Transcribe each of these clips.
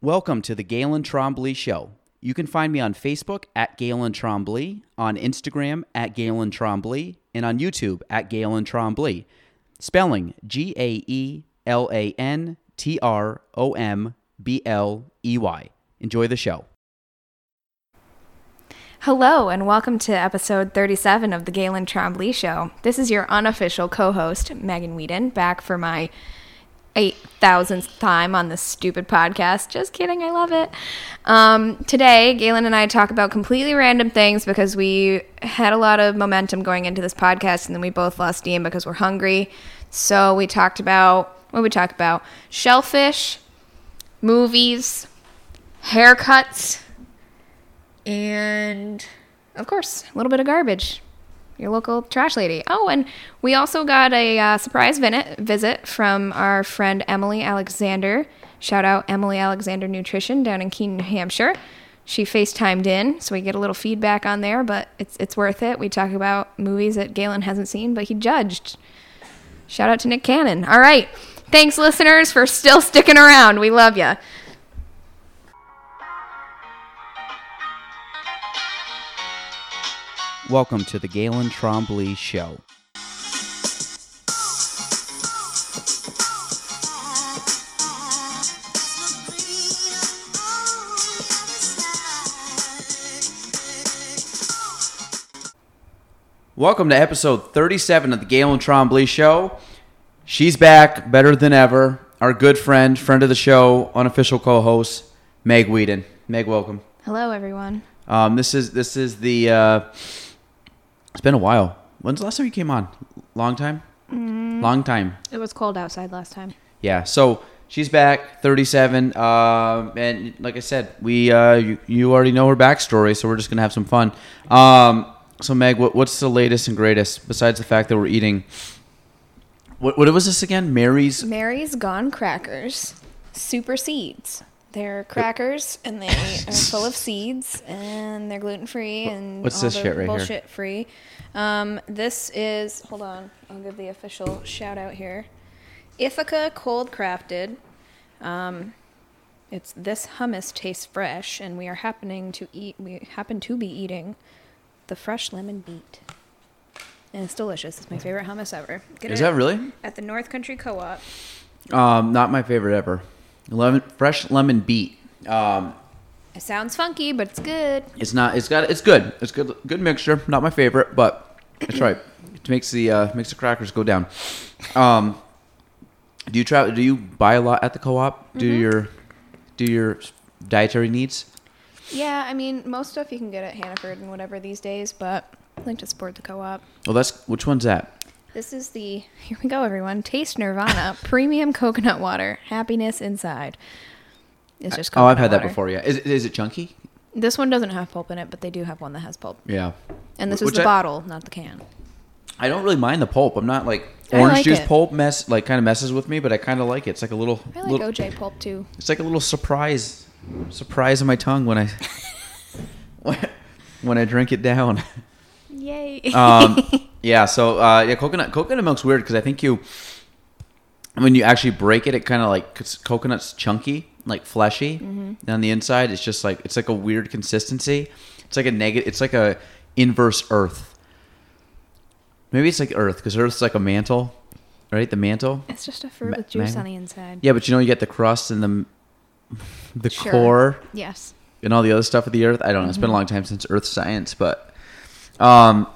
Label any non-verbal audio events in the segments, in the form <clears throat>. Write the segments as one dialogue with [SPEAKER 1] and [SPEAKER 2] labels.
[SPEAKER 1] Welcome to the Galen Trombley Show. You can find me on Facebook at Galen Trombley, on Instagram at Galen Trombley, and on YouTube at Galen Trombley. Spelling G A E L A N T R O M B L E Y. Enjoy the show.
[SPEAKER 2] Hello, and welcome to episode 37 of The Galen Trombley Show. This is your unofficial co host, Megan Whedon, back for my 8,000th time on this stupid podcast. Just kidding, I love it. Um, today, Galen and I talk about completely random things because we had a lot of momentum going into this podcast, and then we both lost steam because we're hungry. So we talked about what did we talk about shellfish, movies, haircuts, and of course, a little bit of garbage. Your local trash lady. Oh, and we also got a uh, surprise vin- visit from our friend Emily Alexander. Shout out Emily Alexander Nutrition down in Keene, New Hampshire. She FaceTimed in, so we get a little feedback on there, but it's it's worth it. We talk about movies that Galen hasn't seen, but he judged. Shout out to Nick Cannon. All right. Thanks, listeners, for still sticking around. We love you.
[SPEAKER 1] Welcome to the Galen Trombley Show. Welcome to episode 37 of the Galen Trombley Show. She's back, better than ever. Our good friend, friend of the show, unofficial co-host, Meg Whedon. Meg, welcome.
[SPEAKER 2] Hello, everyone.
[SPEAKER 1] Um, this is this is the. Uh, it's been a while. When's the last time you came on? Long time. Long time.
[SPEAKER 2] It was cold outside last time.
[SPEAKER 1] Yeah. So she's back, 37. Um, and like I said, we uh, you, you already know her backstory, so we're just gonna have some fun. Um, so Meg, what, what's the latest and greatest besides the fact that we're eating? What what was this again? Mary's.
[SPEAKER 2] Mary's Gone Crackers super seeds. They're crackers and they
[SPEAKER 1] <laughs>
[SPEAKER 2] are full of seeds and they're gluten free and
[SPEAKER 1] what's this shit right here?
[SPEAKER 2] bullshit free. Um, this is hold on, I'll give the official shout out here. Ithaca cold crafted. Um, it's this hummus tastes fresh, and we are happening to eat. We happen to be eating the fresh lemon beet, and it's delicious. It's my favorite hummus ever. Get
[SPEAKER 1] Mm. Is
[SPEAKER 2] it
[SPEAKER 1] that really?
[SPEAKER 2] at the North Country Co-op?
[SPEAKER 1] Um, not my favorite ever. Lemon, fresh lemon beet. Um,
[SPEAKER 2] It sounds funky, but it's good.
[SPEAKER 1] It's not. It's got. It's good. It's good. Good mixture. Not my favorite, but it's right. It makes the uh, makes the crackers go down. Um, do you travel? Do you buy a lot at the co-op?
[SPEAKER 2] Mm-hmm.
[SPEAKER 1] Do your do your dietary needs?
[SPEAKER 2] Yeah, I mean, most stuff you can get at Hannaford and whatever these days, but I like to support the co-op.
[SPEAKER 1] Well, that's which one's that?
[SPEAKER 2] This is the <laughs> here we go, everyone. Taste Nirvana premium coconut water, happiness inside. It's just
[SPEAKER 1] Oh,
[SPEAKER 2] coconut
[SPEAKER 1] I've had that
[SPEAKER 2] water.
[SPEAKER 1] before. Yeah. Is is it chunky?
[SPEAKER 2] This one doesn't have pulp in it, but they do have one that has pulp.
[SPEAKER 1] Yeah.
[SPEAKER 2] And this
[SPEAKER 1] Wh-
[SPEAKER 2] is
[SPEAKER 1] which
[SPEAKER 2] the
[SPEAKER 1] I-
[SPEAKER 2] bottle, not the can.
[SPEAKER 1] I don't really mind the pulp. I'm not like
[SPEAKER 2] I
[SPEAKER 1] orange
[SPEAKER 2] like
[SPEAKER 1] juice
[SPEAKER 2] it.
[SPEAKER 1] pulp mess like kind of messes with me, but I kind of like it. It's like a little,
[SPEAKER 2] I like
[SPEAKER 1] little
[SPEAKER 2] OJ pulp too.
[SPEAKER 1] It's like a little surprise, surprise in my tongue when I when- <laughs> when I drink it down. <laughs>
[SPEAKER 2] Yay!
[SPEAKER 1] Um, <laughs> yeah, so uh, yeah, coconut coconut milk's weird because I think you when you actually break it, it kind of like 'cause coconut's chunky, like fleshy, and on the inside it's just like it's like a weird consistency. It's like a negative. It's like a inverse Earth. Maybe it's like Earth because Earth's like a mantle, right? The mantle.
[SPEAKER 2] <laughs> it's just a fruit
[SPEAKER 1] Ma-
[SPEAKER 2] with juice
[SPEAKER 1] mango?
[SPEAKER 2] on the inside.
[SPEAKER 1] Yeah, but you know you get the crust and the the <laughs>
[SPEAKER 2] Sure.
[SPEAKER 1] core
[SPEAKER 2] Yes.
[SPEAKER 1] and all the other stuff of the earth. I don't know. It's been a long time since earth science, but um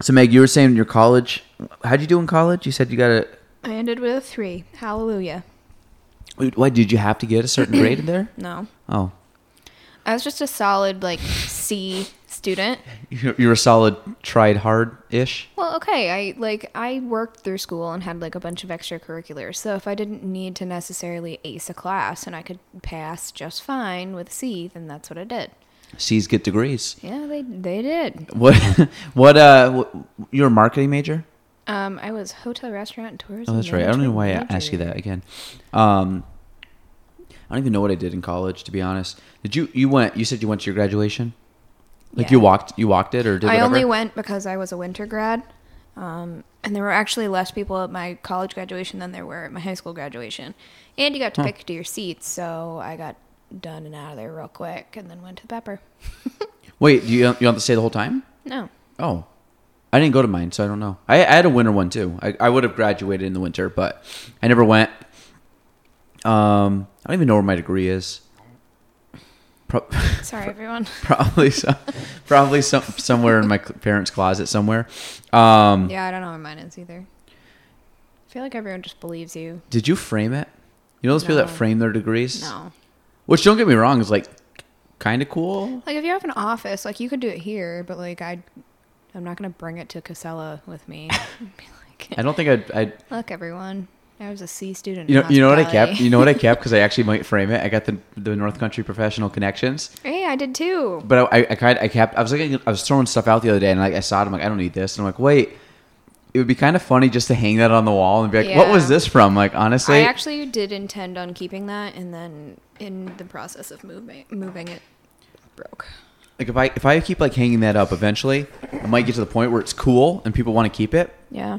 [SPEAKER 1] so Meg, you were saying your college how'd you do in college? You said you got a
[SPEAKER 2] I ended with a three. Hallelujah.
[SPEAKER 1] why did you have to get a certain grade in there?
[SPEAKER 2] No,
[SPEAKER 1] <clears throat> Oh.
[SPEAKER 2] I was just a solid like C student.
[SPEAKER 1] You you were solid tried hard ish.
[SPEAKER 2] Well, okay. I like I worked through school and had like a bunch of extracurriculars. So if I didn't need to necessarily ace a class and I could pass just fine with C, then that's what I did.
[SPEAKER 1] C's get degrees.
[SPEAKER 2] Yeah, they they did.
[SPEAKER 1] What <laughs> what uh wh- you're a marketing major?
[SPEAKER 2] Um, I was hotel restaurant tourism.
[SPEAKER 1] Oh, that's right. I don't know why I
[SPEAKER 2] management
[SPEAKER 1] asked you
[SPEAKER 2] major.
[SPEAKER 1] that again. Um I don't even know what I did in college to be honest. Did you you went you said you went to your graduation? Like
[SPEAKER 2] Yeah.
[SPEAKER 1] you walked you walked it or did
[SPEAKER 2] I
[SPEAKER 1] whatever?
[SPEAKER 2] only went because I was a winter grad. Um, and there were actually less people at my college graduation than there were at my high school graduation. And you got to pick your seats, so I got done and out of there real quick, and then went to the pepper.
[SPEAKER 1] Wait, do you you have to stay the whole time?
[SPEAKER 2] No.
[SPEAKER 1] Oh, I didn't go to mine, so I don't know. I, I had a winter one too. I, I would have graduated in the winter, but I never went. Um, I don't even know where my degree is. Pro- <laughs>
[SPEAKER 2] Sorry, everyone.
[SPEAKER 1] probably some, probably some, somewhere in my cl- parents' closet somewhere. Um,
[SPEAKER 2] Yeah, I don't know where mine is either. I feel like everyone just believes you.
[SPEAKER 1] Did you frame it? You know those people that
[SPEAKER 2] No.
[SPEAKER 1] frame their degrees?
[SPEAKER 2] No.
[SPEAKER 1] Which don't get me wrong is like kind of cool.
[SPEAKER 2] Like if you have an office, like you could do it here, but like I, I'm not gonna bring it to Casella with <laughs> me. And be like,
[SPEAKER 1] I don't think I'd, I'd
[SPEAKER 2] Look, everyone, I was a C student.
[SPEAKER 1] you know
[SPEAKER 2] in
[SPEAKER 1] you know what I
[SPEAKER 2] hospitality."
[SPEAKER 1] kept you know what I kept because I actually might frame it. I got the the North Country professional connections.
[SPEAKER 2] hey, I did too.
[SPEAKER 1] But I, I, I kind I kept, I was like, I was throwing stuff out the other day, and like I saw it, I'm like, I don't need this, and I'm like, wait, it would be kind of funny just to hang that on the wall and be like, what
[SPEAKER 2] Yeah.
[SPEAKER 1] was this from? Like honestly,
[SPEAKER 2] I actually did intend on keeping that, and then in the process of moving moving it, broke.
[SPEAKER 1] like if I if I keep like hanging that up, eventually I might get to the point where it's cool and people want to keep it,
[SPEAKER 2] Yeah.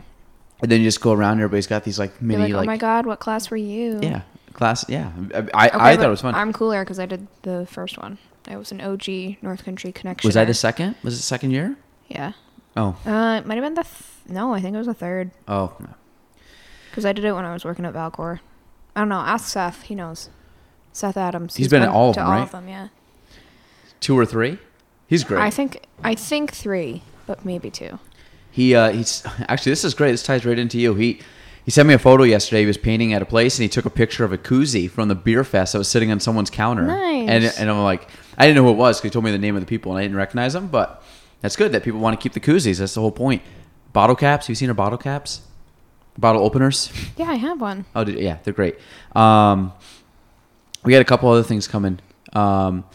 [SPEAKER 1] and then you just go around, and everybody's got these like
[SPEAKER 2] You're
[SPEAKER 1] mini
[SPEAKER 2] like,
[SPEAKER 1] like,
[SPEAKER 2] oh my god, what class were you?
[SPEAKER 1] yeah class yeah. I I,
[SPEAKER 2] Okay,
[SPEAKER 1] I
[SPEAKER 2] but
[SPEAKER 1] thought it was fun.
[SPEAKER 2] I'm cooler because I did the first one. I was an OG North Country connection.
[SPEAKER 1] was I the second? Was it second year?
[SPEAKER 2] Yeah.
[SPEAKER 1] Oh
[SPEAKER 2] Uh, it might have been the th- no. I think it was the third
[SPEAKER 1] oh no.
[SPEAKER 2] because I did it when I was working at Valcor. I don't know. Ask Seth. He knows. Seth Adams.
[SPEAKER 1] He's been at all of
[SPEAKER 2] to
[SPEAKER 1] them,
[SPEAKER 2] all
[SPEAKER 1] right?
[SPEAKER 2] of them. Yeah.
[SPEAKER 1] two or three. He's great.
[SPEAKER 2] I think I think three, but maybe two.
[SPEAKER 1] He uh, he's <laughs> actually this is great. This ties right into you. He he sent me a photo yesterday. He was painting at a place and he took a picture of a koozie from the beer fest that was sitting on someone's counter.
[SPEAKER 2] Nice.
[SPEAKER 1] And and I'm like, I didn't know who it was because he told me the name of the people and I didn't recognize them. But that's good that people want to keep the koozies. That's the whole point. Bottle caps. Have you seen our bottle caps? Bottle openers. <laughs>
[SPEAKER 2] Yeah, I have one.
[SPEAKER 1] Oh, did, yeah, they're great. Um, we had a couple other things coming. Um,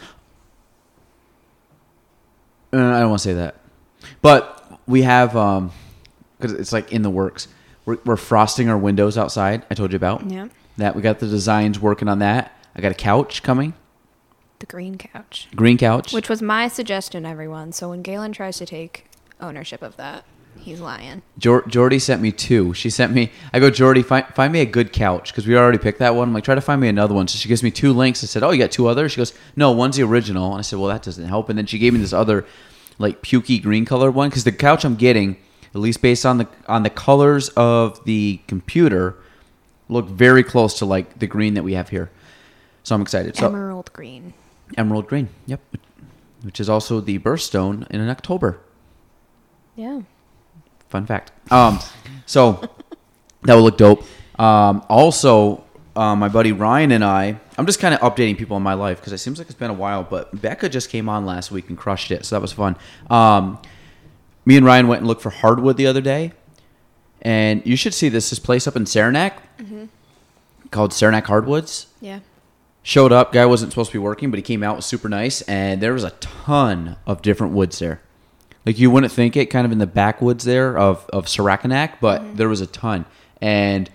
[SPEAKER 1] uh, I don't want to say that, but we have um, because it's like in the works. We're, we're frosting our windows outside. I told you about
[SPEAKER 2] Yeah.
[SPEAKER 1] that. We got the designs working on that. I got a couch coming,
[SPEAKER 2] The green couch,
[SPEAKER 1] green couch.
[SPEAKER 2] which was my suggestion, everyone. So when Galen tries to take ownership of that, he's lying.
[SPEAKER 1] Jor- Jordy sent me two. She sent me. I go, Jordy, find find me a good couch because we already picked that one. I'm like, try to find me another one. So she gives me two links. I said, oh, you got two others. She goes, no, one's the original. And I said, well, that doesn't help. And then she gave me this other, like pukey green color one because the couch I'm getting, at least based on the on the colors of the computer, look very close to like the green that we have here. So I'm excited. So
[SPEAKER 2] Emerald green.
[SPEAKER 1] emerald green. Yep, which is also the birthstone in October.
[SPEAKER 2] Yeah.
[SPEAKER 1] Fun fact. Um, so that would look dope. Um, also, uh, my buddy Ryan and I, I'm just kind of updating people in my life because it seems like it's been a while, but Becca just came on last week and crushed it. So that was fun. Um, me and Ryan went and looked for hardwood the other day. And you should see this, this place up in Saranac called Saranac Hardwoods
[SPEAKER 2] Yeah.
[SPEAKER 1] showed up guy wasn't supposed to be working but he came out was super nice and there was a ton of different woods there like you wouldn't think it kind of in the backwoods there of of Saracanac but
[SPEAKER 2] Mm-hmm.
[SPEAKER 1] there was a ton and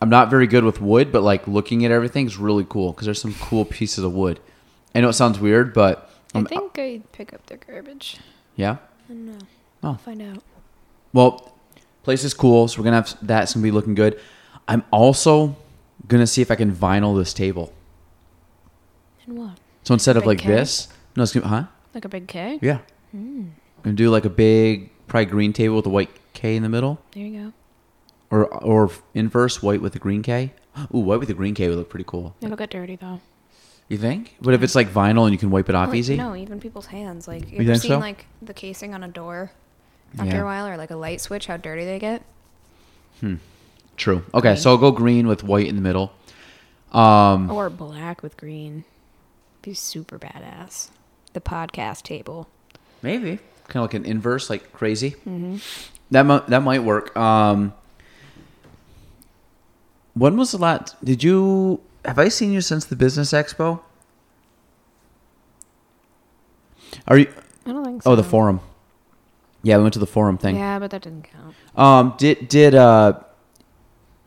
[SPEAKER 1] I'm not very good with wood but like looking at everything is really cool because there's some cool pieces of wood I know it sounds weird but um,
[SPEAKER 2] I think I pick up the garbage.
[SPEAKER 1] yeah
[SPEAKER 2] I don't know.
[SPEAKER 1] Oh.
[SPEAKER 2] I'll find out.
[SPEAKER 1] well, place is cool, so we're gonna have that's gonna be looking good. I'm also gonna see if I can vinyl this table.
[SPEAKER 2] And what?
[SPEAKER 1] So instead of
[SPEAKER 2] Big
[SPEAKER 1] like
[SPEAKER 2] keg?
[SPEAKER 1] this, no, it's gonna, huh?
[SPEAKER 2] Like a big keg?
[SPEAKER 1] Yeah. Hmm. And do like a big, probably green table with a white K in the middle,
[SPEAKER 2] There you go.
[SPEAKER 1] or or inverse, white with a green K. <gasps> Ooh, white with a green K would look pretty cool.
[SPEAKER 2] It'll get dirty though.
[SPEAKER 1] You think? Oh, But if it's like vinyl and you can wipe it off
[SPEAKER 2] Like,
[SPEAKER 1] easy,
[SPEAKER 2] No, even people's hands. Like you,
[SPEAKER 1] You
[SPEAKER 2] ever
[SPEAKER 1] think
[SPEAKER 2] seen
[SPEAKER 1] so?
[SPEAKER 2] like the casing on a door after
[SPEAKER 1] Yeah.
[SPEAKER 2] a while, or like a light switch, how dirty they get.
[SPEAKER 1] true. Okay,
[SPEAKER 2] Green.
[SPEAKER 1] so I'll go green with white in the middle. Um,
[SPEAKER 2] Or black with green. Be super badass. The podcast table.
[SPEAKER 1] maybe Mm-hmm. kind of like an inverse, like crazy. That might that might work. Um, when was the last? Did you have I seen you since the business expo? Are you?
[SPEAKER 2] I don't think so.
[SPEAKER 1] Oh, the forum. Yeah, we went to the forum thing.
[SPEAKER 2] Yeah, but that doesn't count.
[SPEAKER 1] Um, did did uh,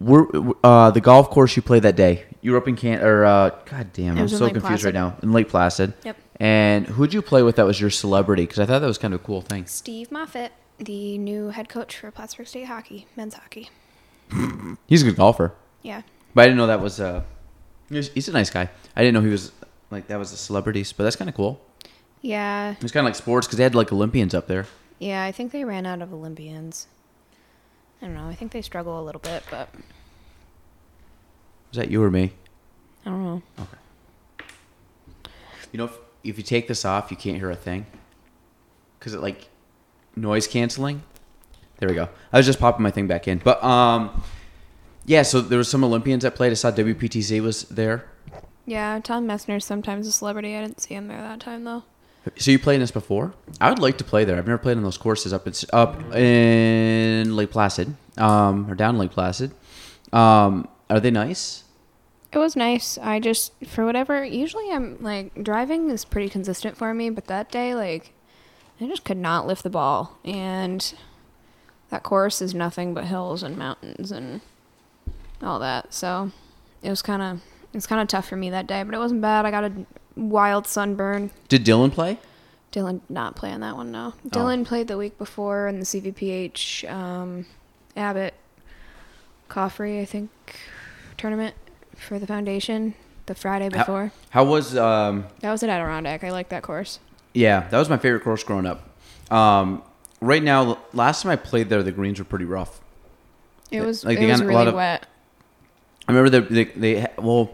[SPEAKER 1] were uh the golf course you played that day? You were up in Can or uh, God damn,
[SPEAKER 2] It
[SPEAKER 1] I'm
[SPEAKER 2] was in
[SPEAKER 1] so
[SPEAKER 2] Lake
[SPEAKER 1] confused right now
[SPEAKER 2] Placid.
[SPEAKER 1] in Lake Placid.
[SPEAKER 2] Yep.
[SPEAKER 1] And who'd you play with that was your celebrity? Because I thought that was kind of a cool thing.
[SPEAKER 2] Steve Moffitt, the new head coach for Plattsburgh State hockey, men's hockey.
[SPEAKER 1] He's a good golfer,
[SPEAKER 2] Yeah.
[SPEAKER 1] but I didn't know that was uh, he's, he's a nice guy. I didn't know he was like that was the celebrities, but that's kind of cool.
[SPEAKER 2] Yeah.
[SPEAKER 1] It's kind of like sports because they had like Olympians up there.
[SPEAKER 2] Yeah, I think they ran out of Olympians. I don't know. I think they struggle a little bit, but
[SPEAKER 1] Was that you or me?
[SPEAKER 2] I don't know.
[SPEAKER 1] You know, if, if you take this off, you can't hear a thing because it like noise canceling. There we go. I was just popping my thing back in, but um, yeah. So there was some Olympians that played. I saw WPTZ was there.
[SPEAKER 2] Yeah, Tom Messner's sometimes a celebrity. I didn't see him there that time though.
[SPEAKER 1] So you played in this before? I would like to play there. I've never played on those courses up in up in Lake Placid, um, or down in Lake Placid. Um, are they nice?
[SPEAKER 2] It was nice. I just for whatever usually I'm like driving is pretty consistent for me, but that day like I just could not lift the ball and that course is nothing but hills and mountains and all that. So it was kind of it was kind of tough for me that day, but it wasn't bad. I got a wild sunburn.
[SPEAKER 1] Did Dylan play?
[SPEAKER 2] Dylan did not play on that one, no.
[SPEAKER 1] Oh.
[SPEAKER 2] Dylan played the week before in the CVPH um, Abbott Coffrey, I think, tournament for the foundation the Friday
[SPEAKER 1] How-
[SPEAKER 2] before.
[SPEAKER 1] How, was um,
[SPEAKER 2] That was at Adirondack. I like that course.
[SPEAKER 1] Yeah, that was my favorite course growing up. Um, right now, l- last time I played there, the greens were pretty rough.
[SPEAKER 2] It was
[SPEAKER 1] Like,
[SPEAKER 2] it
[SPEAKER 1] they
[SPEAKER 2] was
[SPEAKER 1] got a lot
[SPEAKER 2] really
[SPEAKER 1] of-
[SPEAKER 2] wet.
[SPEAKER 1] I remember they they, they ha- well,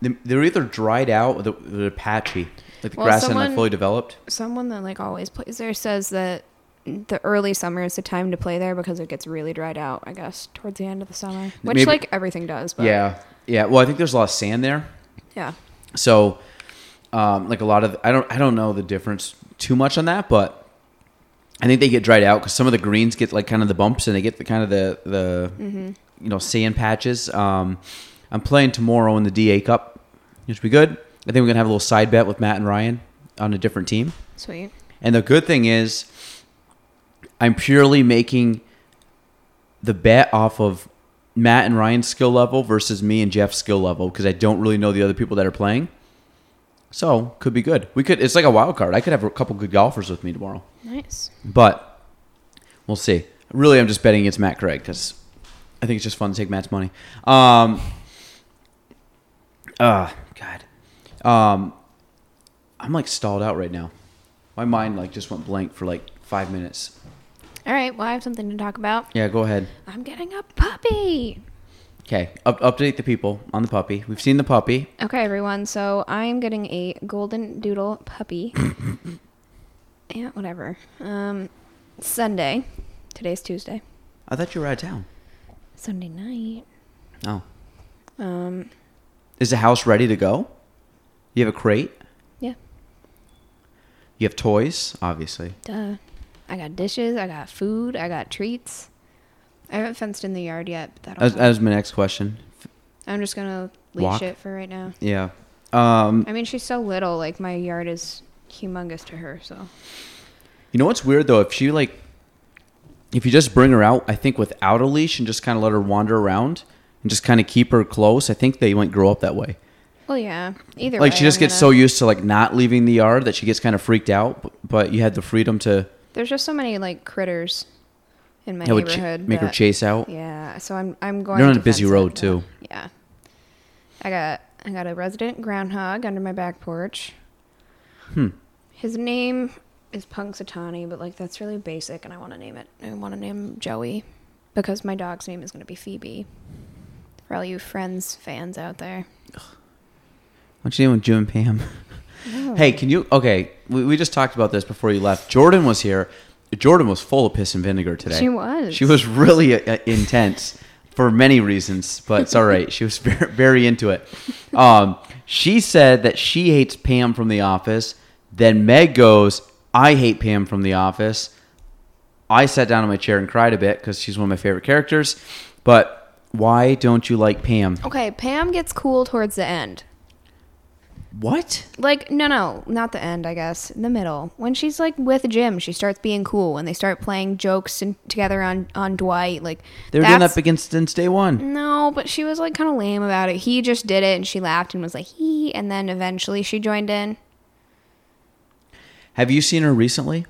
[SPEAKER 1] they, they were either dried out or they- they were patchy, like the
[SPEAKER 2] Well,
[SPEAKER 1] grass hadn't
[SPEAKER 2] someone-
[SPEAKER 1] like, fully developed.
[SPEAKER 2] Someone that like always plays there says that the early summer is the time to play there because it gets really dried out, I guess, towards the end of the summer. Which
[SPEAKER 1] Maybe-
[SPEAKER 2] like everything does, but
[SPEAKER 1] Yeah, yeah. Well, I think there's a lot of sand there,
[SPEAKER 2] Yeah.
[SPEAKER 1] so um, like a lot of I don't I don't know the difference too much on that, but I think they get dried out because some of the greens get like kind of the bumps and they get the kind of the the you know sand patches. Um, I'm playing tomorrow in the DA Cup, which will be good. I think we're gonna have a little side bet with Matt and Ryan on a different team.
[SPEAKER 2] Sweet.
[SPEAKER 1] And the good thing is, I'm purely making the bet off of Matt and Ryan's skill level versus me and Jeff's skill level because I don't really know the other people that are playing. So could be good. We could. It's like a wild card. I could have a couple good golfers with me tomorrow,
[SPEAKER 2] Nice.
[SPEAKER 1] but we'll see. Really, I'm just betting against Matt Craig because I think it's just fun to take Matt's money. Um. Ah, God. Um, I'm like stalled out right now. My mind like just went blank for like five minutes.
[SPEAKER 2] All right, well I have something to talk about.
[SPEAKER 1] Yeah, go ahead.
[SPEAKER 2] I'm getting a puppy.
[SPEAKER 1] Okay, up- update the people on the puppy. We've seen the puppy.
[SPEAKER 2] Okay, everyone. So I'm getting a golden doodle <laughs> puppy. yeah, whatever. Um, Sunday. Today's Tuesday.
[SPEAKER 1] I thought you were out of town.
[SPEAKER 2] Sunday night.
[SPEAKER 1] Oh,
[SPEAKER 2] Um,
[SPEAKER 1] is the house ready to go? You have a crate.
[SPEAKER 2] yeah.
[SPEAKER 1] You have toys, obviously.
[SPEAKER 2] Duh. I got dishes. I got food. I got treats. I haven't fenced in the yard yet, but that'll.
[SPEAKER 1] That was, that
[SPEAKER 2] help.
[SPEAKER 1] was my next question.
[SPEAKER 2] I'm just gonna leash
[SPEAKER 1] Walk?
[SPEAKER 2] it for right now.
[SPEAKER 1] Yeah. Um,
[SPEAKER 2] I mean, she's so little. Like my yard is humongous to her. So
[SPEAKER 1] you know what's weird though? If she like, if you just bring her out, I think without a leash and just kind of let her wander around and just kind of keep her close, I think they might grow up that way.
[SPEAKER 2] well, yeah. Either
[SPEAKER 1] like
[SPEAKER 2] way,
[SPEAKER 1] she just
[SPEAKER 2] I'm
[SPEAKER 1] gets
[SPEAKER 2] gonna-
[SPEAKER 1] so used to like not leaving the yard that she gets kind of freaked out. But, but you had the freedom to
[SPEAKER 2] There's just so many like critters in my
[SPEAKER 1] that would ch-
[SPEAKER 2] neighborhood.
[SPEAKER 1] make her
[SPEAKER 2] that-
[SPEAKER 1] chase out.
[SPEAKER 2] Yeah, so I'm I'm going.
[SPEAKER 1] You're on
[SPEAKER 2] to
[SPEAKER 1] a busy
[SPEAKER 2] fence it,
[SPEAKER 1] road,
[SPEAKER 2] but-
[SPEAKER 1] too.
[SPEAKER 2] Yeah, I got I got a resident groundhog under my back porch. Hmm. His name is Punxsutawney, but like that's really basic, and I want to name it. I want to name him Joey because my dog's name is going to be Phoebe. For all you Friends fans out there,
[SPEAKER 1] What's your name with Jim and Pam? <laughs>
[SPEAKER 2] Oh.
[SPEAKER 1] Hey, can you? Okay, we, we just talked about this before you left. Jordan was here. Jordan was full of piss and vinegar today.
[SPEAKER 2] She was.
[SPEAKER 1] She was really uh, uh, intense for many reasons, but it's all right. She was <laughs> very, very into it. Um, she said that she hates Pam from The Office. Then Meg goes, I hate Pam from The Office. I sat down in my chair and cried a bit because she's one of my favorite characters. But why don't you like Pam?
[SPEAKER 2] okay, Pam gets cool towards the end.
[SPEAKER 1] What?
[SPEAKER 2] Like, no, no, not the end, I guess. In the middle. When she's like with Jim, she starts being cool and they start playing jokes and together on, on Dwight. Like,
[SPEAKER 1] They were doing
[SPEAKER 2] that's-
[SPEAKER 1] that against since day one.
[SPEAKER 2] No, but she was like kind of lame about it. He just did it and she laughed and was like, he. And then eventually she joined in.
[SPEAKER 1] Have you seen her recently?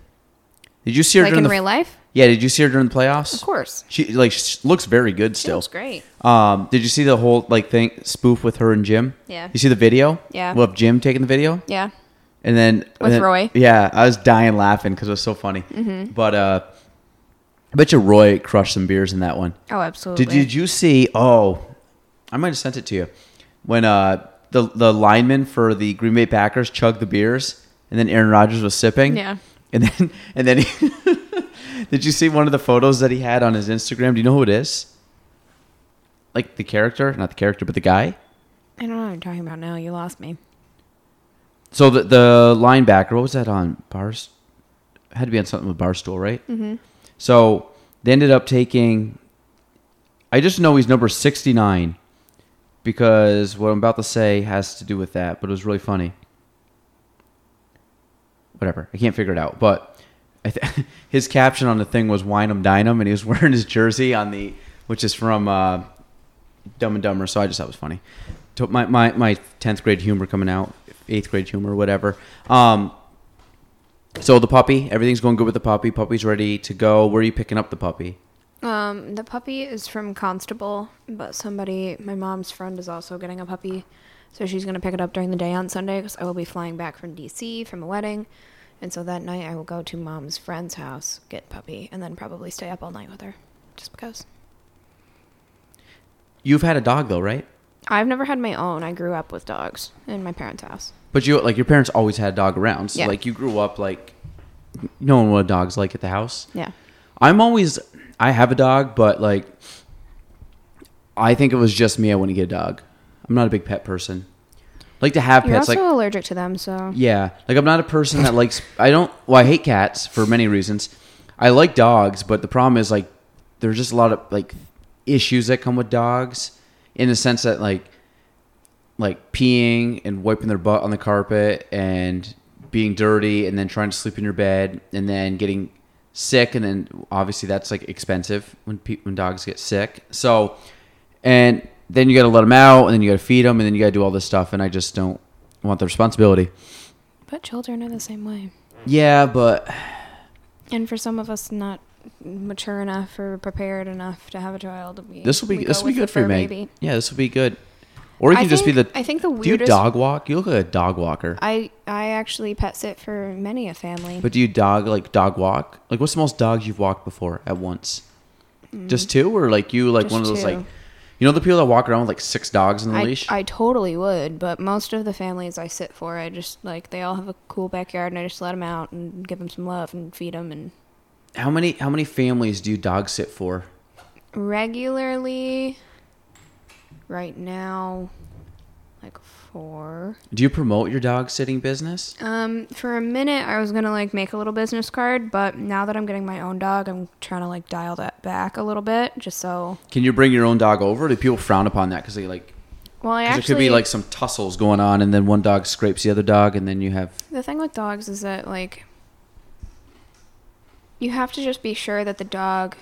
[SPEAKER 1] Did you see her
[SPEAKER 2] Like
[SPEAKER 1] during
[SPEAKER 2] in
[SPEAKER 1] the
[SPEAKER 2] real life?
[SPEAKER 1] Yeah, did you see her during the playoffs?
[SPEAKER 2] Of course.
[SPEAKER 1] She like she looks very good
[SPEAKER 2] She
[SPEAKER 1] still.
[SPEAKER 2] looks great.
[SPEAKER 1] Um, did you see the whole like thing spoof with her and Jim?
[SPEAKER 2] Yeah.
[SPEAKER 1] You see the video?
[SPEAKER 2] Yeah.
[SPEAKER 1] Well, of Jim taking the video,
[SPEAKER 2] Yeah.
[SPEAKER 1] and then and then-
[SPEAKER 2] Roy. Mm-hmm.
[SPEAKER 1] Yeah, I was dying laughing because it was so funny. But uh, I bet you Roy crushed some beers in that one.
[SPEAKER 3] Oh, absolutely.
[SPEAKER 1] Did did you see? Oh, I might have sent it to you when uh the the lineman for the Green Bay Packers chugged the beers, and then Aaron Rodgers was sipping.
[SPEAKER 2] Yeah.
[SPEAKER 1] And then <laughs> and then he, did you see one of the photos that he had on his Instagram? Do you know who it is? Like the character, not the character, but the guy.
[SPEAKER 2] I don't know what you're talking about now. You lost me.
[SPEAKER 1] So the the linebacker, what was that on bars? Had to be on something with Barstool, right? Mm-hmm. So they ended up taking. I just know he's number sixty nine, because what I'm about to say has to do with that. But it was really funny. Whatever, I can't figure it out. But I th- <laughs> his caption on the thing was "Wine 'em, dine 'em," and he was <laughs> wearing his jersey on the, which is from uh, Dumb and Dumber, so I just thought it was funny. To- My my my tenth grade humor coming out, eighth grade humor, whatever. Um, so the puppy, everything's going good with the puppy. Puppy's ready to go. Where are you picking up the puppy?
[SPEAKER 2] Um, the puppy is from Constable, but somebody, my mom's friend, is also getting a puppy, so she's gonna pick it up during the day on Sunday because I will be flying back from DC from a wedding, and so that night I will go to mom's friend's house get puppy and then probably stay up all night with her, just because.
[SPEAKER 1] You've had a dog though, right?
[SPEAKER 2] I've never had my own. I grew up with dogs in my parents' house.
[SPEAKER 1] But you like your parents always had a dog around, so
[SPEAKER 2] Yeah.
[SPEAKER 1] like you grew up like knowing what a dog's like at the house.
[SPEAKER 2] Yeah.
[SPEAKER 1] I'm always I have a dog, but like I think it was just me. I wouldn't get a dog. I'm not a big pet person. Like to have
[SPEAKER 2] You're
[SPEAKER 1] pets,
[SPEAKER 2] also
[SPEAKER 1] like
[SPEAKER 2] allergic to them, so
[SPEAKER 1] Yeah, like I'm not a person that likes. I don't. Well, I hate cats for many reasons. I like dogs, but the problem is like there's just a lot of like issues that come with dogs, in the sense that like like peeing and wiping their butt on the carpet and being dirty and then trying to sleep in your bed and then getting sick and then obviously that's like expensive when pe- when dogs get sick. So and then you got to let them out and then you got to feed them and then you got to do all this stuff and I just don't want the responsibility.
[SPEAKER 2] but children are the same way.
[SPEAKER 1] Yeah, but
[SPEAKER 2] And for some of us, not mature enough or prepared enough to have a child, we,
[SPEAKER 1] this will
[SPEAKER 2] we
[SPEAKER 1] be
[SPEAKER 2] go
[SPEAKER 1] this will be
[SPEAKER 2] with the
[SPEAKER 1] good for you,
[SPEAKER 2] fur
[SPEAKER 1] Meg.
[SPEAKER 2] baby.
[SPEAKER 1] Yeah, this will be good. Or you
[SPEAKER 2] I
[SPEAKER 1] can just be the.
[SPEAKER 2] think- I think the
[SPEAKER 1] do you
[SPEAKER 2] weirdest-
[SPEAKER 1] dog walk? You look like a dog walker.
[SPEAKER 2] I I actually pet sit for many a family.
[SPEAKER 1] But do you dog like dog walk? Like what's the most dogs you've walked before at once? Just two, or like you like
[SPEAKER 2] Mm. Just
[SPEAKER 1] one of those like,
[SPEAKER 2] two.
[SPEAKER 1] you know the people that walk around with like six dogs on the
[SPEAKER 2] I,
[SPEAKER 1] leash.
[SPEAKER 2] I totally would, but most of the families I sit for, I just like they all have a cool backyard, and I just let them out and give them some love and feed them. And
[SPEAKER 1] how many how many families do you dog sit for?
[SPEAKER 2] regularly, right now, like four.
[SPEAKER 1] Do you promote your dog sitting business?
[SPEAKER 2] Um, for a minute, I was gonna like make a little business card, but now that I'm getting my own dog, I'm trying to like dial that back a little bit, just so.
[SPEAKER 1] Can you bring your own dog over? Do people frown upon that because they like?
[SPEAKER 2] Well, I
[SPEAKER 1] 'cause
[SPEAKER 2] actually
[SPEAKER 1] there could be like some tussles going on, and then one dog scrapes the other dog, and then you have
[SPEAKER 2] The thing with dogs is that like you have to just be sure that the dog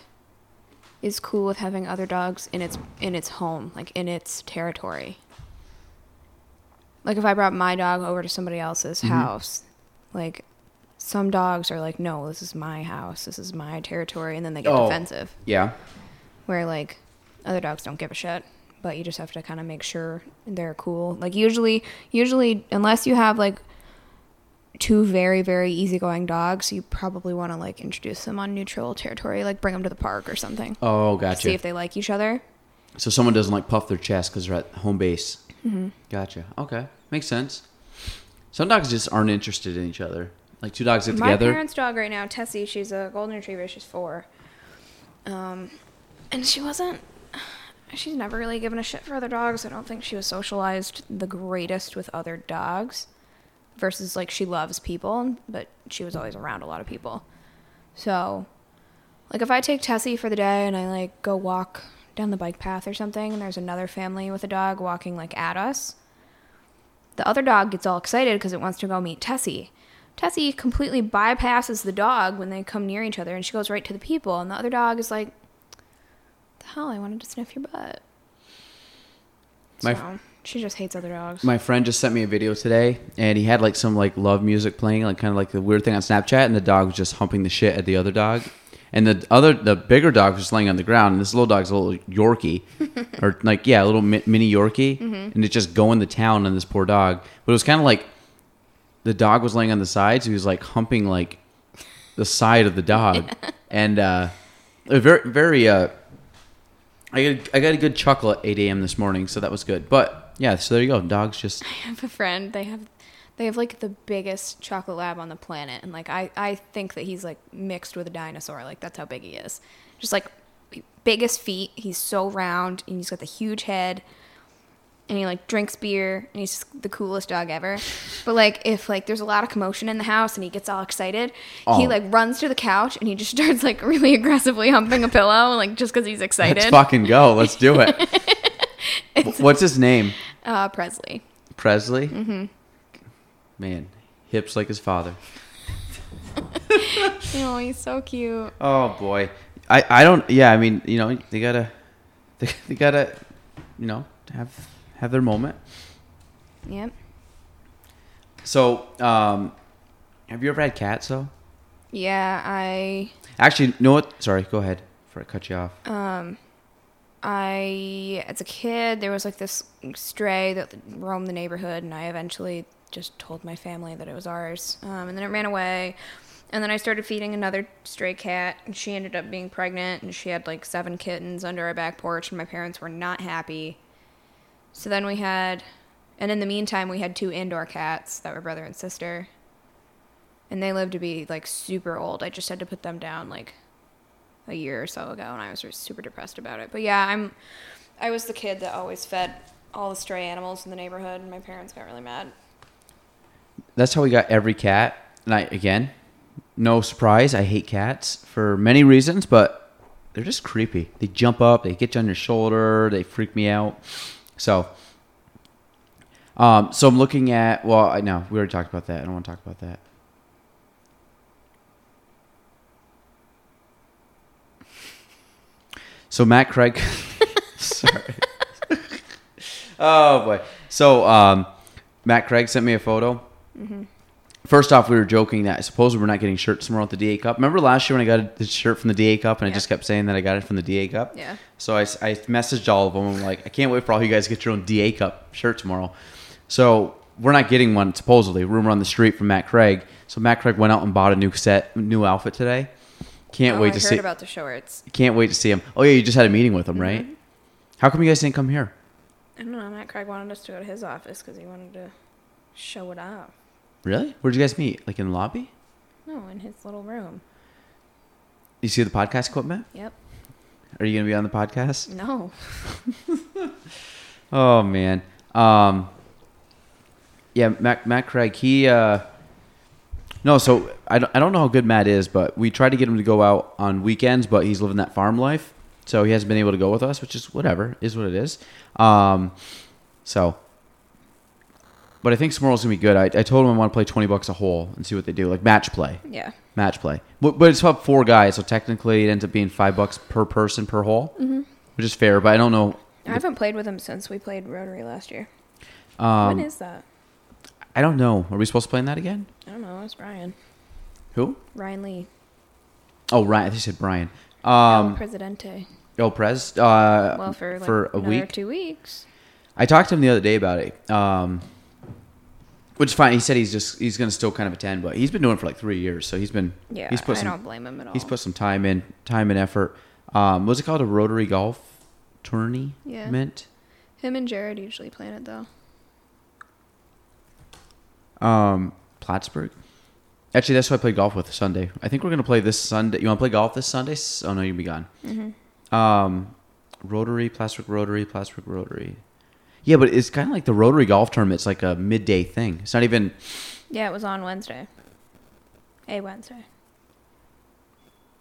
[SPEAKER 2] is cool with having other dogs in its in its home, like in its territory. Like if I brought my dog over to somebody else's house, like some dogs are like, "No, this is my house. This is my territory." And then they get
[SPEAKER 1] Oh.
[SPEAKER 2] defensive.
[SPEAKER 1] yeah.
[SPEAKER 2] Where like other dogs don't give a shit, but you just have to kind of make sure they're cool. Like usually usually unless you have like two very very easygoing dogs you probably want to like introduce them on neutral territory like bring them to the park or something
[SPEAKER 1] Oh, gotcha.
[SPEAKER 2] see if they like each other
[SPEAKER 1] So someone doesn't like puff their chest because they're at home base. Gotcha. Okay, makes sense. Some dogs just aren't interested in each other. Like two dogs get
[SPEAKER 2] my
[SPEAKER 1] together.
[SPEAKER 2] parents dog right now tessie she's a golden retriever she's four um and she wasn't she's never really given a shit for other dogs i don't think she was socialized the greatest with other dogs versus like she loves people but she was always around a lot of people so Like if I take Tessie for the day and I like go walk down the bike path or something and there's another family with a dog walking like at us, the other dog gets all excited because it wants to go meet Tessie. Tessie completely bypasses the dog when they come near each other and she goes right to the people and the other dog is like the hell I wanted to sniff your butt.
[SPEAKER 1] My-
[SPEAKER 2] so she just hates other dogs.
[SPEAKER 1] My friend just sent me a video today, and he had like some like love music playing, like kind of like the weird thing on Snapchat, and the dog was just humping the shit at the other dog. And the other, the bigger dog was just laying on the ground, and this little dog's a little Yorkie, or like yeah, a little mi- mini Yorkie, and it's just going to town on this poor dog. But it was kind of like the dog was laying on the side, so he was like humping like the side of the dog, and uh, a very very uh, I got, I got a good chuckle at 8 a.m. this morning, so that was good. But yeah, so there you go. Dogs just
[SPEAKER 2] I <laughs> have a friend. They have they have like the biggest chocolate lab on the planet, and like I I think that he's like mixed with a dinosaur. Like that's how big he is. Just like biggest feet. He's so round, and he's got the huge head. And he like drinks beer, and he's just the coolest dog ever. But like, if like there's a lot of commotion in the house, and he gets all excited,
[SPEAKER 1] Aw.
[SPEAKER 2] he like runs to the couch, and he just <laughs> starts like really aggressively humping a pillow, like just because he's
[SPEAKER 1] let's
[SPEAKER 2] excited.
[SPEAKER 1] fucking go. Let's do it. Wh- What's his name?
[SPEAKER 2] Uh, Presley.
[SPEAKER 1] Presley. Mm-hmm. Man, hips like his father.
[SPEAKER 2] Oh, he's so cute.
[SPEAKER 1] Oh boy, I I don't. Yeah, I mean, you know, they gotta, <laughs> they, they gotta, you know, have have their moment.
[SPEAKER 2] Yep.
[SPEAKER 1] So, um, have you ever had cats though?
[SPEAKER 2] Yeah, I
[SPEAKER 1] Actually, no. What? Sorry, go ahead. Before I cut you off.
[SPEAKER 2] I as a kid there was like this stray that roamed the neighborhood and I eventually just told my family that it was ours. Um, and then it ran away. And then I started feeding another stray cat and she ended up being pregnant and she had like seven kittens under our back porch and my parents were not happy. So then we had and in the meantime we had two indoor cats that were brother and sister. And they lived to be like super old. I just had to put them down like a year or so ago and I was super depressed about it. But yeah, I'm I was the kid that always fed all the stray animals in the neighborhood and my parents got really mad.
[SPEAKER 1] That's how we got every cat. And I again, no surprise, I hate cats for many reasons, but they're just creepy. They jump up, they get you on your shoulder, they freak me out. So, um, so I'm looking at. Well, I know we already talked about that. I don't want to talk about that. So Matt Craig, <laughs> sorry. oh boy. So um, Matt Craig sent me a photo.
[SPEAKER 2] Mm-hmm.
[SPEAKER 1] First off, we were joking that supposedly we're not getting shirts tomorrow at the DA Cup. Remember last year when I got the shirt from the DA Cup and I
[SPEAKER 2] Yeah.
[SPEAKER 1] just kept saying that I got it from the DA Cup?
[SPEAKER 2] Yeah.
[SPEAKER 1] So I, I messaged all of them. I'm like, I can't wait for all you guys to get your own DA Cup shirt tomorrow. So we're not getting one, supposedly. Rumor on the street from Matt Craig. So Matt Craig went out and bought a new set, new outfit today. Can't
[SPEAKER 2] Oh,
[SPEAKER 1] wait
[SPEAKER 2] I
[SPEAKER 1] to
[SPEAKER 2] heard
[SPEAKER 1] see.
[SPEAKER 2] about Mm-hmm. the shorts.
[SPEAKER 1] Can't wait to see him. Oh yeah, you just had a meeting with him, right? How come you guys didn't come here?
[SPEAKER 2] I don't know, Matt Craig wanted us to go to his office because he wanted to show it off.
[SPEAKER 1] Really? Where'd you guys meet? Like in the lobby?
[SPEAKER 2] No, in his little room.
[SPEAKER 1] You see the podcast equipment?
[SPEAKER 2] Yep.
[SPEAKER 1] Are you gonna be on the podcast?
[SPEAKER 2] No.
[SPEAKER 1] Oh man. Um. Yeah, Matt, Matt Craig. He. Uh, no, so I don't, I don't know how good Matt is, but we try to get him to go out on weekends, but he's living that farm life, so he hasn't been able to go with us, which is whatever, is what it is. Um, so, but I think tomorrow's gonna be good. I, I told him I want to play twenty bucks a hole and see what they do, like match play.
[SPEAKER 2] Yeah.
[SPEAKER 1] match play. But, but it's about four guys, so technically it ends up being five bucks per person per hole, which is fair. But I don't know.
[SPEAKER 2] I haven't played with him since we played Rotary last year.
[SPEAKER 1] Um,
[SPEAKER 2] when is that?
[SPEAKER 1] I don't know. Are we supposed to play in that again?
[SPEAKER 2] I don't know. It's Brian.
[SPEAKER 1] Who?
[SPEAKER 2] Ryan Lee.
[SPEAKER 1] Oh, Ryan. I think you said Brian.
[SPEAKER 2] El
[SPEAKER 1] Um,
[SPEAKER 2] Presidente.
[SPEAKER 1] El Prez. Uh,
[SPEAKER 2] Well, for like
[SPEAKER 1] for a
[SPEAKER 2] another
[SPEAKER 1] week.
[SPEAKER 2] two weeks.
[SPEAKER 1] I talked to him the other day about it. Um, which is fine. He said he's just he's gonna still kind of attend, but he's been doing it for like three years, so he's been
[SPEAKER 2] Yeah.
[SPEAKER 1] he's put
[SPEAKER 2] I
[SPEAKER 1] some
[SPEAKER 2] don't blame him at all.
[SPEAKER 1] he's put some time in time and effort. Um, what's it called? A rotary golf tourney?
[SPEAKER 2] Yeah.
[SPEAKER 1] Meant.
[SPEAKER 2] him and Jared usually plan it though.
[SPEAKER 1] Um, Plattsburgh. Actually, that's who I played golf with Sunday. I think we're gonna play this Sunday. You want to play golf this Sunday? S- Oh no, you'll be gone.
[SPEAKER 2] Mm-hmm.
[SPEAKER 1] Um, Rotary, Plattsburgh Rotary, Plattsburgh Rotary. Yeah, but it's kind of like the Rotary golf tournament's like a midday thing. It's not even.
[SPEAKER 2] Yeah, it was on Wednesday. A Wednesday.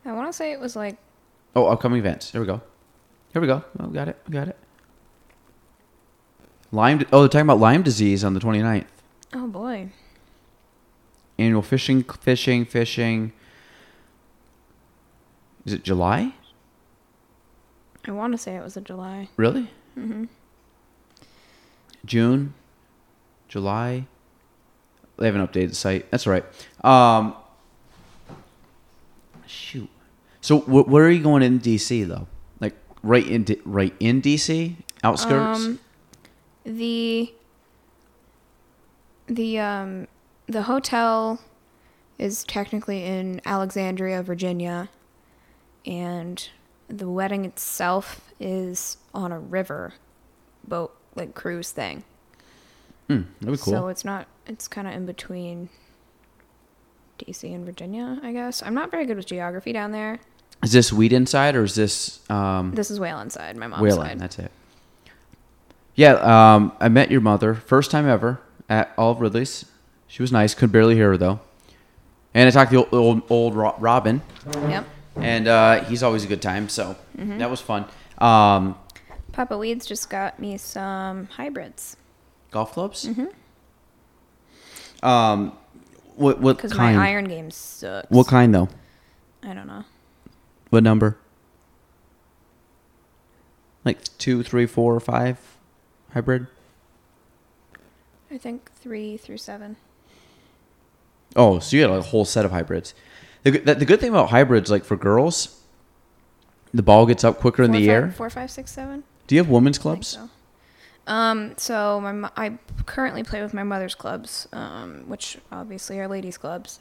[SPEAKER 2] I want to say it was like
[SPEAKER 1] Oh, upcoming events. Here we go. Here we go. Oh, got it. Got it. Lyme. Oh, they're talking about Lyme disease on the 29th.
[SPEAKER 2] oh boy.
[SPEAKER 1] Annual fishing, fishing, fishing. Is it July?
[SPEAKER 2] I want to say it was in July.
[SPEAKER 1] Really? Mm-hmm. June, July. They haven't updated the site. That's all right. Um, shoot. So wh- where are you going in DC though? Like right in D- right in DC outskirts.
[SPEAKER 2] Um, the the um the hotel is technically in Alexandria, Virginia, and the wedding itself is on a river boat like cruise thing.
[SPEAKER 1] Hmm, that'd be cool.
[SPEAKER 2] So it's not it's kind of in between DC and Virginia, I guess. I'm not very good with geography down there.
[SPEAKER 1] is this Wheaton side or is this um,
[SPEAKER 2] This is Wayland side, my mom's
[SPEAKER 1] Whalen?
[SPEAKER 2] side.
[SPEAKER 1] That's it. Yeah, um, I met your mother first time ever at all of Ridley's. She was nice. Could barely hear her though. And I talked to the old old, old Ro- Robin.
[SPEAKER 2] Yep.
[SPEAKER 1] and uh, he's always a good time. So
[SPEAKER 2] Mm-hmm.
[SPEAKER 1] that was fun. Um,
[SPEAKER 2] Papa Weeds just got me some hybrids.
[SPEAKER 1] golf clubs.
[SPEAKER 2] Mm-hmm.
[SPEAKER 1] Um, what what
[SPEAKER 2] Because
[SPEAKER 1] kind?
[SPEAKER 2] my iron game sucks.
[SPEAKER 1] What kind though?
[SPEAKER 2] I don't know.
[SPEAKER 1] What number? Like two, three, four, or five, hybrid.
[SPEAKER 2] I think three through seven.
[SPEAKER 1] Oh, so you had a whole set of hybrids. The, good- the, the good thing about hybrids, like for girls, the ball gets up quicker in
[SPEAKER 2] Four,
[SPEAKER 1] the
[SPEAKER 2] five-
[SPEAKER 1] air.
[SPEAKER 2] Four, five, six, seven.
[SPEAKER 1] Do you have women's
[SPEAKER 2] I think
[SPEAKER 1] clubs?
[SPEAKER 2] so. Um, so my mo- I currently play with my mother's clubs, um, which obviously are ladies' clubs.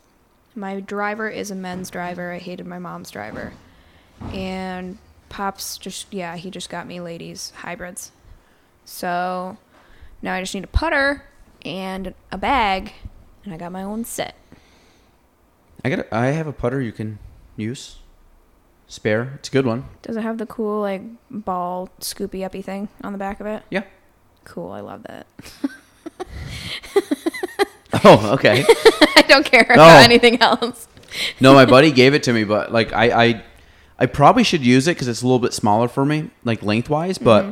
[SPEAKER 2] My driver is a men's driver. I hated my mom's driver, and pops just yeah he just got me ladies hybrids. So now I just need a putter and a bag, and I got my own set.
[SPEAKER 1] I got. A, I have a putter you can use. Spare. It's a good one.
[SPEAKER 2] Does it have the cool like ball scoopy uppy thing on the back of it?
[SPEAKER 1] Yeah.
[SPEAKER 2] Cool, I love that. <laughs>
[SPEAKER 1] Oh, okay.
[SPEAKER 2] I don't care
[SPEAKER 1] No.
[SPEAKER 2] about anything else.
[SPEAKER 1] no, my buddy gave it to me, but like I, I, I probably should use it because it's a little bit smaller for me, like lengthwise. But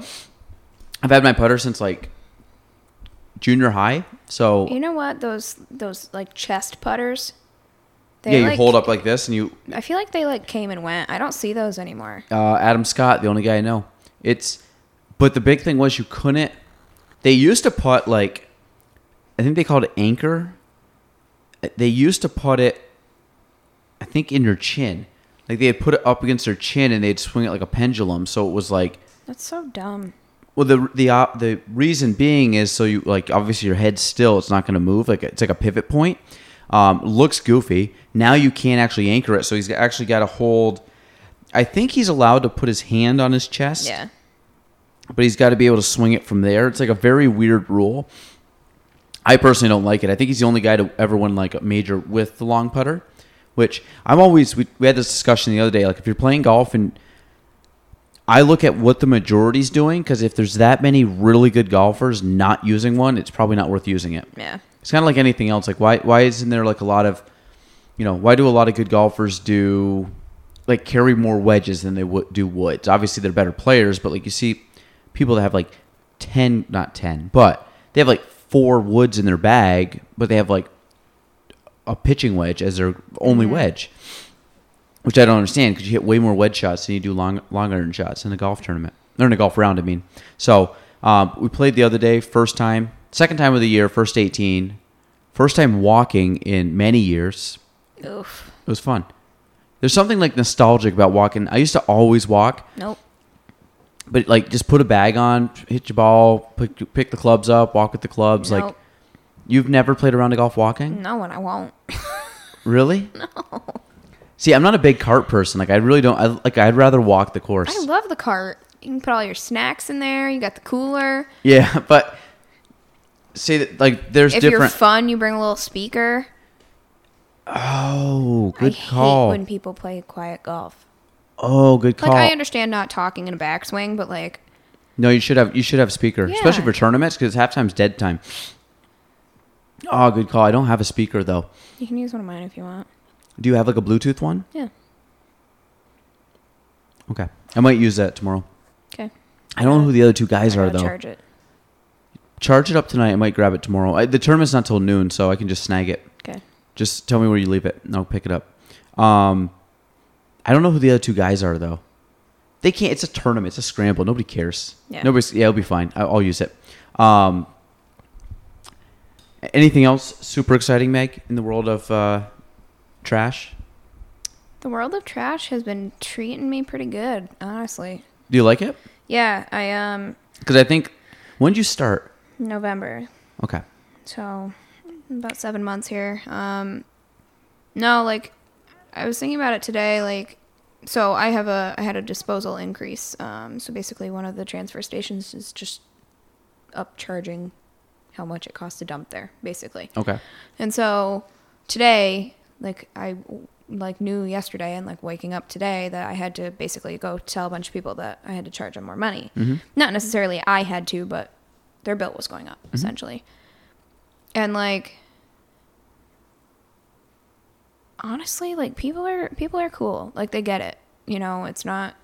[SPEAKER 1] I've had my putter since like junior high, so
[SPEAKER 2] You know what? Those those like chest putters.
[SPEAKER 1] yeah, you
[SPEAKER 2] like,
[SPEAKER 1] hold up like this, and you,
[SPEAKER 2] I feel like they like came and went. I don't see those anymore.
[SPEAKER 1] uh, Adam Scott, the only guy I know. It's, but the big thing was you couldn't. They used to putt like, I think they called it anchor. They used to put it, I think, in your chin. Like they'd put it up against their chin and they'd swing it like a pendulum, so it was like
[SPEAKER 2] That's so dumb.
[SPEAKER 1] Well, the the uh, the reason being is so you like obviously your head's still; it's not going to move. Like it's like a pivot point. Um, looks goofy. Now you can't actually anchor it, so he's actually got to hold. I think he's allowed to put his hand on his chest,
[SPEAKER 2] Yeah.
[SPEAKER 1] but he's got to be able to swing it from there. It's like a very weird rule. I personally don't like it. I think he's the only guy to ever win like a major with the long putter, which I'm always. We, we had this discussion the other day. Like if you're playing golf and I look at what the majority's doing because if there's that many really good golfers not using one, it's probably not worth using it.
[SPEAKER 2] Yeah.
[SPEAKER 1] It's kind of like anything else. Like why why isn't there like a lot of, you know, why do a lot of good golfers do, like carry more wedges than they would do woods? Obviously they're better players, but like you see, people that have like ten, not ten, but they have like four woods in their bag, but they have like a pitching wedge as their only wedge, which I don't understand because you hit way more wedge shots than you do long long iron shots in a golf tournament or in a golf round. I mean, so um, we played the other day, first time, second time of the year, first 18, first time walking in many years.
[SPEAKER 2] Oof.
[SPEAKER 1] It was fun. There's something like nostalgic about walking. I used to always walk,
[SPEAKER 2] Nope.
[SPEAKER 1] but like just put a bag on, hit your ball, pick, pick the clubs up, walk with the clubs. Like
[SPEAKER 2] Nope.
[SPEAKER 1] you've never played around a golf walking?
[SPEAKER 2] No, and I won't. Mm. <laughs>
[SPEAKER 1] Really? No. See, I'm not a big cart person. Like I really don't. I, like I'd rather walk the course.
[SPEAKER 2] I love the cart. You can put all your snacks in there. You got the cooler.
[SPEAKER 1] yeah, <laughs> but see, that like there's
[SPEAKER 2] if you're
[SPEAKER 1] different.
[SPEAKER 2] fun, you bring a little speaker.
[SPEAKER 1] oh,
[SPEAKER 2] I
[SPEAKER 1] good
[SPEAKER 2] hate
[SPEAKER 1] call.
[SPEAKER 2] when people play quiet golf.
[SPEAKER 1] oh, good
[SPEAKER 2] Like
[SPEAKER 1] call.
[SPEAKER 2] I understand not talking in a backswing, but like
[SPEAKER 1] no, you should have you should have speaker, especially for
[SPEAKER 2] Yeah.
[SPEAKER 1] tournaments because halftime's dead time. Oh, good call. I don't have a speaker though.
[SPEAKER 2] you can use one of mine if you want.
[SPEAKER 1] Do you have like a Bluetooth one?
[SPEAKER 2] Yeah.
[SPEAKER 1] Okay, I might use that tomorrow.
[SPEAKER 2] Okay.
[SPEAKER 1] I don't know who the other two guys
[SPEAKER 2] I
[SPEAKER 1] are
[SPEAKER 2] gotta
[SPEAKER 1] though.
[SPEAKER 2] charge it.
[SPEAKER 1] Charge it up tonight. I might grab it tomorrow. I, the tournament's not till noon, so I can just snag it.
[SPEAKER 2] Okay.
[SPEAKER 1] Just tell me where you leave it, and I'll pick it up. Um, I don't know who the other two guys are though. They can't. It's a tournament. It's a scramble. Nobody cares.
[SPEAKER 2] Yeah.
[SPEAKER 1] Nobody's. Yeah, it'll be fine. I, I'll use it. Um, anything else super exciting, Meg, in the world of uh, trash?
[SPEAKER 2] The world of trash has been treating me pretty good, honestly.
[SPEAKER 1] Do you like it?
[SPEAKER 2] Yeah, I um
[SPEAKER 1] Because I think when would you start?
[SPEAKER 2] November,
[SPEAKER 1] Okay.
[SPEAKER 2] so about seven months here. Um, no, like I was thinking about it today. Like, so I have a I had a disposal increase. Um, so basically, one of the transfer stations is just upcharging how much it costs to dump there, basically.
[SPEAKER 1] Okay.
[SPEAKER 2] And so today, like I like knew yesterday and like waking up today that I had to basically go tell a bunch of people that I had to charge them more money. Not necessarily I had to, but their bill was going up essentially. And like honestly, like people are people are cool. Like they get it. You know, it's not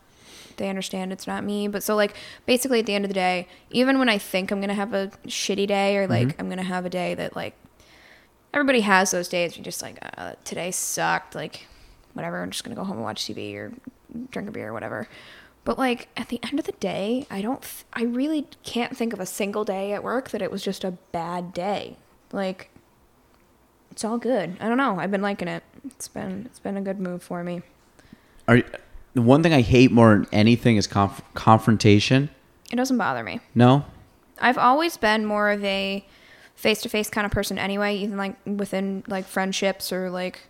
[SPEAKER 2] they understand it's not me. But so like basically at the end of the day, even when I think I'm gonna have a shitty day or like I'm gonna have a day that like everybody has those days you're just like uh, today sucked like whatever i'm just gonna go home and watch tv or drink a beer or whatever but like at the end of the day i don't th- i really can't think of a single day at work that it was just a bad day like it's all good i don't know i've been liking it it's been it's been a good move for me
[SPEAKER 1] Are you, the one thing I hate more than anything is conf- confrontation.
[SPEAKER 2] it doesn't bother me
[SPEAKER 1] No.
[SPEAKER 2] I've always been more of a face to face kind of person anyway, even like within like friendships or like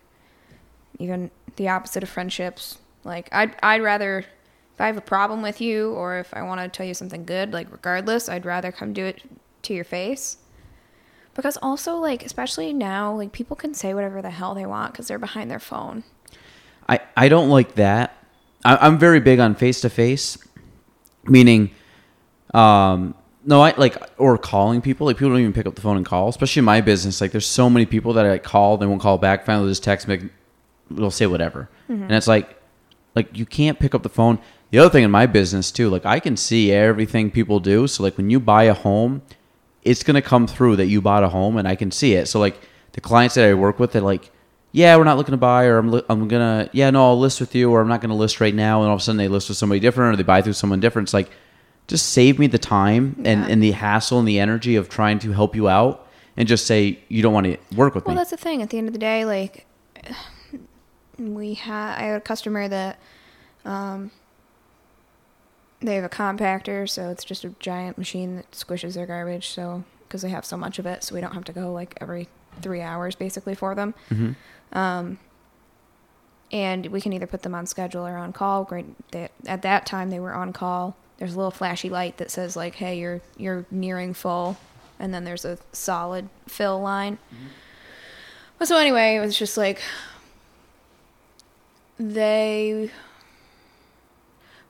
[SPEAKER 2] even the opposite of friendships. Like I'd I'd rather if I have a problem with you or if I want to tell you something good, like regardless, I'd rather come do it to your face. Because also like especially now, like people can say whatever the hell they want cuz they're behind their phone.
[SPEAKER 1] I, I don't like that. I, I'm very big on face to face, meaning, um, no, I like or calling people. Like people don't even pick up the phone and call, especially in my business. Like there's so many people that I call, they won't call back. Finally, they'll just text me, they'll say whatever,
[SPEAKER 2] Mm-hmm.
[SPEAKER 1] and it's like, like you can't pick up the phone. The other thing in my business too, like I can see everything people do. So like when you buy a home, it's gonna come through that you bought a home, and I can see it. So like the clients that I work with, they're like, yeah, we're not looking to buy, or I'm, li- I'm gonna, yeah, no, I'll list with you, or I'm not gonna list right now, and all of a sudden they list with somebody different, or they buy through someone different. It's like, just save me the time and,
[SPEAKER 2] Yeah.
[SPEAKER 1] and the hassle and the energy of trying to help you out, and just say you don't want to work with
[SPEAKER 2] Well,
[SPEAKER 1] me.
[SPEAKER 2] that's the thing. At the end of the day, like we had, I had a customer that, um, they have a compactor, so it's just a giant machine that squishes their garbage. So because they have so much of it, so we don't have to go like every three hours basically for them. Um, and we can either put them on schedule or on call. Great. They, at that time, they were on call. There's a little flashy light that says like, "Hey, you're you're nearing full," and then there's a solid fill line. But so anyway, it was just like they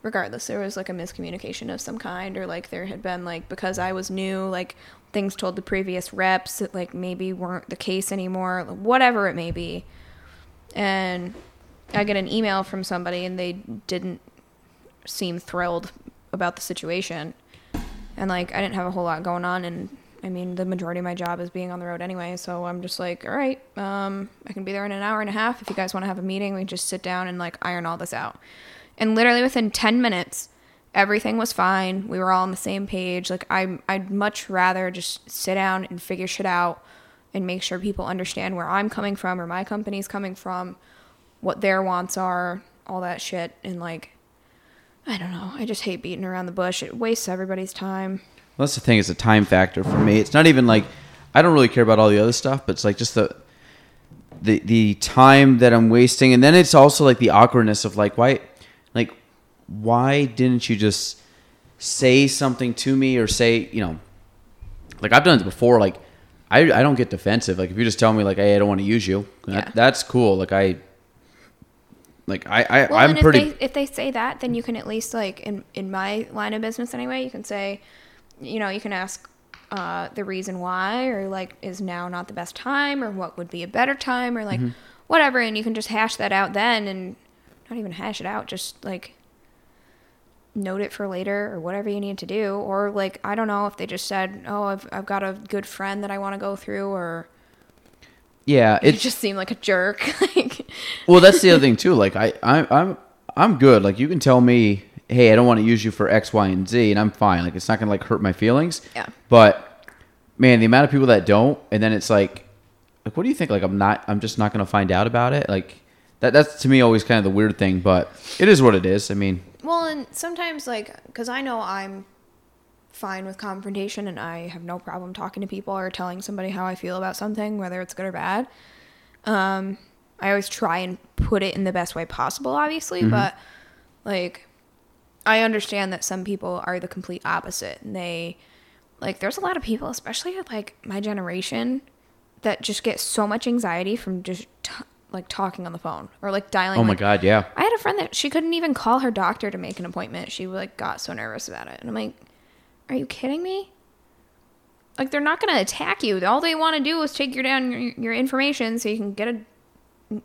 [SPEAKER 2] regardless there was like a miscommunication of some kind or like there had been like because I was new like things told the previous reps that like maybe weren't the case anymore whatever it may be and I get an email from somebody and they didn't seem thrilled about the situation and like I didn't have a whole lot going on and I mean the majority of my job is being on the road anyway so I'm just like all right um I can be there in an hour and a half if you guys want to have a meeting we can just sit down and like iron all this out and literally within 10 minutes everything was fine we were all on the same page like I I'd much rather just sit down and figure shit out and make sure people understand where I'm coming from or my company's coming from what their wants are all that shit and like I don't know. I just hate beating around the bush. It wastes everybody's time.
[SPEAKER 1] Well, that's the thing; it's a time factor for me. It's not even like I don't really care about all the other stuff, but it's like just the the the time that I'm wasting, and then it's also like the awkwardness of like why, like why didn't you just say something to me or say you know, like I've done it before. Like I I don't get defensive. Like if you just tell me like hey I don't want to use you,
[SPEAKER 2] Yeah.
[SPEAKER 1] that, that's cool. Like I. Like I, I
[SPEAKER 2] Well,
[SPEAKER 1] I'm
[SPEAKER 2] and
[SPEAKER 1] pretty.
[SPEAKER 2] if they, if they say that, then you can at least like in in my line of business anyway, you can say, you know, you can ask uh, the reason why, or like, is now not the best time, or what would be a better time, or like
[SPEAKER 1] Mm-hmm.
[SPEAKER 2] whatever, and you can just hash that out then, and not even hash it out, just like note it for later or whatever you need to do or like i don't know if they just said oh i've, I've got a good friend that i want to go through or
[SPEAKER 1] yeah,
[SPEAKER 2] it
[SPEAKER 1] it's
[SPEAKER 2] just seemed like a jerk <laughs> like
[SPEAKER 1] well that's the other thing too like I, I i'm i'm good like you can tell me hey i don't want to use you for x y and z and i'm fine like it's not gonna like hurt my feelings
[SPEAKER 2] Yeah.
[SPEAKER 1] but man the amount of people that don't and then it's like like what do you think like i'm not i'm just not gonna find out about it like that that's to me always kind of the weird thing, but it is what it is. I mean,
[SPEAKER 2] Well, and sometimes, like, because I know I'm fine with confrontation and I have no problem talking to people or telling somebody how I feel about something, whether it's good or bad. Um, I always try and put it in the best way possible, obviously,
[SPEAKER 1] Mm-hmm.
[SPEAKER 2] but like, I understand that some people are the complete opposite. And they, like, there's a lot of people, especially like my generation, that just get so much anxiety from just t- like talking on the phone or like dialing.
[SPEAKER 1] oh my
[SPEAKER 2] like,
[SPEAKER 1] god, yeah.
[SPEAKER 2] I had a friend that she couldn't even call her doctor to make an appointment. She like got so nervous about it. And I'm like, are you kidding me? Like they're not going to attack you. All they want to do is take your down your, your information so you can get a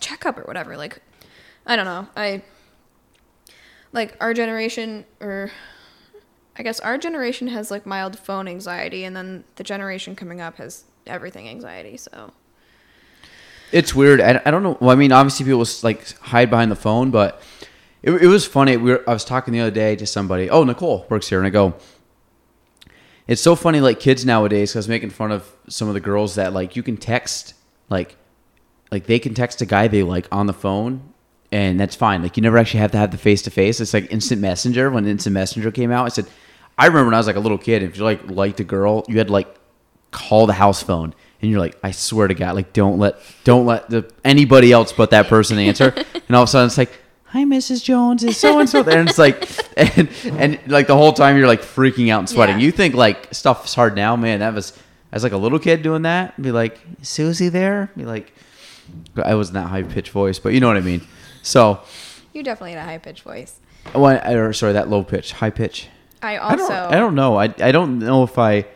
[SPEAKER 2] checkup or whatever. Like I don't know. I like our generation or I guess our generation has like mild phone anxiety and then the generation coming up has everything anxiety. So
[SPEAKER 1] It's weird. I, I don't know. Well, I mean, obviously people s- like hide behind the phone, but it, it was funny. We were, I was talking the other day to somebody. Oh, Nicole works here, and I go. It's so funny, like kids nowadays. 'cause I was making fun of some of the girls that like you can text, like, like they can text a guy they like on the phone, and that's fine. Like you never actually have to have the face to face. It's like instant messenger. When instant messenger came out, I said, I remember when I was like a little kid. If you like liked a girl, you had to, like call the house phone and you're like i swear to god like don't let don't let the, anybody else but that person answer and all of a sudden it's like hi mrs jones is so and so there and it's like and and like the whole time you're like freaking out and sweating
[SPEAKER 2] Yeah.
[SPEAKER 1] you think like stuff's hard now man that was as like a little kid doing that be like "Is susie there be like i wasn't that high pitched voice but you know what i mean so
[SPEAKER 2] you definitely had a high pitched voice.
[SPEAKER 1] well, I- or sorry that low pitch high pitch
[SPEAKER 2] I
[SPEAKER 1] I
[SPEAKER 2] also
[SPEAKER 1] don't, I don't know. I, I don't know if I.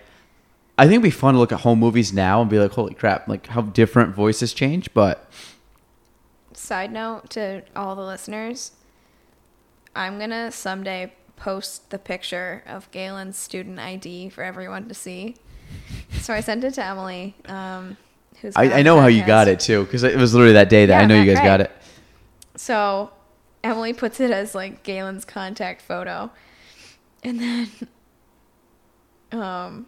[SPEAKER 1] I think it'd be fun to look at home movies now and be like, holy crap, like how different voices change. But
[SPEAKER 2] side note to all the listeners i'm gonna someday post the picture of galen's student id for everyone to see so i sent it to emily um, who's on
[SPEAKER 1] I, I
[SPEAKER 2] the
[SPEAKER 1] know how you got
[SPEAKER 2] podcast.
[SPEAKER 1] it too, because it was literally that day that
[SPEAKER 2] Yeah,
[SPEAKER 1] I know you
[SPEAKER 2] Matt
[SPEAKER 1] guys got
[SPEAKER 2] Gray.
[SPEAKER 1] it. <laughs>
[SPEAKER 2] so emily puts it as like galen's contact photo and then um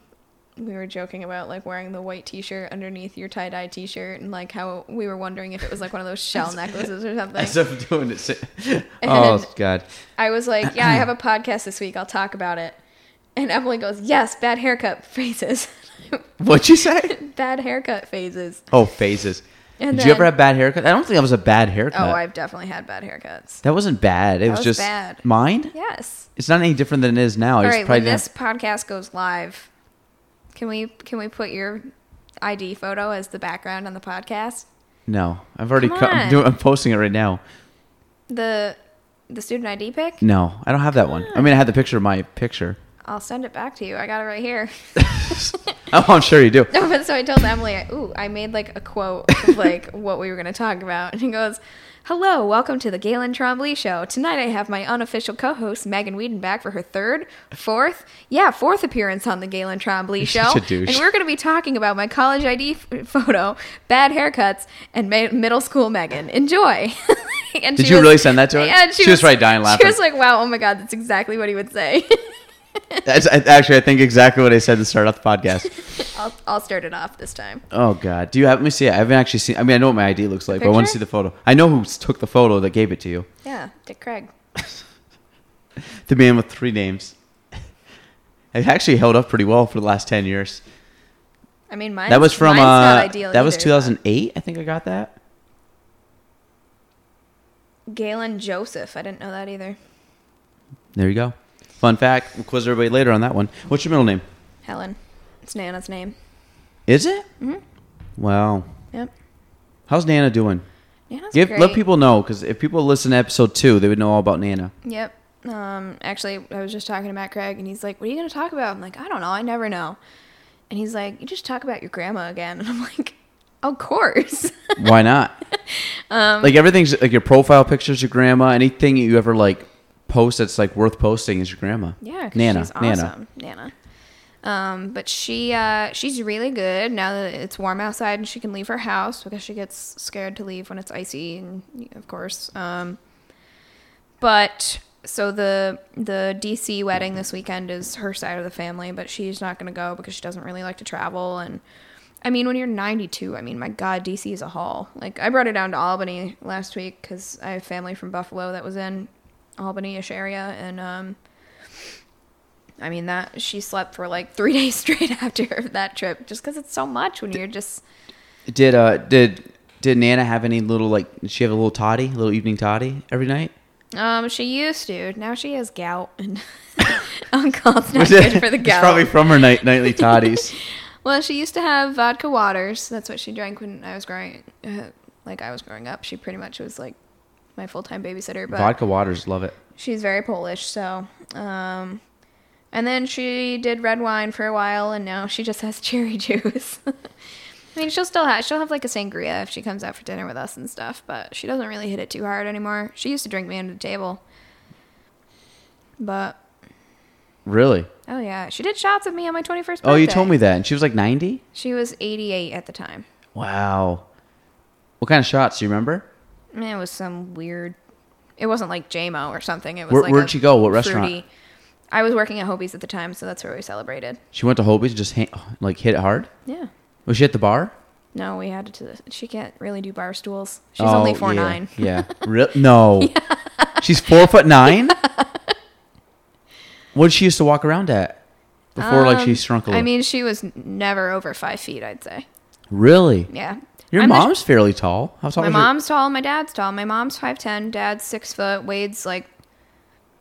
[SPEAKER 2] we were joking about like wearing the white t-shirt underneath your tie-dye t-shirt and like how we were wondering if it was like one of
[SPEAKER 1] <laughs>
[SPEAKER 2] those shell necklaces or something
[SPEAKER 1] As I'm doing
[SPEAKER 2] <laughs>
[SPEAKER 1] it. si- Oh, God.
[SPEAKER 2] I was like, "Yeah, I have a podcast this week. I'll talk about it." And Emily goes, "Yes, bad haircut <laughs> phases,
[SPEAKER 1] What'd you
[SPEAKER 2] <laughs>
[SPEAKER 1] say?
[SPEAKER 2] bad haircut phases."
[SPEAKER 1] Oh, phases.
[SPEAKER 2] And
[SPEAKER 1] Did you ever
[SPEAKER 2] then-
[SPEAKER 1] have bad haircut? I don't think that was a bad haircut.
[SPEAKER 2] Oh, I've definitely had bad haircuts.
[SPEAKER 1] that wasn't bad. It was,
[SPEAKER 2] was
[SPEAKER 1] just
[SPEAKER 2] bad.
[SPEAKER 1] mine.
[SPEAKER 2] Yes.
[SPEAKER 1] It's not any different than it is now. I
[SPEAKER 2] All
[SPEAKER 1] just
[SPEAKER 2] right.
[SPEAKER 1] Oh, probably
[SPEAKER 2] When
[SPEAKER 1] didn't
[SPEAKER 2] this podcast goes live, can we can we put your ID photo as the background on the podcast?
[SPEAKER 1] have- no, I've already.
[SPEAKER 2] Come
[SPEAKER 1] Cut, I'm,
[SPEAKER 2] on.
[SPEAKER 1] doing, I'm posting it right now.
[SPEAKER 2] The the student ID pic.
[SPEAKER 1] No, I don't have that one. I mean, I had the picture of my picture. <laughs>
[SPEAKER 2] I'll send it back to you. I got it right here. <laughs>
[SPEAKER 1] Oh, I'm sure you do.
[SPEAKER 2] No, <laughs> but so I told Emily, I- ooh, I made like a quote
[SPEAKER 1] <laughs>
[SPEAKER 2] of like what we were going to talk about. And he goes, Hello, welcome to the Galen Trombley Show. Tonight I have my unofficial co host, Megan Whedon, back for her third, fourth, yeah, fourth appearance on the
[SPEAKER 1] <laughs>
[SPEAKER 2] Galen Trombley Show.
[SPEAKER 1] such a douche.
[SPEAKER 2] And we're going to be talking about my college ID f- photo, bad haircuts, and ma- middle school Megan. Enjoy. <laughs> and
[SPEAKER 1] Did
[SPEAKER 2] she
[SPEAKER 1] you
[SPEAKER 2] was-
[SPEAKER 1] really send that to her?
[SPEAKER 2] Yeah, and she,
[SPEAKER 1] She was probably dying laughing.
[SPEAKER 2] She was like, Wow, oh my God, that's exactly what he would say. <laughs>
[SPEAKER 1] That's I- actually, I think exactly what I said to start off the podcast.
[SPEAKER 2] <laughs> I'll, I'll start it off this time.
[SPEAKER 1] Oh God, do you have? Let me see. it. I haven't actually seen. I mean, I know what my ID looks like, but I want to
[SPEAKER 2] picture?
[SPEAKER 1] see the photo. I know who s- took the photo that gave it to you.
[SPEAKER 2] Yeah, Dick Craig.
[SPEAKER 1] The man with three names. <laughs> It actually held up pretty well for the last ten years.
[SPEAKER 2] I mean, mine.
[SPEAKER 1] that was from
[SPEAKER 2] mine's not
[SPEAKER 1] uh,
[SPEAKER 2] ideal
[SPEAKER 1] that was
[SPEAKER 2] either,
[SPEAKER 1] 2008. I think I got that.
[SPEAKER 2] but- Galen Joseph. I didn't know that either.
[SPEAKER 1] There you go. Fun fact. We'll quiz everybody later on that one. What's your middle name?
[SPEAKER 2] Helen. It's Nana's name.
[SPEAKER 1] Is it? Mm-hmm. Wow.
[SPEAKER 2] Yep.
[SPEAKER 1] How's Nana doing?
[SPEAKER 2] Nana's
[SPEAKER 1] Give
[SPEAKER 2] great.
[SPEAKER 1] let people know because if people listen to episode two, they would know all about Nana.
[SPEAKER 2] Yep. Um, actually, I was just talking to Matt Craig, and he's like, "What are you going to talk about?" I'm like, "I don't know. I never know." And he's like, "You just talk about your grandma again." <laughs> And I'm like, "Of course." <laughs>
[SPEAKER 1] Why not?
[SPEAKER 2] Um,
[SPEAKER 1] like everything's like your profile pictures, your grandma, anything you ever like post that's like worth posting is your grandma.
[SPEAKER 2] Yeah, 'cause
[SPEAKER 1] Nana,
[SPEAKER 2] she's
[SPEAKER 1] Nana.
[SPEAKER 2] awesome. Nana. Um, but she uh, she's really good now that it's warm outside and she can leave her house because she gets scared to leave when it's icy and of course. Um, but so the the DC wedding this weekend is her side of the family, but she's not going to go because she doesn't really like to travel and I mean, when you're 92, I mean, my God, DC is a haul. Like, I brought it down to Albany last week because I have family from Buffalo that was in Albany-ish area, and um, I mean that she slept for like three <laughs> days straight after that trip just because it's so much when you're just
[SPEAKER 1] Did uh did did Nana have any little like? Did she have a little toddy, a little evening toddy every night?
[SPEAKER 2] Um, she used to. Now she has gout,
[SPEAKER 1] <laughs>
[SPEAKER 2] and on call's not <laughs> good for the
[SPEAKER 1] It's
[SPEAKER 2] gout.
[SPEAKER 1] probably from her night
[SPEAKER 2] <laughs>
[SPEAKER 1] nightly toddies.
[SPEAKER 2] Well, she used to have vodka waters. That's what she drank when I was growing, uh, like I was growing up. She pretty much was like my full time babysitter. But
[SPEAKER 1] Vodka waters, love it.
[SPEAKER 2] she's very Polish, so. Um, and then she did red wine for a while, and now she just has <laughs> cherry juice. I mean, she'll still have she'll have like a sangria if she comes out for dinner with us and stuff, but she doesn't really hit it too hard anymore. She used to drink me under the table, but
[SPEAKER 1] Really?
[SPEAKER 2] Oh yeah, she did shots with me on my 21st birthday.
[SPEAKER 1] Oh, you told me that, and she was like ninety.
[SPEAKER 2] She was 88 at the time.
[SPEAKER 1] Wow. What kind of shots? Do you remember?
[SPEAKER 2] And it was some weird. It wasn't like JMO or something. It was
[SPEAKER 1] Where-
[SPEAKER 2] like
[SPEAKER 1] where'd
[SPEAKER 2] a
[SPEAKER 1] she go? What restaurant?
[SPEAKER 2] I was working at Hobie's at the time, so that's where we celebrated.
[SPEAKER 1] She went to Hobie's and just ha- like hit it hard.
[SPEAKER 2] Yeah.
[SPEAKER 1] Was she at the bar?
[SPEAKER 2] No, we had to. She can't really do bar stools. She's only
[SPEAKER 1] Oh, yeah,
[SPEAKER 2] four nine. <laughs>
[SPEAKER 1] Yeah. Real? No. She's four foot nine. what did she used to walk around at before like she shrunk a little?
[SPEAKER 2] Um, I mean, she was never over five feet. I'd say.
[SPEAKER 1] really?
[SPEAKER 2] Yeah.
[SPEAKER 1] Your
[SPEAKER 2] I'm the-
[SPEAKER 1] mom's fairly tall. How tall?
[SPEAKER 2] my
[SPEAKER 1] is your-
[SPEAKER 2] mom's tall. My dad's tall. My mom's five ten. Dad's six foot. Wade's like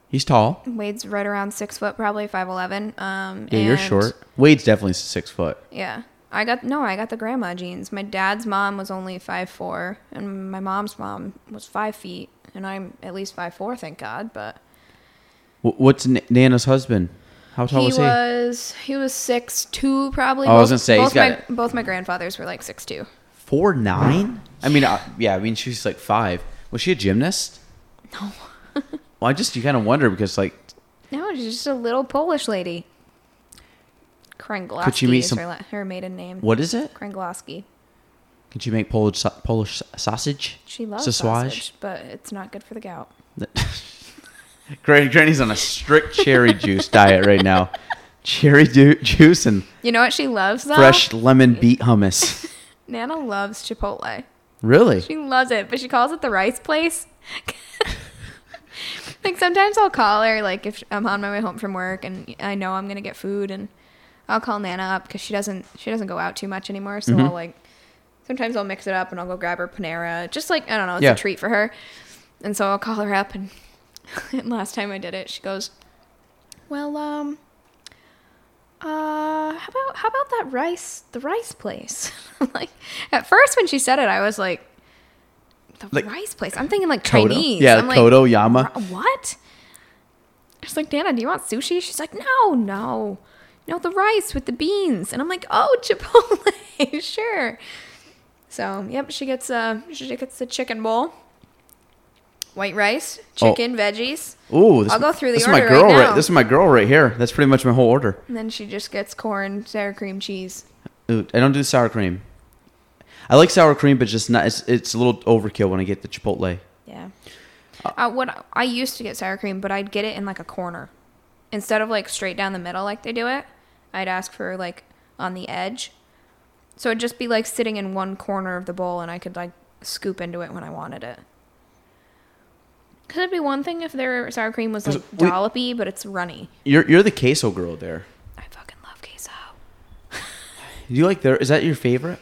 [SPEAKER 1] He's tall.
[SPEAKER 2] Wade's right around six foot, probably five eleven. Um,
[SPEAKER 1] Yeah, you're
[SPEAKER 2] and-
[SPEAKER 1] short. Wade's definitely six foot.
[SPEAKER 2] Yeah. I got no, I got the grandma jeans. My dad's mom was only five four, and my mom's mom was five feet, and I'm at least five four, thank God. But
[SPEAKER 1] Wh- What's N- Nana's husband? How tall
[SPEAKER 2] he
[SPEAKER 1] was he?
[SPEAKER 2] was he was six two probably.
[SPEAKER 1] Oh, I was gonna say, he's
[SPEAKER 2] both my
[SPEAKER 1] got
[SPEAKER 2] both my grandfathers were like six two.
[SPEAKER 1] Four nine? I mean, uh, yeah. I mean, she was like five. Was she a gymnast?
[SPEAKER 2] No, <laughs>
[SPEAKER 1] Well, I just you kind of wonder because like,
[SPEAKER 2] no, she's just a little Polish lady. Kręglowski
[SPEAKER 1] Could you meet
[SPEAKER 2] is
[SPEAKER 1] some-
[SPEAKER 2] her, la- her maiden name.
[SPEAKER 1] what is it?
[SPEAKER 2] Kręglowski.
[SPEAKER 1] Could you make Polish sa- Polish sa- sausage?
[SPEAKER 2] She loves
[SPEAKER 1] Sausage?
[SPEAKER 2] sausage, but it's not good for the gout.
[SPEAKER 1] Granny, Granny's on a strict <laughs> cherry juice diet right now. Cherry ju- juice and
[SPEAKER 2] You know what she loves though?
[SPEAKER 1] fresh lemon beet hummus.
[SPEAKER 2] Nana loves Chipotle.
[SPEAKER 1] <laughs> Really?
[SPEAKER 2] She loves it, but she calls it the rice place. <laughs> like sometimes I'll call her, like if I'm on my way home from work and I know I'm gonna get food, and I'll call Nana up because she doesn't she doesn't go out too much anymore.
[SPEAKER 1] Mm-hmm.
[SPEAKER 2] So I'll like sometimes I'll mix it up and I'll go grab her Panera, just like I don't know, it's
[SPEAKER 1] Yeah.
[SPEAKER 2] a treat for her. And so I'll call her up, and, <laughs> and last time I did it, she goes, "Well, um." uh, how about how about that rice the rice place? <laughs> like at first when she said it, I was like, the
[SPEAKER 1] Like-
[SPEAKER 2] rice place. I'm thinking like
[SPEAKER 1] Kodo?
[SPEAKER 2] Chinese.
[SPEAKER 1] Yeah,
[SPEAKER 2] I'm
[SPEAKER 1] Kodo Yama.
[SPEAKER 2] "Wha- What? I was like, Dana, do you want sushi? She's like, no, no, no, the rice with the beans. And I'm like, oh, <laughs> Chipotle, sure. So yep, she gets uh she gets the chicken bowl, white rice,
[SPEAKER 1] Oh.
[SPEAKER 2] chicken, veggies.
[SPEAKER 1] Ooh, this,
[SPEAKER 2] I'll go through the
[SPEAKER 1] this is my
[SPEAKER 2] order right
[SPEAKER 1] girl
[SPEAKER 2] now.
[SPEAKER 1] This is my girl right here. That's pretty much my whole order.
[SPEAKER 2] And then she just gets corn, sour cream, cheese.
[SPEAKER 1] Ooh, I don't do sour cream. I like sour cream, but just not. It's, it's a little overkill when I get the chipotle.
[SPEAKER 2] Yeah. Uh, what I used to get sour cream, but I'd get it in like a corner instead of like straight down the middle like they do it. I'd ask for like on the edge, so it'd just be like sitting in one corner of the bowl, and I could like scoop into it when I wanted it. Cause it'd be one thing if their sour cream was
[SPEAKER 1] Is
[SPEAKER 2] like
[SPEAKER 1] it- we-
[SPEAKER 2] dollopy, but it's runny.
[SPEAKER 1] You're you're the queso girl there.
[SPEAKER 2] I fucking love queso.
[SPEAKER 1] Do you like their? Is that your favorite?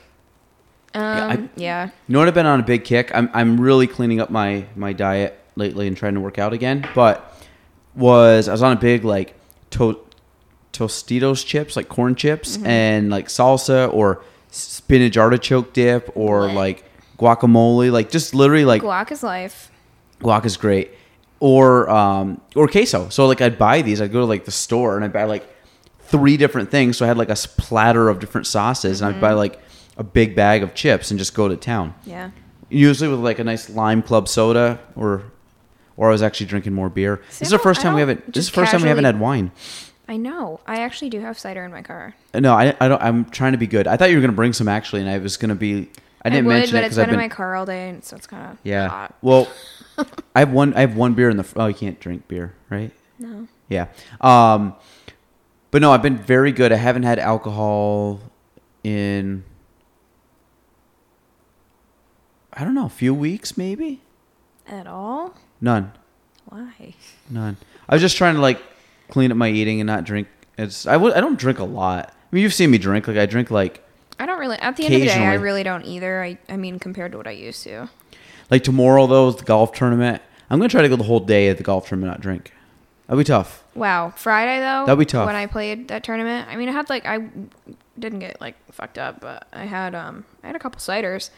[SPEAKER 1] I-
[SPEAKER 2] Um, yeah.
[SPEAKER 1] You know what? I've been on a big kick. I'm I'm really cleaning up my my diet lately and trying to work out again. But was I was on a big like to, Tostitos chips, like corn chips, and like salsa or spinach artichoke dip or
[SPEAKER 2] Bleh.
[SPEAKER 1] like guacamole, like just literally like
[SPEAKER 2] Guac is life.
[SPEAKER 1] guac is great or um or queso so like i'd buy these i'd go to like the store and i'd buy like three different things so i had like a splatter of different sauces and i'd buy like a big bag of chips and just go to town
[SPEAKER 2] Yeah.
[SPEAKER 1] usually with like a nice lime club soda or or i was actually drinking more beer
[SPEAKER 2] See,
[SPEAKER 1] this is the
[SPEAKER 2] I don't-
[SPEAKER 1] first
[SPEAKER 2] I
[SPEAKER 1] time we
[SPEAKER 2] don't
[SPEAKER 1] haven't this is
[SPEAKER 2] just
[SPEAKER 1] the first time we haven't
[SPEAKER 2] casually-
[SPEAKER 1] had wine
[SPEAKER 2] I know. I actually do have cider in my car.
[SPEAKER 1] no i, I don't i'm trying to be good i thought you were gonna bring some actually and i was gonna be i didn't
[SPEAKER 2] would,
[SPEAKER 1] mention it
[SPEAKER 2] but
[SPEAKER 1] because
[SPEAKER 2] it's been,
[SPEAKER 1] i've been
[SPEAKER 2] in my car all day, and so it's kind of
[SPEAKER 1] Yeah.
[SPEAKER 2] Hot.
[SPEAKER 1] Well, I have one. I have one beer in the. fr- Oh, you can't drink beer, right?
[SPEAKER 2] No.
[SPEAKER 1] Yeah. Um, but no, I've been very good. I haven't had alcohol in I don't know, a few weeks maybe?
[SPEAKER 3] At all?
[SPEAKER 1] None.
[SPEAKER 3] Why?
[SPEAKER 1] None. I was just trying to like clean up my eating and not drink. It's I w- I don't drink a lot. I mean, you've seen me drink. Like I drink like
[SPEAKER 2] I don't really. At the end of the day, I
[SPEAKER 1] Occasionally.
[SPEAKER 2] really don't either. I, I mean, compared to what I used to.
[SPEAKER 1] like tomorrow though is the golf tournament. I'm gonna try to go the whole day at the golf tournament not drink. That'll be tough.
[SPEAKER 2] Wow, Friday though.
[SPEAKER 1] That'd be tough.
[SPEAKER 2] When I played that tournament, I mean, I had like I didn't get like fucked up, but I had um I had a couple ciders,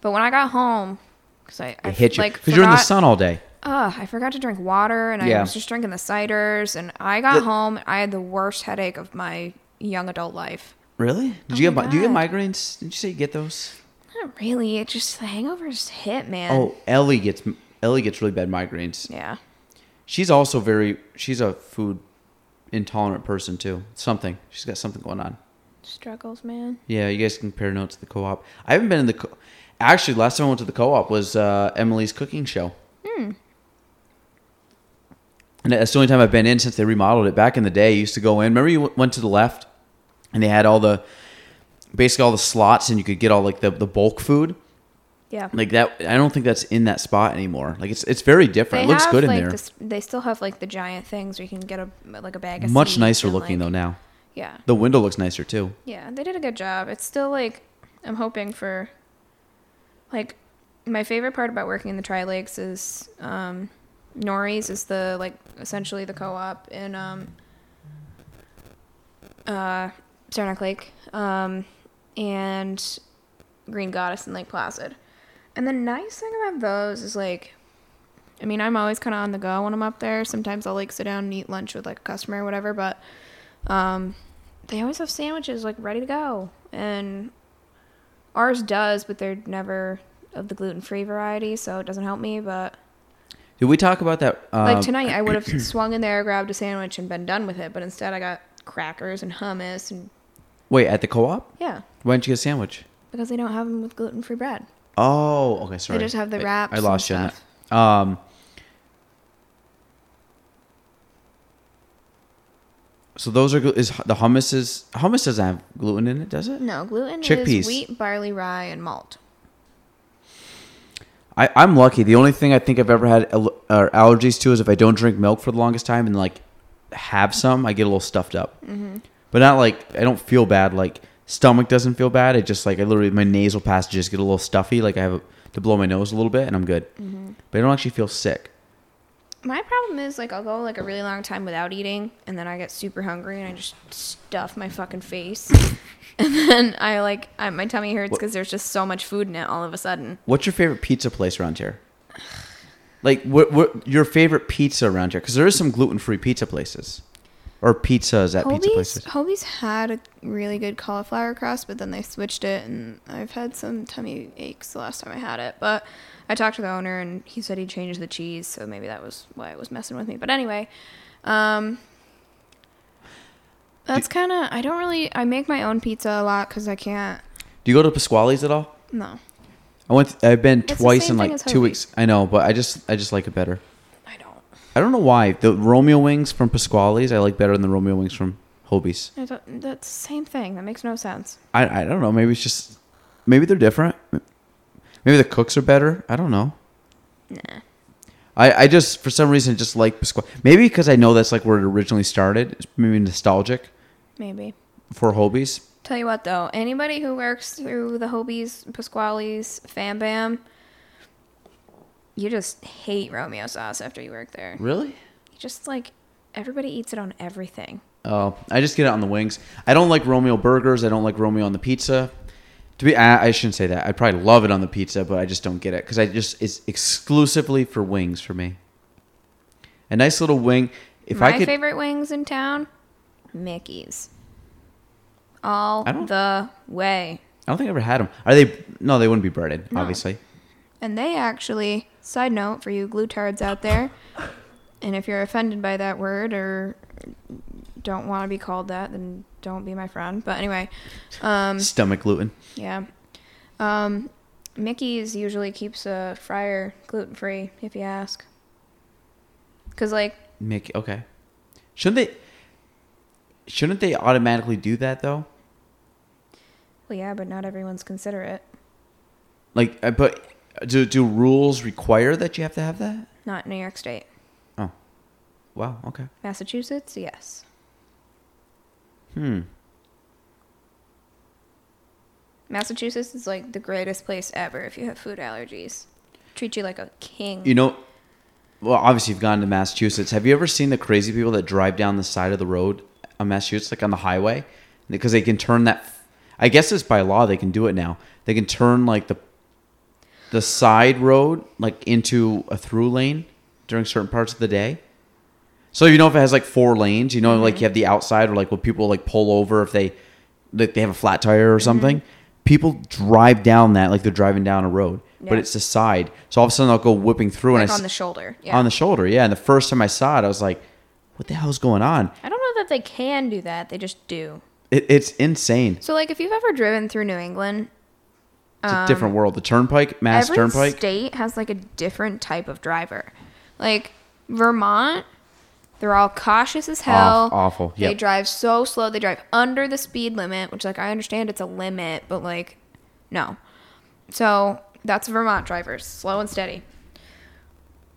[SPEAKER 2] but when I got home, because I, I
[SPEAKER 1] It hit you
[SPEAKER 2] like
[SPEAKER 1] because you're in the
[SPEAKER 2] forgot-
[SPEAKER 1] sun all day.
[SPEAKER 2] Ugh, I forgot to drink water, and I
[SPEAKER 1] Yeah.
[SPEAKER 2] was just drinking the ciders, and I got
[SPEAKER 1] The-
[SPEAKER 2] home. I had the worst headache of my young adult life.
[SPEAKER 1] Really? Did
[SPEAKER 2] Oh
[SPEAKER 1] you get
[SPEAKER 2] my
[SPEAKER 1] mi- do you get
[SPEAKER 2] God.
[SPEAKER 1] migraines? Did you say you get those?
[SPEAKER 2] Not really. It just the hangovers hit, man.
[SPEAKER 1] Oh, Ellie gets Ellie gets really bad migraines.
[SPEAKER 2] Uh, yeah.
[SPEAKER 1] She's also very she's a food intolerant person too. Something she's got something going on.
[SPEAKER 2] Struggles, man.
[SPEAKER 1] Yeah, you guys can compare notes at the co-op. I haven't been in the co- actually last time I went to the co-op was uh, Emily's cooking show.
[SPEAKER 2] Hmm.
[SPEAKER 1] And that's the only time I've been in since they remodeled it. Back in the day, you used to go in. Remember, you w- went to the left, and they had all the basically all the slots, and you could get all like the, the bulk food
[SPEAKER 2] Yeah.
[SPEAKER 1] like that. I don't think that's in that spot anymore. Like it's it's very different. it looks
[SPEAKER 2] have,
[SPEAKER 1] good in
[SPEAKER 2] like,
[SPEAKER 1] there.
[SPEAKER 2] This, they still have like the giant things where you can get a like a bag. of
[SPEAKER 1] Much
[SPEAKER 2] seeds
[SPEAKER 1] nicer
[SPEAKER 2] and,
[SPEAKER 1] looking
[SPEAKER 2] like-
[SPEAKER 1] though now.
[SPEAKER 2] Yeah.
[SPEAKER 1] The window looks nicer too.
[SPEAKER 2] Yeah, they did a good job. It's still like I'm hoping for like my favorite part about working in the Tri Lakes is um Nori's is the like essentially the co op in um uh Saranac Lake. Um and Green Goddess and Lake Placid. And the nice thing about those is like I mean, I'm always kind of on the go when I'm up there. Sometimes I'll like sit down and eat lunch with like a customer or whatever, but um, they always have sandwiches like ready to go. And ours does, but they're never of the gluten free variety, so it doesn't help me. But
[SPEAKER 1] Did we talk about that? Uh,
[SPEAKER 2] like tonight, I would
[SPEAKER 1] <clears throat>
[SPEAKER 2] have swung in there, grabbed a sandwich, and been done with it. But instead, I got crackers and hummus, and
[SPEAKER 1] Wait, at the co-op,
[SPEAKER 2] yeah,
[SPEAKER 1] why didn't you get a sandwich?
[SPEAKER 2] because they don't have them with gluten free bread.
[SPEAKER 1] Oh, okay, sorry.
[SPEAKER 2] just have the
[SPEAKER 1] I-
[SPEAKER 2] wraps
[SPEAKER 1] I,
[SPEAKER 2] and
[SPEAKER 1] lost you. on
[SPEAKER 2] stuff.
[SPEAKER 1] that. Um, so those are glu- is the hummus is hummus doesn't have gluten in it, does it?
[SPEAKER 2] No, gluten
[SPEAKER 1] Chickpeas.
[SPEAKER 2] is wheat, barley, rye, and malt.
[SPEAKER 1] I, I'm lucky. The only thing I think I've ever had al- uh, allergies to is if I don't drink milk for the longest time and like have some, I get a little stuffed up.
[SPEAKER 2] Mm-hmm.
[SPEAKER 1] But not like I don't feel bad. Like stomach doesn't feel bad. It just like I literally my nasal passages get a little stuffy. Like I have a, to blow my nose a little bit and I'm good.
[SPEAKER 2] Mm-hmm.
[SPEAKER 1] But I don't actually feel sick.
[SPEAKER 2] My problem is like I'll go like a really long time without eating, and then I get super hungry and I just stuff my fucking face, <laughs> and then I like I, my tummy hurts because there's just so much food in it all of a sudden.
[SPEAKER 1] What's your favorite pizza place around here? Like what? What your favorite pizza around here? Because there is some gluten free pizza places, or pizzas at pizza
[SPEAKER 2] Hobie's
[SPEAKER 1] places.
[SPEAKER 2] Hobie's had a really good cauliflower crust, but then they switched it, and I've had some tummy aches the last time I had it. But I talked to the owner, and he said he changed the cheese, so maybe that was why it was messing with me. But anyway, um, that's kind of I don't really I make my own pizza a lot because I can't
[SPEAKER 1] Do you go to Pasquale's at all?
[SPEAKER 2] no.
[SPEAKER 1] I went. I've been
[SPEAKER 2] the
[SPEAKER 1] twice
[SPEAKER 2] same
[SPEAKER 1] in
[SPEAKER 2] thing
[SPEAKER 1] like
[SPEAKER 2] as
[SPEAKER 1] two
[SPEAKER 2] Hobie.
[SPEAKER 1] weeks. I know, but I just I just like it better.
[SPEAKER 2] I don't.
[SPEAKER 1] I don't know why the Romeo wings from Pasquale's I like better than the Romeo wings from Hobie's.
[SPEAKER 2] I don't that's the same thing. That makes no sense.
[SPEAKER 1] I I don't know. Maybe it's just maybe they're different. Maybe the cooks are better. I don't know.
[SPEAKER 2] Nah.
[SPEAKER 1] I, I just for some reason just like Pasquale. Maybe because I know that's like where it originally started. It's maybe nostalgic
[SPEAKER 2] Maybe.
[SPEAKER 1] for Hobie's.
[SPEAKER 2] Tell you what though, anybody who works through the Hobies, Pasquale's, Fam Bam, you just hate Romeo sauce after you work there.
[SPEAKER 1] Really?
[SPEAKER 2] You just like everybody eats it on everything.
[SPEAKER 1] Oh, I just get it on the wings. I don't like Romeo burgers. I don't like Romeo on the pizza. To be, I, I shouldn't say that. I probably love it on the pizza, but I just don't get it because I just it's exclusively for wings for me. A nice little wing. If
[SPEAKER 2] My
[SPEAKER 1] I could,
[SPEAKER 2] favorite wings in town, Mickey's. All
[SPEAKER 1] I don't-
[SPEAKER 2] the way.
[SPEAKER 1] I don't think I ever had them. Are they? No, they wouldn't be breaded, obviously.
[SPEAKER 2] And they actually, side note for you glutards out there, and if you're offended by that word or don't want to be called that, then don't be my friend. But anyway, um,
[SPEAKER 1] Stomach gluten.
[SPEAKER 2] yeah. Um, Mickey's usually keeps a fryer gluten free, if you ask. Because, like,
[SPEAKER 1] Mickey. Okay. Shouldn't they? Shouldn't they automatically do that though?
[SPEAKER 2] well, yeah, but not everyone's considerate.
[SPEAKER 1] Like, I- but uh, Do do rules require that you have to have that?
[SPEAKER 2] Not New York State.
[SPEAKER 1] Oh, wow. Okay.
[SPEAKER 2] Massachusetts, yes.
[SPEAKER 1] Hmm.
[SPEAKER 2] Massachusetts is like the greatest place ever if you have food allergies. Treat you like a king.
[SPEAKER 1] You know, well, obviously you've gone to Massachusetts. Have you ever seen the crazy people that drive down the side of the road on Massachusetts, like on the highway, because they can turn that? I guess it's by law they can do it now. They can turn like the the side road like into a through lane during certain parts of the day. So you know if it has like four lanes, you know
[SPEAKER 2] Mm-hmm.
[SPEAKER 1] like you have the outside or like when people like pull over if they like they have a flat
[SPEAKER 2] Mm-hmm.
[SPEAKER 1] tire or something. People drive down that like they're driving down a road, but
[SPEAKER 2] Yeah.
[SPEAKER 1] it's the side. So all of a sudden they'll go whipping through and
[SPEAKER 2] like
[SPEAKER 1] I
[SPEAKER 2] on
[SPEAKER 1] s-
[SPEAKER 2] the shoulder. Yeah.
[SPEAKER 1] on the shoulder. Yeah, and the first time I saw it, I was like, "What the hell's going on?"
[SPEAKER 2] I don't know that they can do that. They just do.
[SPEAKER 1] It, it's insane.
[SPEAKER 2] So like if you've ever driven through New England,
[SPEAKER 1] It's a different world. The Turnpike, Mass
[SPEAKER 2] Um, every
[SPEAKER 1] Turnpike.
[SPEAKER 2] state has like a different type of driver. Like Vermont, they're all cautious as hell.
[SPEAKER 1] Aw- awful,
[SPEAKER 2] They
[SPEAKER 1] yep.
[SPEAKER 2] drive so slow. They drive under the speed limit, which like I understand it's a limit, but like no. So that's Vermont drivers, slow and steady.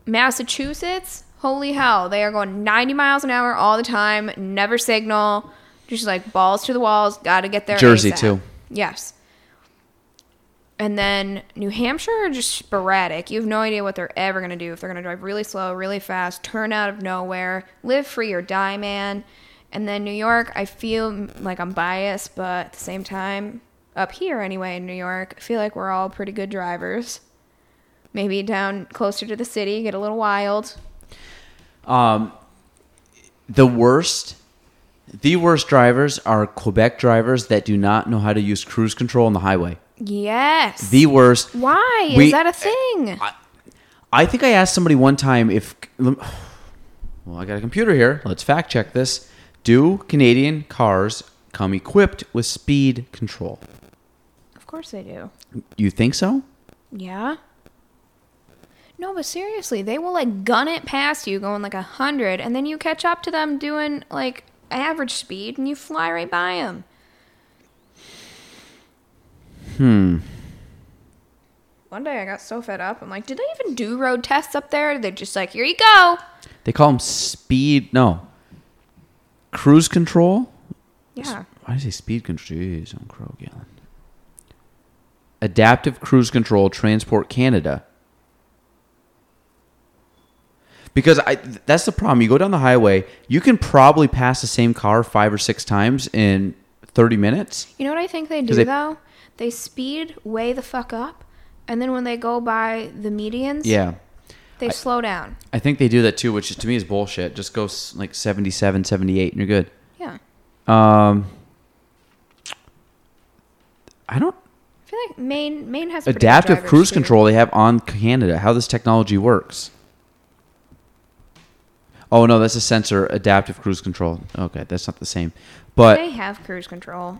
[SPEAKER 2] Massachusetts, holy hell, they are going 90 miles an hour all the time, never signal, just like balls to the walls, got to get there.
[SPEAKER 1] Jersey,
[SPEAKER 2] ASAP.
[SPEAKER 1] too.
[SPEAKER 2] Yes. And then New Hampshire are just sporadic. You have no idea what they're ever going to do. If they're going to drive really slow, really fast, turn out of nowhere, live free or die, man. And then New York, I feel m- like I'm biased, but at the same time, up here anyway in New York, I feel like we're all pretty good drivers. Maybe down closer to the city, get a little wild.
[SPEAKER 1] The worst, the worst drivers are Quebec drivers that do not know how to use cruise control on the highway.
[SPEAKER 2] Yes.
[SPEAKER 1] The worst.
[SPEAKER 2] Why
[SPEAKER 1] We-
[SPEAKER 2] is that a thing?
[SPEAKER 1] I think I asked somebody one time if. <sighs> Well, I got a computer here. Let's fact check this. Do Canadian cars come equipped with speed control?
[SPEAKER 2] of course they do.
[SPEAKER 1] You think so?
[SPEAKER 2] Yeah. No, but seriously, they will like gun it past you going like a hundred, and then you catch up to them doing like average speed, and you fly right by them. Hmm. One day I got so fed up. I'm like, did they even do road tests up there? They're just like, here you go.
[SPEAKER 1] They call them speed. No. Cruise control.
[SPEAKER 2] Yeah.
[SPEAKER 1] Why did I say speed control? Jeez, I'm crow gallon. Adaptive Cruise Control Transport Canada. Because I th- that's the problem. You go down the highway, you can probably pass the same car five or six times in 30 minutes.
[SPEAKER 2] You know what I think they do
[SPEAKER 1] 'Cause they-
[SPEAKER 2] though? They speed way the fuck up, and then when they go by the medians,
[SPEAKER 1] Yeah.
[SPEAKER 2] they slow down.
[SPEAKER 1] I think they do that too, which is, to me is bullshit. Just go s- like 77, 78 and you're good.
[SPEAKER 2] Yeah.
[SPEAKER 1] Um I don't
[SPEAKER 2] I feel like Maine Maine has pretty good
[SPEAKER 1] adaptive
[SPEAKER 2] drivers,
[SPEAKER 1] cruise
[SPEAKER 2] too.
[SPEAKER 1] control they have on Canada. How this technology works? Oh no, that's a sensor. Adaptive cruise control. Okay, that's not the same.
[SPEAKER 2] they
[SPEAKER 1] But
[SPEAKER 2] have cruise control.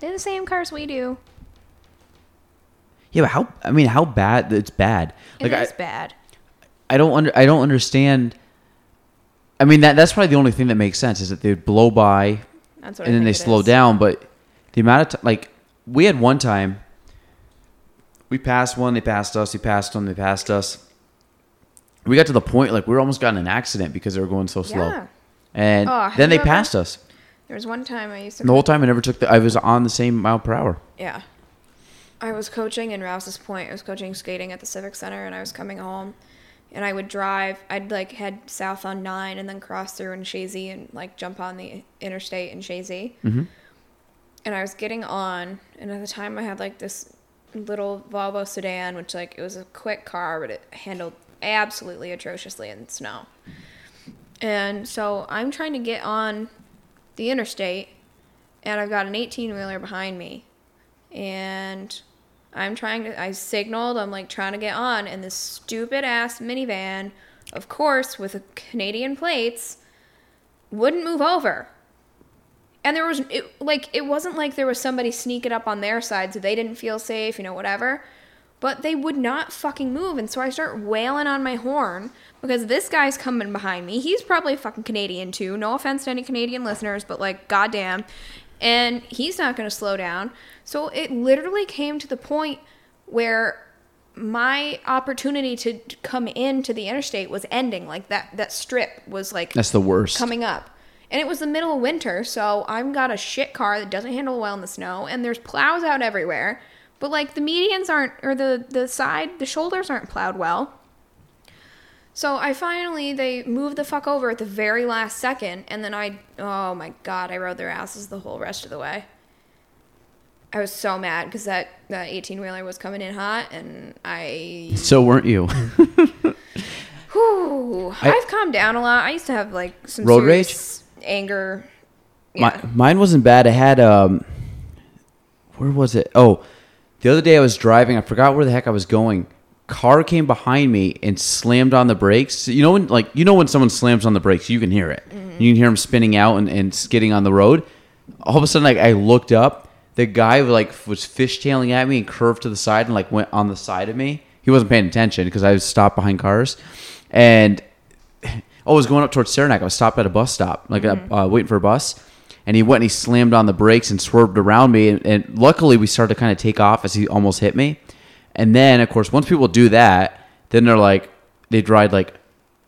[SPEAKER 2] They're the same cars we do.
[SPEAKER 1] yeah, but how? I mean, how bad? It's bad.
[SPEAKER 2] It is
[SPEAKER 1] I,
[SPEAKER 2] bad.
[SPEAKER 1] I don't under, I don't understand. I mean, that that's probably the only thing that makes sense is that they would blow by
[SPEAKER 2] That's what I
[SPEAKER 1] and then they
[SPEAKER 2] think it
[SPEAKER 1] slow
[SPEAKER 2] is.
[SPEAKER 1] down. But the amount of time, like we had one time, we passed one, they passed us, we passed them, they passed us. We got to the point like we were almost got in an accident because they were going so slow,
[SPEAKER 2] Yeah.
[SPEAKER 1] and
[SPEAKER 2] Oh, have
[SPEAKER 1] then they
[SPEAKER 2] you ever-
[SPEAKER 1] passed us.
[SPEAKER 2] There was one time I used to
[SPEAKER 1] And the whole time I never took the. I was on the same mile per hour.
[SPEAKER 2] Yeah. I was coaching in Rouse's Point. I was coaching skating at the Civic Center, and I was coming home, and I would drive. I'd like head south on nine, and then cross through in Shazy, and like jump on the interstate in Shazy. Mm-hmm. And I was getting on, and at the time I had like this little Volvo sedan, which like it was a quick car, but it handled absolutely atrociously in snow. And so I'm trying to get on the interstate, and I've got an 18 wheeler behind me, and I'm trying to. I signaled. I'm like trying to get on, and this stupid ass minivan, of course, with Canadian plates, wouldn't move over. And there was it, like it wasn't like there was somebody sneaking up on their side, so they didn't feel safe, you know, whatever. But they would not fucking move, and so I start wailing on my horn because this guy's coming behind me. He's probably fucking Canadian too. No offense to any Canadian listeners, but like, goddamn. And he's not going to slow down. So it literally came to the point where my opportunity to come into the interstate was ending. Like that that strip was like
[SPEAKER 1] That's the worst.
[SPEAKER 2] coming up. And it was the middle of winter, so I've got a shit car that doesn't handle well in the snow, and there's plows out everywhere. But like the medians aren't, or the the side, the shoulders aren't plowed well. So I finally they moved the fuck over at the very last second, and then I oh my god, I rode their asses the whole rest of the way. I was so mad because that that eighteen wheeler was coming in hot, and I
[SPEAKER 1] So weren't you? <laughs>
[SPEAKER 2] Whew, I,
[SPEAKER 1] I-
[SPEAKER 2] have calmed down a lot. I used to have like some
[SPEAKER 1] Road
[SPEAKER 2] serious anger. Yeah.
[SPEAKER 1] My, mine wasn't bad. I had um, where was it? Oh, the other day I was driving. I forgot where the heck I was going. Car came behind me and slammed on the brakes. You know when like you know when someone slams on the brakes, you can hear it. You can hear them spinning out and, and skidding on the road. All of a sudden, like I looked up, the guy like was fishtailing at me and curved to the side and like went on the side of me. He wasn't paying attention because I was stopped behind cars, and Oh, I was going up towards Saranac. I was stopped at a bus stop, like uh, waiting for a bus. And he went and he slammed on the brakes and swerved around me. And, and luckily, we started to kind of take off as he almost hit me. And then, of course, once people do that, then they're like, they ride like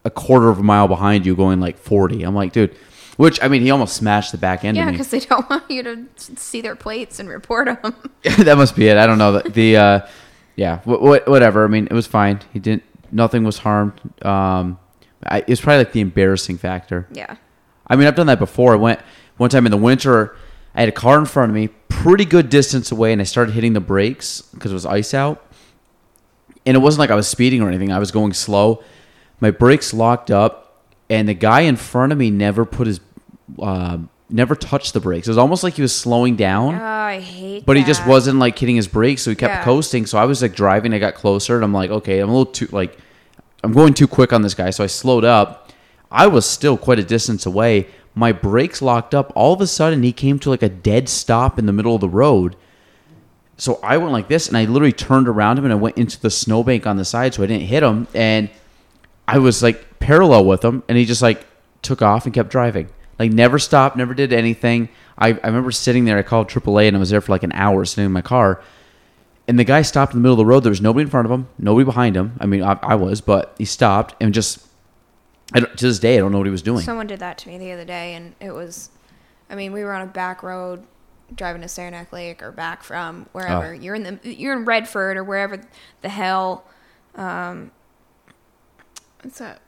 [SPEAKER 1] a quarter of a mile behind you going like 40. I'm like, dude, which I mean, he almost smashed the back end
[SPEAKER 2] Yeah,
[SPEAKER 1] of me.
[SPEAKER 2] because they <laughs> don't want you to see their plates and report them.
[SPEAKER 1] <laughs> that must be it. I don't know. The, the uh, yeah, wh- wh- whatever. I mean, it was fine. He didn't, nothing was harmed. Um, I, it was probably like the embarrassing factor.
[SPEAKER 2] Yeah.
[SPEAKER 1] I mean, I've done that before. I went one time in the winter. I had a car in front of me, pretty good distance away, and I started hitting the brakes because it was ice out. And it wasn't like I was speeding or anything. I was going slow. My brakes locked up, and the guy in front of me never put his, uh, never touched the brakes. It was almost like he was slowing down.
[SPEAKER 2] Oh, I hate.
[SPEAKER 1] But he just
[SPEAKER 2] that.
[SPEAKER 1] wasn't like hitting his brakes, so he kept
[SPEAKER 2] Yeah.
[SPEAKER 1] coasting. So I was like driving, I got closer, and I'm like, okay, I'm a little too like, I'm going too quick on this guy. So I slowed up. I was still quite a distance away. My brakes locked up. All of a sudden, he came to like a dead stop in the middle of the road. So I went like this, and I literally turned around him, and I went into the snowbank on the side, so I didn't hit him. And I was like parallel with him, and he just like took off and kept driving. Like never stopped, never did anything. I, I remember sitting there. I called AAA, and I was there for like an hour sitting in my car. And the guy stopped in the middle of the road. There was nobody in front of him, nobody behind him. I mean, I, I was, but he stopped and just. I don't, to this day, I don't know what he was doing.
[SPEAKER 2] Someone did that to me the other day, and it was, I mean, we were on a back road driving to Saranac Lake or back from wherever
[SPEAKER 1] Oh.
[SPEAKER 2] you're in the you're in Redford or wherever the hell, um, it's a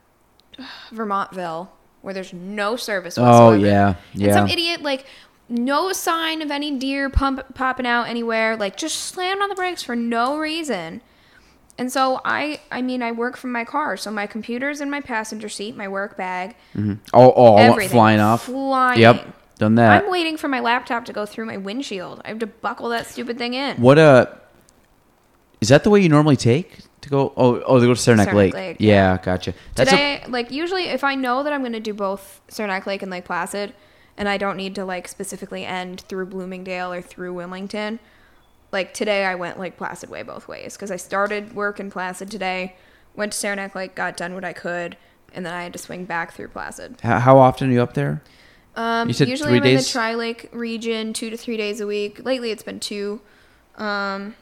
[SPEAKER 2] <sighs> Vermontville where there's no service.
[SPEAKER 1] oh
[SPEAKER 2] Whatsoever.
[SPEAKER 1] yeah,
[SPEAKER 2] And
[SPEAKER 1] yeah.
[SPEAKER 2] some idiot like no sign of any deer pump popping out anywhere, like just slammed on the brakes for no reason. And so I I mean I work from my car, so my computer's in my passenger seat, my work bag,
[SPEAKER 1] oh oh, I went
[SPEAKER 2] everything
[SPEAKER 1] flying off.
[SPEAKER 2] Flying.
[SPEAKER 1] Yep, Uh, done that.
[SPEAKER 2] I'm waiting for my laptop to go through my windshield. I have to buckle that stupid thing in.
[SPEAKER 1] What a is that the way you normally take to go? Oh, oh, they go to Saranac,
[SPEAKER 2] Saranac
[SPEAKER 1] Lake.
[SPEAKER 2] Lake,
[SPEAKER 1] Yeah, gotcha. That's a-
[SPEAKER 2] Today, like usually, if I know that I'm going to do both Saranac Lake and Lake Placid, and I don't need to like specifically end through Bloomingdale or through Wilmington, like today I went Lake Placid way both ways because I started work in Placid today, went to Saranac Lake, got done what I could, and then I had to swing back through Placid.
[SPEAKER 1] how, how often are you up there?
[SPEAKER 2] Um,
[SPEAKER 1] You said
[SPEAKER 2] usually
[SPEAKER 1] three
[SPEAKER 2] I'm in the
[SPEAKER 1] days?
[SPEAKER 2] Tri Lake region two to three days a week. Lately it's been two. Um,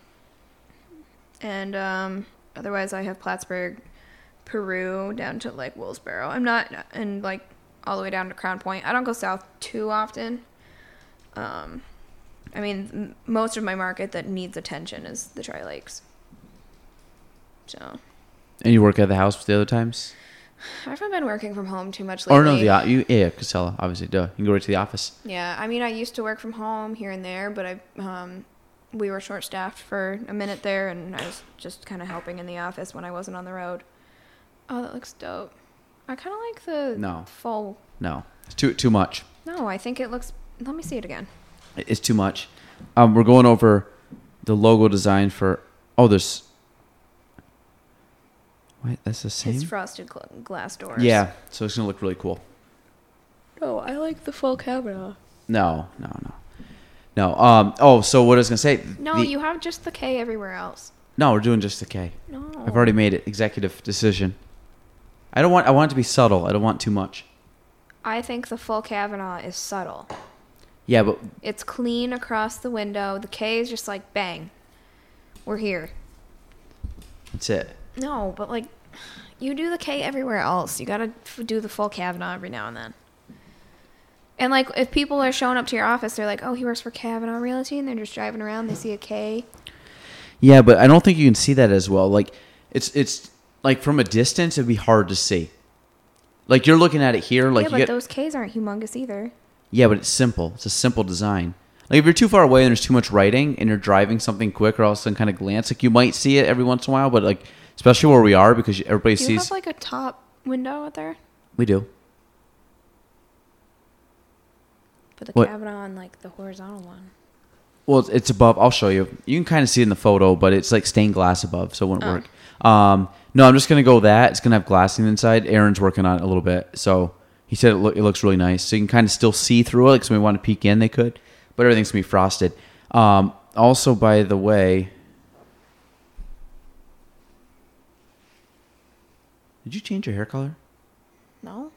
[SPEAKER 2] and um, otherwise I have Plattsburgh, Peru, down to like Willsboro. I'm not, and like all the way down to Crown Point. I don't go south too often. Um, I mean, m- most of my market that needs attention is the Tri Lakes. So
[SPEAKER 1] And you work at the house the other times?
[SPEAKER 2] I've been working from home too much lately.
[SPEAKER 1] Or Oh, no, the o- you yeah Casella obviously. Duh, you can go right to the office.
[SPEAKER 2] Yeah, I mean, I used to work from home here and there, but I um, we were short staffed for a minute there, and I was just kind of helping in the office when I wasn't on the road. Oh, that looks dope. I kind of like the
[SPEAKER 1] No.
[SPEAKER 2] full.
[SPEAKER 1] No, it's too too much.
[SPEAKER 2] No, I think it looks. Let me see it again.
[SPEAKER 1] It's too much. Um, we're going over the logo design for. Oh, there's. Wait, that's the same.
[SPEAKER 2] It's frosted gl- glass doors.
[SPEAKER 1] Yeah, so it's gonna look really cool.
[SPEAKER 2] Oh, I like the full camera.
[SPEAKER 1] No, no, no, no. Um. Oh, so what I was gonna say?
[SPEAKER 2] No,
[SPEAKER 1] the-
[SPEAKER 2] you have just the K everywhere else.
[SPEAKER 1] No, we're doing just the K.
[SPEAKER 2] No.
[SPEAKER 1] I've already made it. Executive decision. I don't want. I want it to be subtle. I don't want too much.
[SPEAKER 2] I think the full Kavanaugh is subtle.
[SPEAKER 1] Yeah, but
[SPEAKER 2] It's clean across the window. The K is just like bang. We're here.
[SPEAKER 1] That's it.
[SPEAKER 2] No, but like, you do the K everywhere else. You gotta f- do the full Kavanaugh every now and then. And like, if people are showing up to your office, they're like, "Oh, he works for Kavanaugh Realty," and they're just driving around. They see a K.
[SPEAKER 1] Yeah, but I don't think you can see that as well. Like it's it's like from a distance, it'd be hard to see. Like you're looking at it here, like
[SPEAKER 2] yeah,
[SPEAKER 1] you
[SPEAKER 2] but
[SPEAKER 1] get,
[SPEAKER 2] those Ks aren't humongous either.
[SPEAKER 1] yeah, but it's simple. It's a simple design. Like if you're too far away and there's too much writing and you're driving something quick or all of a sudden kind of glance, like you might see it every once in a while, but like especially where we are because everybody
[SPEAKER 2] Do you
[SPEAKER 1] sees
[SPEAKER 2] have like a top window out there?
[SPEAKER 1] we do.
[SPEAKER 2] Put the
[SPEAKER 1] What?
[SPEAKER 2] Kavanaugh on like the horizontal one.
[SPEAKER 1] Well, it's- it's above. I'll show you. You can kind of see it in the photo, but it's like stained glass above, so it wouldn't
[SPEAKER 2] Oh.
[SPEAKER 1] work. Um, no, I'm just gonna go with that. It's gonna have glassing inside. Aaron's working on it a little bit, so he said it, loo- it looks really nice. So you can kind of still see through it. Like somebody want to peek in, they could, but everything's gonna be frosted. Um, also, by the way, did you change your hair color?
[SPEAKER 2] No.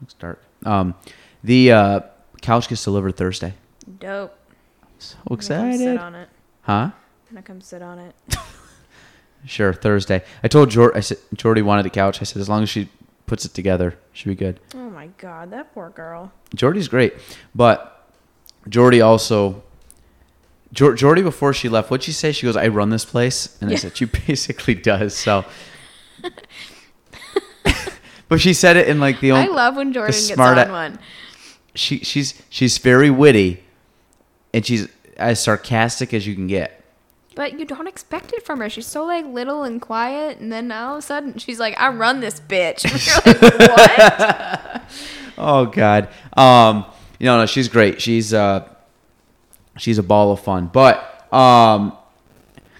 [SPEAKER 1] Looks dark. Um, the uh, couch gets delivered Thursday.
[SPEAKER 2] Dope.
[SPEAKER 1] So
[SPEAKER 2] I'm gonna come
[SPEAKER 1] excited,
[SPEAKER 2] sit on it.
[SPEAKER 1] huh?
[SPEAKER 2] I'm gonna come sit on it.
[SPEAKER 1] <laughs> Sure, Thursday. I told Jor I said Jordy wanted the couch. I said as long as she puts it together, she'll be good.
[SPEAKER 2] Oh my god, that poor girl.
[SPEAKER 1] Jordy's great, but Jordy also. Jor- Jordy before she left, what'd she say? She goes, "I run this place," and I
[SPEAKER 2] Yeah.
[SPEAKER 1] said, "She <laughs> basically does."
[SPEAKER 3] <laughs>
[SPEAKER 1] So, but she said it in like the
[SPEAKER 3] I
[SPEAKER 1] only
[SPEAKER 3] love when Jordan gets
[SPEAKER 1] smart
[SPEAKER 3] on
[SPEAKER 1] a-
[SPEAKER 3] one.
[SPEAKER 1] she she's she's very witty, and she's as sarcastic as you can get.
[SPEAKER 3] But you don't expect it from her. She's so like little and quiet, and then all of a sudden she's like, "I run
[SPEAKER 2] <laughs>
[SPEAKER 3] this bitch." You're like, what?
[SPEAKER 1] Oh God. Um, you know, no, she's great. She's uh, she's a ball of fun. But um,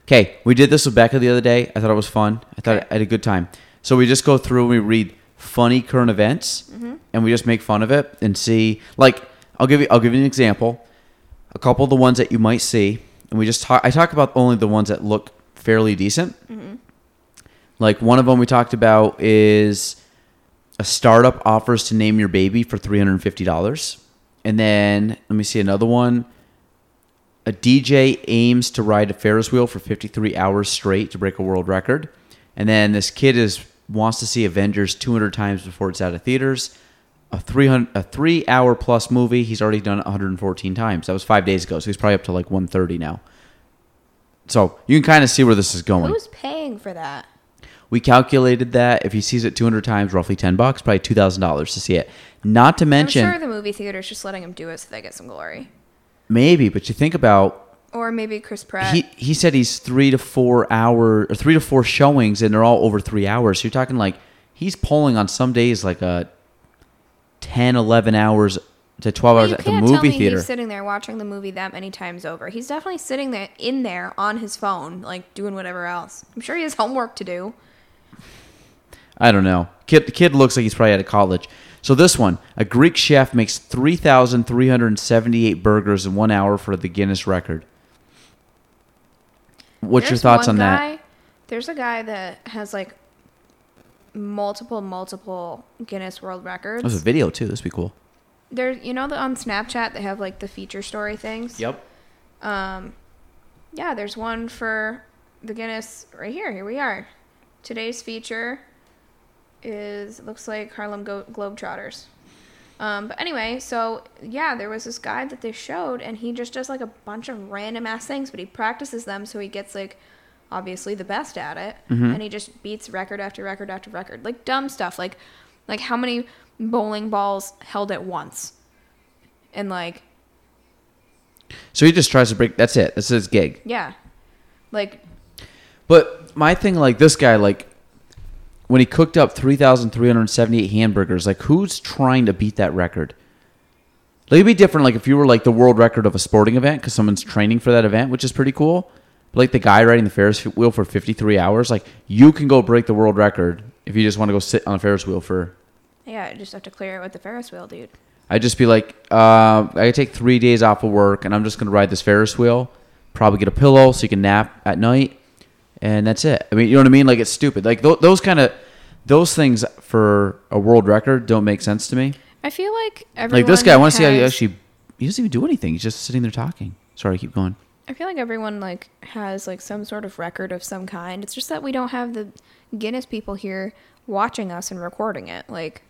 [SPEAKER 1] okay, we did this with Becca the other day. I thought it was fun. I thought I had a good time. So we just go through and we read funny current events, and we just make fun of it and see. Like, I'll give you, I'll give you an example. A couple of the ones that you might see, and we just talk. I talk about only the ones that look fairly decent. Like one of them we talked about is a startup offers to name your baby for three hundred and fifty dollars, and then let me see another one. A DJ aims to ride a Ferris wheel for fifty three hours straight to break a world record, and then this kid is wants to see Avengers two hundred times before it's out of theaters. A three hundred a three hour plus movie he's already done one hundred and fourteen times. That was five days ago, so he's probably up to like one thirty now. So you can kind of see where this is going. <laughs>
[SPEAKER 2] Who's paying for that?
[SPEAKER 1] We calculated that if he sees it 200 times, roughly 10 bucks, probably $2,000 to see it. Not to mention,
[SPEAKER 2] I'm sure the movie theater's just letting him do it so they get some glory.
[SPEAKER 1] maybe, but you think about
[SPEAKER 2] Or maybe Chris Pratt.
[SPEAKER 1] he he said he's three to four hour or three to four showings, and they're all over three hours. So you're talking like he's pulling on some days like a 10, 11 hours to 12
[SPEAKER 2] Well,
[SPEAKER 1] hours
[SPEAKER 2] you
[SPEAKER 1] at the
[SPEAKER 2] can't tell
[SPEAKER 1] movie
[SPEAKER 2] me
[SPEAKER 1] theater.
[SPEAKER 2] He's sitting there watching the movie that many times over. He's definitely sitting there in there on his phone, like doing whatever else. I'm sure he has homework to do.
[SPEAKER 1] I don't know. Kid, the kid looks like he's probably out of college. So this one, a Greek chef makes 3,378 burgers in one hour for the Guinness record. What's your
[SPEAKER 2] There's
[SPEAKER 1] thoughts
[SPEAKER 2] one
[SPEAKER 1] on that?
[SPEAKER 2] guy- There's a guy that has like multiple, multiple Guinness World Records.
[SPEAKER 1] That was a video too. This would be cool.
[SPEAKER 2] There, you know, the, on Snapchat they have like the feature story things.
[SPEAKER 1] Yep.
[SPEAKER 2] Um, yeah, there's one for the Guinness right here. Here we are. Today's feature is it looks like Harlem Go- Globetrotters. Um, but anyway, so yeah, there was this guy that they showed, and he just does like a bunch of random ass things, but he practices them so he gets like obviously the best at it, and he just beats record after record after record, like dumb stuff, like like how many bowling balls held at once, and like
[SPEAKER 1] So he just tries to break. That's it. That's his gig.
[SPEAKER 2] yeah, like
[SPEAKER 1] But my thing, like this guy, like when he cooked up 3,378 hamburgers, like who's trying to beat that record? Like, it'd be different, like if you were like the world record of a sporting event because someone's training for that event, which is pretty cool. But like the guy riding the Ferris wheel for 53 hours, like you can go break the world record if you just want to go sit on a Ferris wheel for.
[SPEAKER 2] Yeah, I just have to clear it with the Ferris wheel, dude.
[SPEAKER 1] I'd just be like, uh, I could take three days off of work and I'm just going to ride this Ferris wheel, probably get a pillow so you can nap at night, and that's it. I mean, you know what I mean? Like, it's stupid. Like, th- those kind of, those things for a world record don't make sense to me.
[SPEAKER 2] I feel like everyone
[SPEAKER 1] Like, this guy, I want to see how he
[SPEAKER 2] has-
[SPEAKER 1] actually, he doesn't even do anything. He's just sitting there talking. Sorry, keep going.
[SPEAKER 2] I feel like everyone like has like some sort of record of some kind. It's just that we don't have the Guinness people here watching us and recording it. Like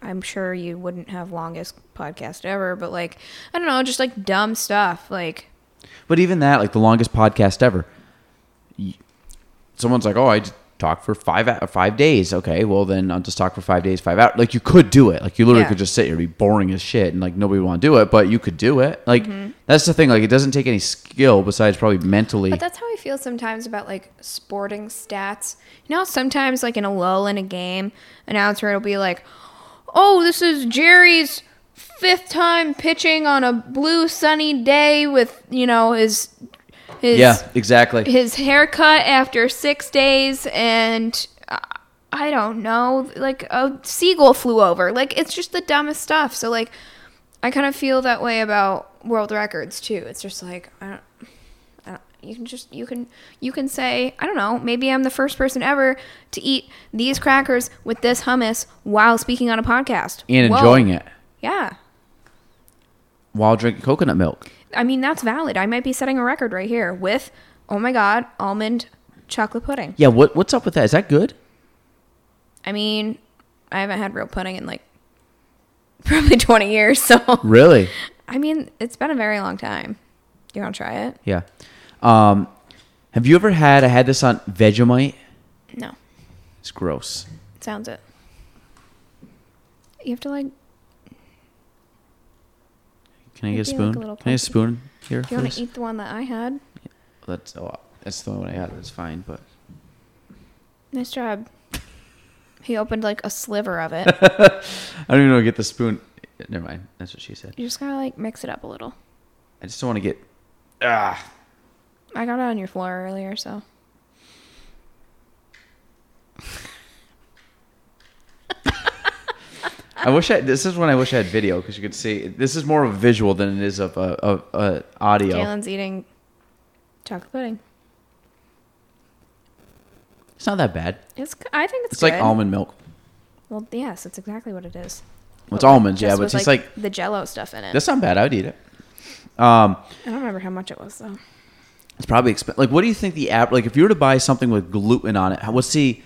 [SPEAKER 2] I'm sure you wouldn't have longest podcast ever, but like I don't know, just like dumb stuff. Like
[SPEAKER 1] But even that, like the longest podcast ever. Y- Someone's like, "Oh, I just talked for five hou- five days." Okay, well then I'll just talk for five days, five hours. Like you could do it. Like you literally
[SPEAKER 2] Yeah.
[SPEAKER 1] could just sit here, and be boring as shit, and like nobody would want to do it, but you could do it. Like
[SPEAKER 2] Mm-hmm.
[SPEAKER 1] that's the thing. Like it doesn't take any skill besides probably mentally.
[SPEAKER 2] But that's how I feel sometimes about like sporting stats. You know, sometimes like in a lull in a game, announcer will be like, "Oh, this is Jerry's fifth time pitching on a blue sunny day with you know his his
[SPEAKER 1] yeah,
[SPEAKER 2] <laughs>
[SPEAKER 1] exactly.
[SPEAKER 2] his haircut after six days and." uh, I don't know. Like a seagull flew over. Like it's just the dumbest stuff. So like, I kind of feel that way about world records too. It's just like I don't, I don't- you can just you can you can say I don't know maybe I'm the first person ever to eat these crackers with this hummus while speaking on a podcast
[SPEAKER 1] and
[SPEAKER 2] Whoa.
[SPEAKER 1] enjoying it
[SPEAKER 2] Yeah,
[SPEAKER 1] while drinking coconut milk.
[SPEAKER 2] I mean that's valid. I might be setting a record right here with oh my god almond chocolate pudding.
[SPEAKER 1] Yeah, what what's up with that? Is that good?
[SPEAKER 2] I mean I haven't had real pudding in like <laughs> probably 20 years. So
[SPEAKER 1] Really?
[SPEAKER 2] I mean it's been a very long time. You want to try it?
[SPEAKER 1] Yeah. Um, have you ever had? I had this on Vegemite.
[SPEAKER 2] No.
[SPEAKER 1] It's gross.
[SPEAKER 2] Sounds it. You have to like.
[SPEAKER 1] Can I get a
[SPEAKER 2] It'd be like
[SPEAKER 1] spoon?
[SPEAKER 2] a little
[SPEAKER 1] Can I get a
[SPEAKER 2] pumpkin.
[SPEAKER 1] spoon here?
[SPEAKER 2] You want
[SPEAKER 1] please?
[SPEAKER 2] to eat the one that I had?
[SPEAKER 1] That's oh, that's the one I had. That's fine,
[SPEAKER 2] <laughs>
[SPEAKER 1] but
[SPEAKER 2] Nice job. <laughs> He opened like a sliver
[SPEAKER 1] <laughs>
[SPEAKER 2] of it.
[SPEAKER 1] I don't even know get the spoon. Never mind. That's what she said.
[SPEAKER 2] you just gotta like mix it up a little.
[SPEAKER 1] I just don't want to get. Ah,
[SPEAKER 2] I got it on your floor earlier, so.
[SPEAKER 1] I wish I. This is when I wish I had video because you could see. This is more of a visual than it is of a of, uh, audio.
[SPEAKER 2] Jalen's eating chocolate pudding.
[SPEAKER 1] It's not that bad.
[SPEAKER 2] It's. g- I think it's.
[SPEAKER 1] It's, like
[SPEAKER 2] good.
[SPEAKER 1] almond milk.
[SPEAKER 2] Well, yes, it's exactly what it is.
[SPEAKER 1] Well, it's almonds, yeah,
[SPEAKER 2] just
[SPEAKER 1] but
[SPEAKER 2] with,
[SPEAKER 1] it's like, like
[SPEAKER 2] the Jello stuff in it.
[SPEAKER 1] that's not bad. I would eat it. Um,
[SPEAKER 2] I don't remember how much it was though.
[SPEAKER 1] It's probably expensive. Like, what do you think the app? Like, if you were to buy something with gluten on it, how- what's the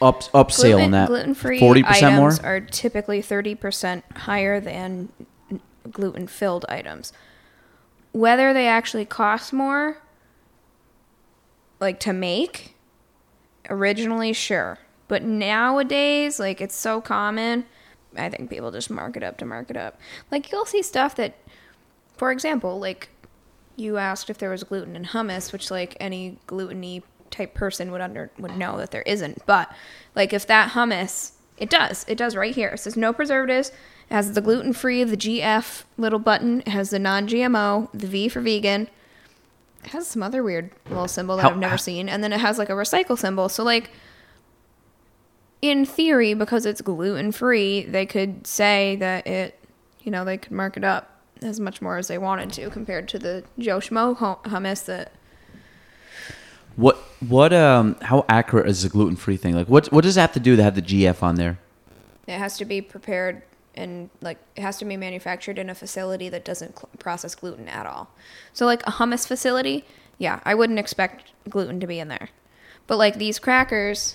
[SPEAKER 1] up up sale on that?
[SPEAKER 2] Gluten-free
[SPEAKER 1] 40%
[SPEAKER 2] items
[SPEAKER 1] more.
[SPEAKER 2] are typically 30% higher than gluten-filled items. Whether they actually cost more like to make originally sure, but nowadays like it's so common, I think people just mark it up to mark it up. Like you'll see stuff that for example, like you asked if there was gluten in hummus, which like any gluten-y type person would under would know that there isn't. But like if that hummus, it does. It does right here. It says no preservatives. It has the gluten-free, the GF little button. It has the non-GMO, the V for vegan. It has some other weird little symbol that
[SPEAKER 1] How-
[SPEAKER 2] I've never
[SPEAKER 1] how-
[SPEAKER 2] seen, and then it has like a recycle symbol. So like. In theory, because it's gluten free, they could say that it you know, they could mark it up as much more as they wanted to compared to the Joe Schmo hu- hummus that
[SPEAKER 1] What what um how accurate is the gluten free thing? Like, what what does it have to do to have the GF on there?
[SPEAKER 2] it has to be prepared and like it has to be manufactured in a facility that doesn't cl- process gluten at all. So like a hummus facility, yeah, I wouldn't expect gluten to be in there. But like these crackers,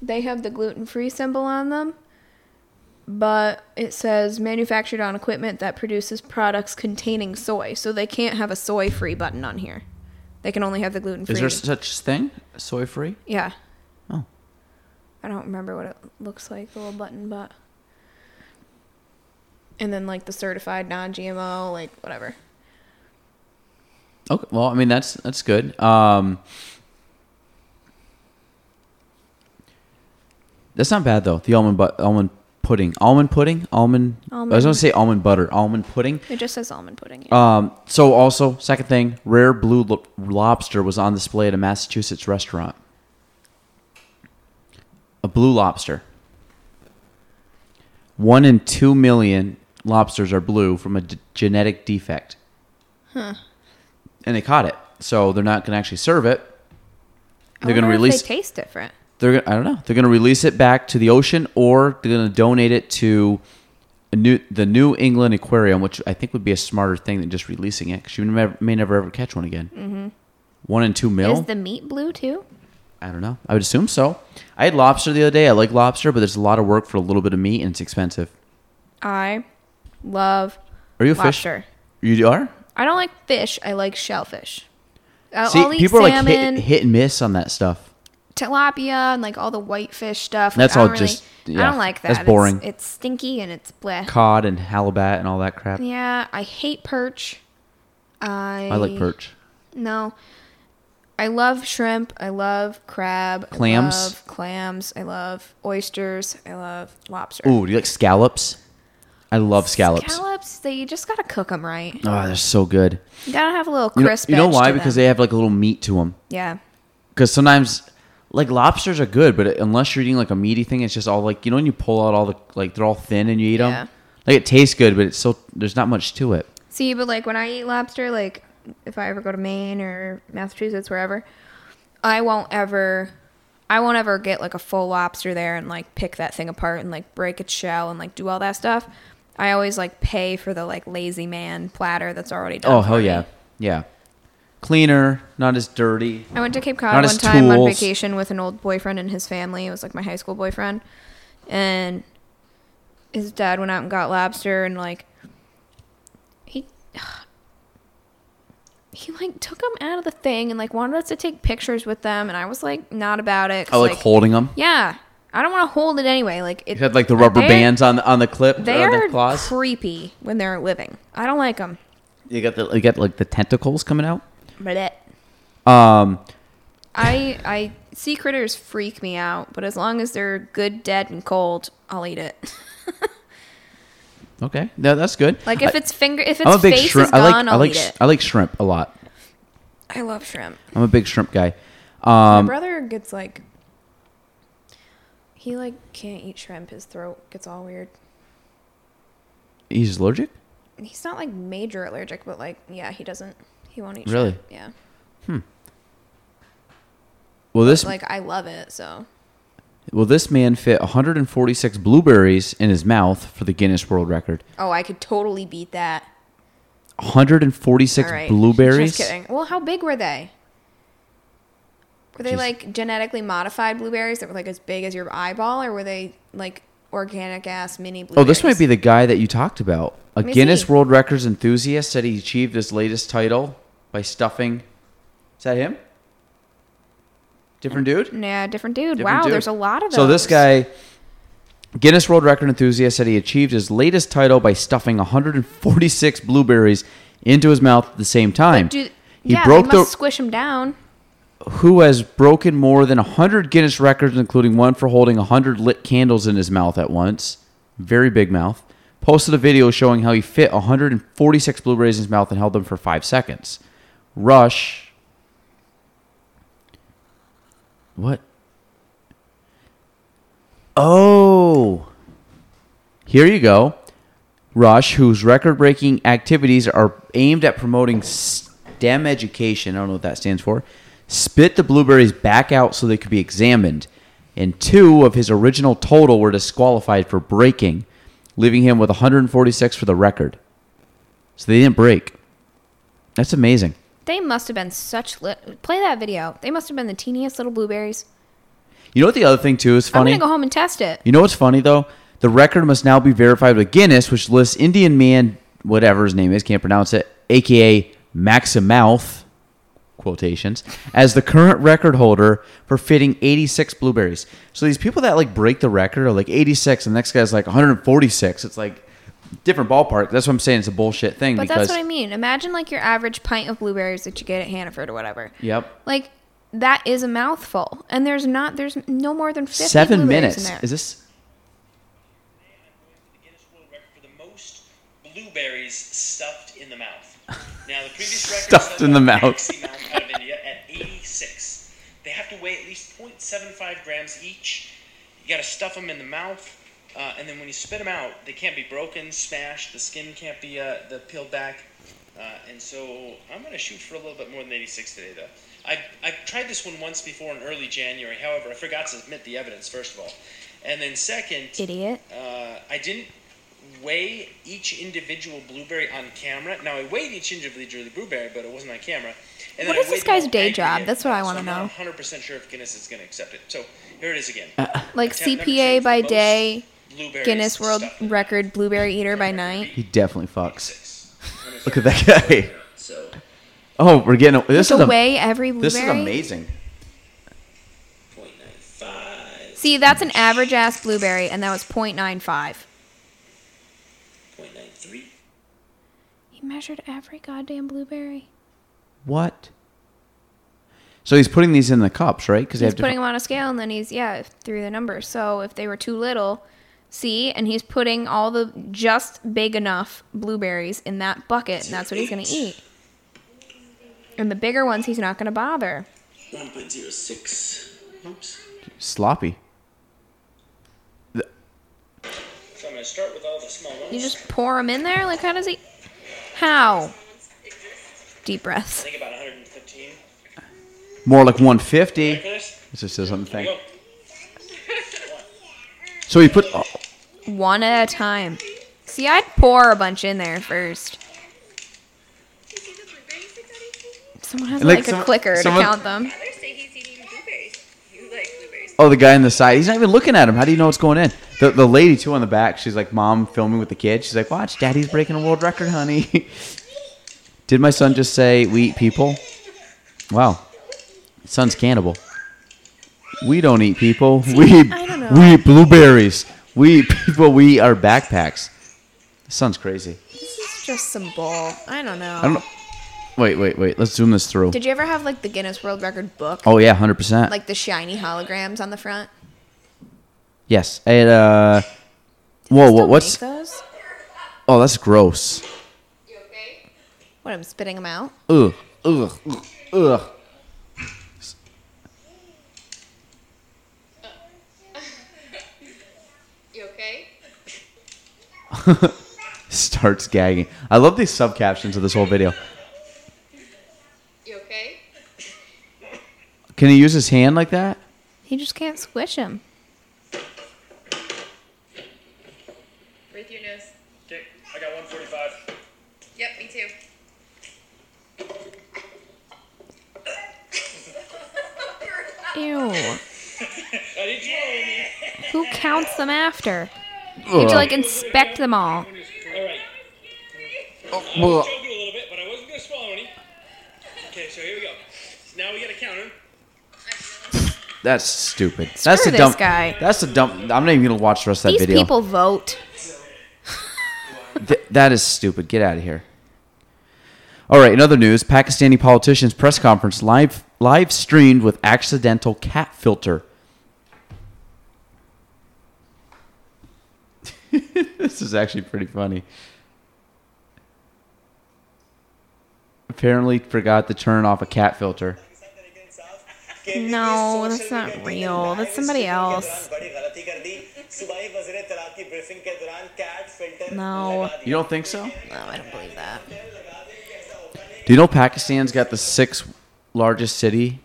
[SPEAKER 2] they have the gluten-free symbol on them, but it says manufactured on equipment that produces products containing soy. So they can't have a soy-free button on here. They can only have the gluten-free.
[SPEAKER 1] Is there such thing? Soy free?
[SPEAKER 2] Yeah.
[SPEAKER 1] Oh.
[SPEAKER 2] I don't remember what it looks like, the little button, but. And then, like, the certified non GMO, like, whatever.
[SPEAKER 1] Okay. Well, I mean that's that's good. Um, that's not bad though. The almond but almond pudding, almond pudding, almond. I was gonna
[SPEAKER 2] Almond.
[SPEAKER 1] say almond butter, almond pudding.
[SPEAKER 2] It just says almond pudding. yeah.
[SPEAKER 1] Um, so also, second thing, rare blue lo- lobster was on display at a Massachusetts restaurant. A blue lobster. One in two million lobsters are blue from a d- genetic defect. And they caught it, so they're not going to actually serve it.
[SPEAKER 2] I
[SPEAKER 1] They're going to
[SPEAKER 2] wonder if
[SPEAKER 1] release.
[SPEAKER 2] They taste different.
[SPEAKER 1] they're gonna, I don't know. They're going to release it back to the ocean, or they're going to donate it to New, the New England Aquarium, which I think would be a smarter thing than just releasing it, 'cause you never, may never ever catch one again. Mm-hmm. One and two mil.
[SPEAKER 2] Is the meat blue too?
[SPEAKER 1] I don't know. I would assume so. I had lobster the other day. I like lobster, but there's a lot of work for a little bit of meat, and it's expensive.
[SPEAKER 2] I love
[SPEAKER 1] Are you a
[SPEAKER 2] lobster.
[SPEAKER 1] fish? You are.
[SPEAKER 2] I don't like fish. I like shellfish. I'll,
[SPEAKER 1] See,
[SPEAKER 2] Oh, I'll eat
[SPEAKER 1] people
[SPEAKER 2] salmon,
[SPEAKER 1] are like hit, hit and miss on that stuff.
[SPEAKER 2] tilapia, and like all the whitefish stuff.
[SPEAKER 1] That's
[SPEAKER 2] I
[SPEAKER 1] all
[SPEAKER 2] don't
[SPEAKER 1] just-
[SPEAKER 2] I
[SPEAKER 1] yeah,
[SPEAKER 2] don't like that.
[SPEAKER 1] that's
[SPEAKER 2] It's-
[SPEAKER 1] boring.
[SPEAKER 2] It's, stinky and it's bleh.
[SPEAKER 1] Cod and halibut and all that crap.
[SPEAKER 2] Yeah, I hate perch. I
[SPEAKER 1] I like perch.
[SPEAKER 2] No. I love shrimp. I love crab. I
[SPEAKER 1] Clams?
[SPEAKER 2] love clams. I love oysters. I love lobster.
[SPEAKER 1] Ooh, do you like scallops? I love scallops.
[SPEAKER 2] Scallops, they you just gotta cook them right.
[SPEAKER 1] Oh, they're so good.
[SPEAKER 2] You gotta have a little
[SPEAKER 1] You know,
[SPEAKER 2] crisp.
[SPEAKER 1] you know
[SPEAKER 2] edge
[SPEAKER 1] why?
[SPEAKER 2] to
[SPEAKER 1] Because
[SPEAKER 2] them.
[SPEAKER 1] they have like a little meat to them.
[SPEAKER 2] yeah,
[SPEAKER 1] Because sometimes, like lobsters are good, but unless you're eating like a meaty thing, it's just all like you know when you pull out all the like they're all thin and you eat
[SPEAKER 2] Yeah.
[SPEAKER 1] them. Like it tastes good, but it's so there's not much to it.
[SPEAKER 2] See, but like when I eat lobster, like if I ever go to Maine or Massachusetts, wherever, I won't ever, I won't ever get like a full lobster there and like pick that thing apart and like break its shell and like do all that stuff. I always like pay for the like lazy man platter that's already done.
[SPEAKER 1] Oh
[SPEAKER 2] for
[SPEAKER 1] hell
[SPEAKER 2] me.
[SPEAKER 1] yeah, yeah. Cleaner, not as dirty.
[SPEAKER 2] I went to Cape Cod
[SPEAKER 1] Not
[SPEAKER 2] one
[SPEAKER 1] as
[SPEAKER 2] time on
[SPEAKER 1] tools.
[SPEAKER 2] vacation with an old boyfriend and his family. It was like my high school boyfriend. And his dad went out and got lobster and like he <sighs> he like took them out of the thing and like wanted us to take pictures with them and I was like not about it. 'cause,
[SPEAKER 1] I Oh, like, holding them.
[SPEAKER 2] Yeah. I don't want to hold it anyway. Like it
[SPEAKER 1] It had like the rubber
[SPEAKER 2] they-
[SPEAKER 1] bands on the on the clip
[SPEAKER 2] They
[SPEAKER 1] or the
[SPEAKER 2] are
[SPEAKER 1] claws.
[SPEAKER 2] creepy when they're living. I don't like them.
[SPEAKER 1] you got the you got like the tentacles coming out.
[SPEAKER 2] But it
[SPEAKER 1] Um,
[SPEAKER 2] I I sea critters freak me out, but as long as they're good, dead, and cold, I'll eat it. <laughs>
[SPEAKER 1] okay, no, that's good.
[SPEAKER 2] Like if
[SPEAKER 1] I-
[SPEAKER 2] it's finger, if
[SPEAKER 1] I'm a
[SPEAKER 2] its
[SPEAKER 1] big
[SPEAKER 2] face is
[SPEAKER 1] shrimp.
[SPEAKER 2] gone,
[SPEAKER 1] I like I
[SPEAKER 2] I will
[SPEAKER 1] like
[SPEAKER 2] eat
[SPEAKER 1] sh-
[SPEAKER 2] it.
[SPEAKER 1] I like shrimp a lot.
[SPEAKER 2] I love shrimp.
[SPEAKER 1] I'm a big shrimp guy.
[SPEAKER 2] My
[SPEAKER 1] Um,
[SPEAKER 2] brother gets like, he like can't eat shrimp. His throat gets all weird.
[SPEAKER 1] he's allergic.
[SPEAKER 2] He's not like major allergic, but like yeah, he doesn't. He won't eat.
[SPEAKER 1] Really?
[SPEAKER 2] Shrimp. Yeah.
[SPEAKER 1] Well, this
[SPEAKER 2] Like I love it. So
[SPEAKER 1] well this man fit 146 blueberries in his mouth for the Guinness World Record.
[SPEAKER 2] oh, I could totally beat that.
[SPEAKER 1] 146
[SPEAKER 2] All right.
[SPEAKER 1] blueberries.
[SPEAKER 2] Just kidding. Well, how big were they? Were they
[SPEAKER 1] Jeez.
[SPEAKER 2] like genetically modified blueberries that were like as big as your eyeball, or were they like organic ass mini
[SPEAKER 1] Oh,
[SPEAKER 2] blueberries?
[SPEAKER 1] this might be the guy that you talked about. A
[SPEAKER 2] Let me
[SPEAKER 1] Guinness
[SPEAKER 2] see.
[SPEAKER 1] World Records enthusiast said he achieved his latest title by stuffing. Is that him? Different dude.
[SPEAKER 2] Nah, different dude.
[SPEAKER 1] Different
[SPEAKER 2] wow,
[SPEAKER 1] dude.
[SPEAKER 2] there's a lot of those.
[SPEAKER 1] So this guy, Guinness World Record enthusiast, said he achieved his latest title by stuffing 146 blueberries into his mouth at the same time.
[SPEAKER 2] Do,
[SPEAKER 1] he
[SPEAKER 2] yeah,
[SPEAKER 1] broke
[SPEAKER 2] they
[SPEAKER 1] the
[SPEAKER 2] must squish him down.
[SPEAKER 1] who has broken more than 100 Guinness records, including one for holding 100 lit candles in his mouth at once. Very big mouth. Posted a video showing how he fit 146 blueberries in his mouth and held them for five seconds. Rush. What? Oh. Here you go. Rush, whose record breaking activities are aimed at promoting STEM education, I don't know what that stands for, spit the blueberries back out so they could be examined. And two of his original total were disqualified for breaking, leaving him with 146 for the record. So they didn't break. That's amazing.
[SPEAKER 2] They must have been such lit. Play that video. They must have been the teeniest little blueberries.
[SPEAKER 1] You know what the other thing, too, is funny?
[SPEAKER 2] I'm gonna go home and test it.
[SPEAKER 1] You know what's funny though? The record must now be verified with Guinness, which lists Indian man, whatever his name is, can't pronounce it, aka Maximouth, quotations, as the current record holder for fitting 86 blueberries. So these people that like break the record are like 86, and the next guy's like 146. It's like different ballpark. That's what I'm saying. It's a bullshit thing
[SPEAKER 2] But
[SPEAKER 1] because
[SPEAKER 2] that's what I mean. Imagine like your average pint of blueberries that you get at Hannaford or whatever.
[SPEAKER 1] yep,
[SPEAKER 2] Like that is a mouthful, and there's not there's no more than 50
[SPEAKER 1] seven
[SPEAKER 2] blueberries in
[SPEAKER 1] minutes.
[SPEAKER 2] there.
[SPEAKER 1] Is this?
[SPEAKER 4] the Guinness World Record for the most blueberries stuffed in the mouth. Now,
[SPEAKER 1] <laughs>
[SPEAKER 4] the previous record
[SPEAKER 1] Stuffed
[SPEAKER 4] set
[SPEAKER 1] in the
[SPEAKER 4] by
[SPEAKER 1] mouth.
[SPEAKER 4] Maxi Mount out of India at 86. They have to weigh at least 0.75 grams each. You got to stuff them in the mouth, uh, and then when you spit them out, they can't be broken, smashed. The skin can't be uh, the peeled back. Uh, and so I'm going to shoot for a little bit more than 86 today, though. I, I tried this one once before in early January. However, I forgot to submit the evidence, first of all. And then, second,
[SPEAKER 2] Idiot.
[SPEAKER 4] uh, I didn't weigh each individual blueberry on camera. Now I weighed each individual blueberry, but it wasn't on camera. And
[SPEAKER 2] What
[SPEAKER 4] then I
[SPEAKER 2] is this
[SPEAKER 4] weighed them all
[SPEAKER 2] guy's day
[SPEAKER 4] aggregate,
[SPEAKER 2] job? That's what I wanna
[SPEAKER 4] so I'm
[SPEAKER 2] know.
[SPEAKER 4] not 100% sure if Guinness is going to accept it. So here it is again.
[SPEAKER 2] Like
[SPEAKER 4] Attempt number two
[SPEAKER 2] CPA
[SPEAKER 4] is the
[SPEAKER 2] by
[SPEAKER 4] most
[SPEAKER 2] day,
[SPEAKER 4] blueberries
[SPEAKER 2] Uh, Guinness World
[SPEAKER 4] stuffed in a
[SPEAKER 2] Record blueberry eater by night.
[SPEAKER 1] He definitely fucks.
[SPEAKER 4] six.
[SPEAKER 1] Look at that guy.
[SPEAKER 4] So
[SPEAKER 1] Oh, we're getting this
[SPEAKER 2] To
[SPEAKER 1] is a,
[SPEAKER 2] weigh every blueberry.
[SPEAKER 1] this is amazing.
[SPEAKER 4] 0.95,
[SPEAKER 2] See, that's an average ass blueberry, and that was 0.95.
[SPEAKER 4] 0.93.
[SPEAKER 5] He measured every goddamn blueberry.
[SPEAKER 1] What? So he's putting these in the cups, right? Because they
[SPEAKER 2] He's
[SPEAKER 1] have
[SPEAKER 2] putting
[SPEAKER 1] different.
[SPEAKER 2] them on a scale, and then he's yeah through the numbers. So if they were too little, see, and he's putting all the just big enough blueberries in that bucket, and that's what he's gonna eat. And the bigger ones, he's not gonna bother.
[SPEAKER 4] 1.06. Oops.
[SPEAKER 1] sloppy.
[SPEAKER 4] So I'm going to start with all the small ones.
[SPEAKER 2] You just pour them in there. Like how does he? How? Deep
[SPEAKER 4] I
[SPEAKER 2] breaths.
[SPEAKER 4] think about 115.
[SPEAKER 1] More like 150.
[SPEAKER 4] Look at this.
[SPEAKER 1] This is just something.
[SPEAKER 4] Go.
[SPEAKER 1] So he put. Oh,
[SPEAKER 2] One at a time. See, I'd pour a bunch in there first. Someone has
[SPEAKER 1] And, like,
[SPEAKER 2] like,
[SPEAKER 1] some-
[SPEAKER 2] a clicker
[SPEAKER 1] someone-
[SPEAKER 2] to count them.
[SPEAKER 6] Others say he's eating blueberries. You like blueberries.
[SPEAKER 1] oh, the guy on the side. He's not even looking at him. How do you know what's going in? The, the lady too on the back. She's like, mom filming with the kid. She's like, watch, daddy's breaking a world record, honey. <laughs> Did my son just say we eat people? Wow, son's cannibal. We don't eat people. we eat,
[SPEAKER 2] I don't know.
[SPEAKER 1] we eat blueberries. We eat people. We eat our backpacks. Son's crazy.
[SPEAKER 2] This is just some bull. I don't know.
[SPEAKER 1] I don't know. Wait, wait, wait. Let's zoom this through.
[SPEAKER 2] Did you ever have like the Guinness World Record book?
[SPEAKER 1] Oh yeah, hundred percent.
[SPEAKER 2] Like the shiny holograms on the front?
[SPEAKER 1] Yes. It, uh, whoa,
[SPEAKER 2] Still
[SPEAKER 1] whoa,
[SPEAKER 2] make
[SPEAKER 1] what's?
[SPEAKER 2] those?
[SPEAKER 1] Oh, that's gross.
[SPEAKER 2] What, I'm spitting them out?
[SPEAKER 1] Ugh, ugh, ugh, ugh.
[SPEAKER 6] <laughs> You okay?
[SPEAKER 1] <laughs> Starts gagging. I love these sub captions of this whole video.
[SPEAKER 6] You okay?
[SPEAKER 1] Can he use his hand like that?
[SPEAKER 2] He just can't squish them.
[SPEAKER 6] Breathe your nose.
[SPEAKER 4] Okay, I got 145.
[SPEAKER 6] Yep, me too.
[SPEAKER 2] Ew.
[SPEAKER 4] I did you.
[SPEAKER 2] Who counts them after? Did you like inspect them all?
[SPEAKER 4] All right.
[SPEAKER 1] Ugh.
[SPEAKER 4] Choked you a little bit, but I wasn't going to swallow any. Okay, so here we go. Now we got to count them.
[SPEAKER 1] That's stupid. that's a
[SPEAKER 2] this
[SPEAKER 1] dumb
[SPEAKER 2] guy.
[SPEAKER 1] That's a dumb. I'm not even gonna watch the rest of that
[SPEAKER 2] These
[SPEAKER 1] video.
[SPEAKER 2] people vote.
[SPEAKER 1] Th- that is stupid. Get out of here. All right. In other news, Pakistani politicians press conference live live streamed with accidental cat filter. <laughs> this is actually pretty funny. Apparently, forgot to turn off a cat filter.
[SPEAKER 2] No, that's not real. That's somebody else. No.
[SPEAKER 1] You don't think so?
[SPEAKER 2] No, I don't believe that.
[SPEAKER 1] Do you know Pakistan's got the sixth largest city?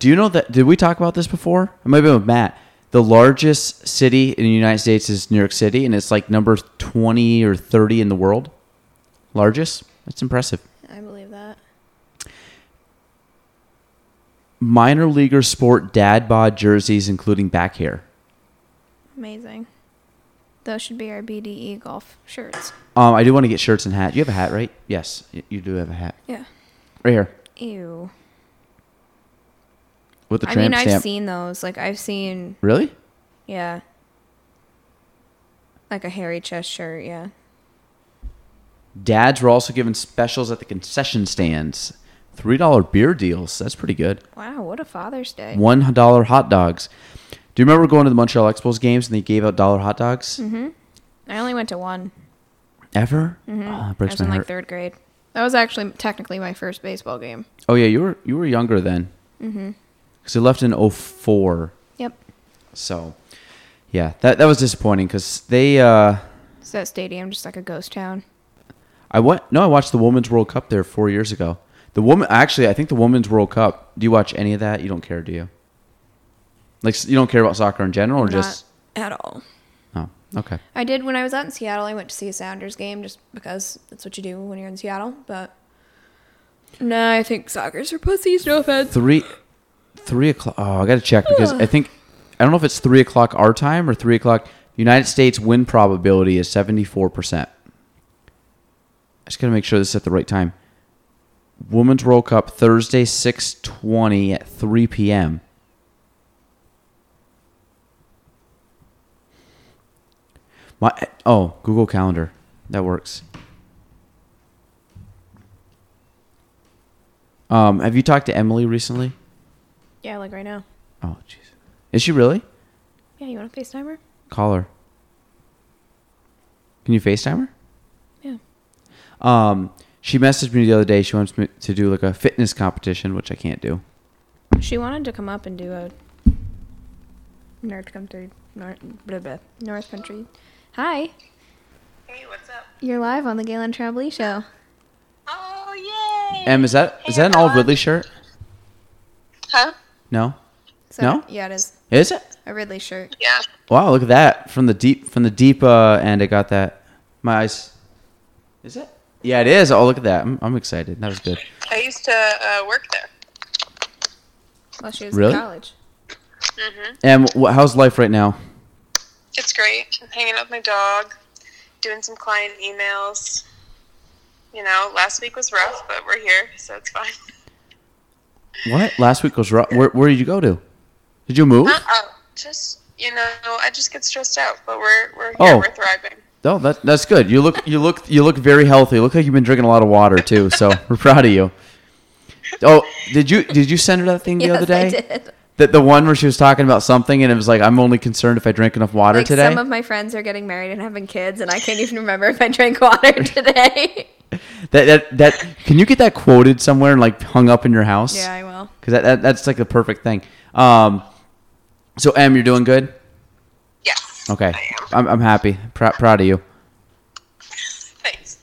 [SPEAKER 1] Do you know that? Did we talk about this before? I might have been with Matt. The largest city in the United States is New York City, and it's like number 20 or 30 in the world. Largest? That's impressive.
[SPEAKER 2] I believe that.
[SPEAKER 1] Minor leaguer sport dad bod jerseys, including back hair.
[SPEAKER 2] Amazing. Those should be our BDE golf shirts.
[SPEAKER 1] Um, I do want to get shirts and hat. You have a hat, right? Yes, y- you do have a hat.
[SPEAKER 2] Yeah.
[SPEAKER 1] Right here
[SPEAKER 2] Ew.
[SPEAKER 1] with the
[SPEAKER 2] I
[SPEAKER 1] tramp
[SPEAKER 2] mean, I've
[SPEAKER 1] stamp.
[SPEAKER 2] seen those. Like, I've seen,
[SPEAKER 1] really?
[SPEAKER 2] yeah. Like a hairy chest shirt, yeah.
[SPEAKER 1] Dads were also given specials at the concession stands. $3 beer deals. That's pretty good.
[SPEAKER 2] Wow, what a Father's Day.
[SPEAKER 1] one dollar hot dogs. Do you remember going to the Montreal Expos games and they gave out dollar hot dogs?
[SPEAKER 2] Mm-hmm. I only went to one.
[SPEAKER 1] Ever? Oh, that
[SPEAKER 2] Mm-hmm. I
[SPEAKER 1] breaks
[SPEAKER 2] was
[SPEAKER 1] my
[SPEAKER 2] in like
[SPEAKER 1] heart.
[SPEAKER 2] third grade. That was actually technically my first baseball game.
[SPEAKER 1] oh yeah, you were you were younger then.
[SPEAKER 2] Mm-hmm.
[SPEAKER 1] Because mm left in 04.
[SPEAKER 2] Yep.
[SPEAKER 1] so yeah, that that was disappointing because they. Uh,
[SPEAKER 2] So that stadium just like a ghost town.
[SPEAKER 1] I what? No, I watched the Women's World Cup there four years ago. The woman, actually, I think the Women's World Cup. Do you watch any of that? You don't care, do you? Like s- you don't care about soccer in general, or just
[SPEAKER 2] Not at all.
[SPEAKER 1] oh, Okay.
[SPEAKER 2] I did when I was out in Seattle. I went to see a Sounders game just because that's what you do when you're in Seattle. But no, I think soccer's for pussies. No offense.
[SPEAKER 1] Three, three o'clock. Oh, I got to check because I think I don't know if it's three o'clock our time or three o'clock. United States win probability is seventy four percent. I just gotta make sure this is at the right time. Women's World Cup Thursday six twenty at three p.m. My oh Google Calendar that works. Um, have you talked to Emily recently?
[SPEAKER 2] Yeah, like right now.
[SPEAKER 1] Oh, jeez. Is she really?
[SPEAKER 2] Yeah, you want to FaceTime her?
[SPEAKER 1] Call her. Can you FaceTime her?
[SPEAKER 2] Yeah.
[SPEAKER 1] Um, she messaged me the other day. She wants me to do like a fitness competition, which I can't do.
[SPEAKER 2] She wanted to come up and do a nerd country, north, blah, blah, north country. Hi,
[SPEAKER 6] Hey, what's up?
[SPEAKER 2] you're live on the Galen Trombley show.
[SPEAKER 6] Oh, yay!
[SPEAKER 1] Em, is that is that an old Ridley shirt?
[SPEAKER 6] Huh?
[SPEAKER 1] No.
[SPEAKER 2] So,
[SPEAKER 1] No?
[SPEAKER 2] Yeah, it is
[SPEAKER 1] Is it?
[SPEAKER 2] a Ridley shirt.
[SPEAKER 6] Yeah.
[SPEAKER 1] Wow! Look at that from the deep from the deep uh, end. I got that. My eyes. Is it? Yeah, it is. Oh, look at that! I'm, I'm excited. That was good.
[SPEAKER 6] I used to uh, work there.
[SPEAKER 2] Well, she was
[SPEAKER 1] Really?
[SPEAKER 2] in college.
[SPEAKER 1] Em, wh- how's life right now?
[SPEAKER 6] It's great. I'm hanging out with my dog, doing some client emails. You know, last week was rough, but we're here, so it's fine.
[SPEAKER 1] What? Last week was rough. Where, where did you go to? Did you move?
[SPEAKER 6] <laughs> Uh-uh. Just, you know, I just get stressed out, but we're, we're here.
[SPEAKER 1] Oh.
[SPEAKER 6] We're thriving.
[SPEAKER 1] No, that that's good. You look you look you look very healthy. You look like you've been drinking a lot of water too.
[SPEAKER 3] <laughs>
[SPEAKER 1] So we're proud of you. Oh, did you did you send her that thing the
[SPEAKER 3] Yes,
[SPEAKER 1] other day?
[SPEAKER 3] I
[SPEAKER 2] <laughs>
[SPEAKER 3] did.
[SPEAKER 1] That the one where she was talking about something and it was like, I'm only concerned if I drink enough water
[SPEAKER 3] Like
[SPEAKER 1] today.
[SPEAKER 3] some of my friends are getting married and having kids, and I can't even remember if I
[SPEAKER 2] <laughs>
[SPEAKER 3] drank water today.
[SPEAKER 1] that that that can you get that quoted somewhere and like hung up in your house?
[SPEAKER 2] Yeah, I will.
[SPEAKER 1] Because that, that that's like the perfect thing. Um, so Em, you're doing good.
[SPEAKER 6] Yes.
[SPEAKER 1] Okay,
[SPEAKER 6] I am.
[SPEAKER 1] I'm I'm happy. Prou- proud of you.
[SPEAKER 6] Thanks.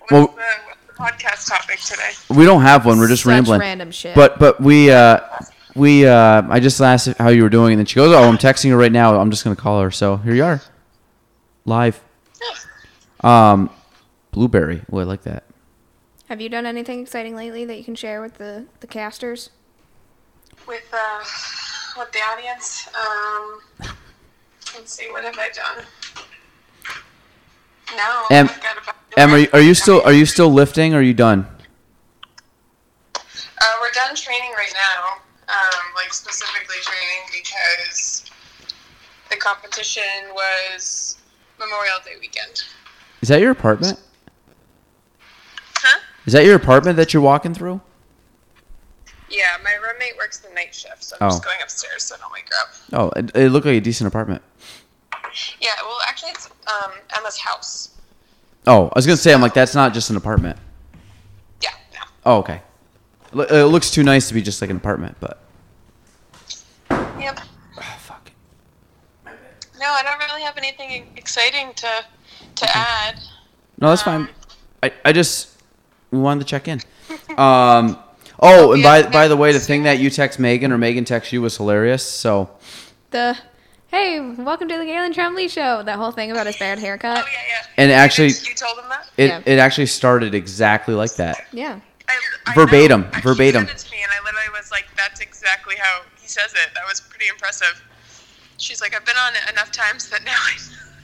[SPEAKER 6] What's,
[SPEAKER 1] Well-
[SPEAKER 6] the, what's the podcast topic today?
[SPEAKER 1] We don't have one. We're just
[SPEAKER 3] Such
[SPEAKER 1] rambling.
[SPEAKER 3] random shit.
[SPEAKER 1] But but we uh we uh I just asked how you were doing and then she goes, "Oh, I'm texting her right now. I'm just going to call her." So, here you are. Live.
[SPEAKER 6] Oh.
[SPEAKER 1] Um blueberry. Oh, I like that.
[SPEAKER 2] Have you done anything exciting lately that you can share with the, the casters?
[SPEAKER 6] With, uh, with the audience, um, let's see, what have I done? No.
[SPEAKER 1] Em-
[SPEAKER 6] I've got about-
[SPEAKER 1] Em, are you, are you still are you still lifting or are you done?
[SPEAKER 6] Uh, we're done training right now, um, like specifically training because the competition was Memorial Day weekend.
[SPEAKER 1] Is that your apartment?
[SPEAKER 6] Huh?
[SPEAKER 1] Is that your apartment that you're walking through?
[SPEAKER 6] Yeah, my roommate works the night shift, so I'm
[SPEAKER 1] Oh.
[SPEAKER 6] just going upstairs so I don't wake her up.
[SPEAKER 1] Oh, it, it looked like a decent apartment.
[SPEAKER 6] Yeah, well, actually, it's um, Emma's house.
[SPEAKER 1] Oh, I was going to say I'm like that's not just an apartment.
[SPEAKER 6] Yeah, no.
[SPEAKER 1] Oh, okay. Lo- It looks too nice to be just like an apartment, but
[SPEAKER 6] Yep.
[SPEAKER 1] oh, fuck.
[SPEAKER 6] No, I don't really have anything exciting to to add.
[SPEAKER 1] No, that's fine. I, I just we wanted to check in. Um, oh, and by by the way, the thing that you text Megan or Megan texts you was hilarious. So
[SPEAKER 2] The hey, welcome to the Galen Trombley show. That whole thing about his bad haircut.
[SPEAKER 6] Oh, yeah, yeah.
[SPEAKER 1] And actually-
[SPEAKER 6] You told him that?
[SPEAKER 1] it
[SPEAKER 2] Yeah.
[SPEAKER 1] it actually started exactly like that.
[SPEAKER 2] Yeah.
[SPEAKER 6] I, I
[SPEAKER 1] Verbatim,
[SPEAKER 6] know. He
[SPEAKER 1] verbatim.
[SPEAKER 6] sent it to me, and I literally was like, "That's exactly how he says it." That was pretty impressive. She's like, "I've been on it enough times that now I."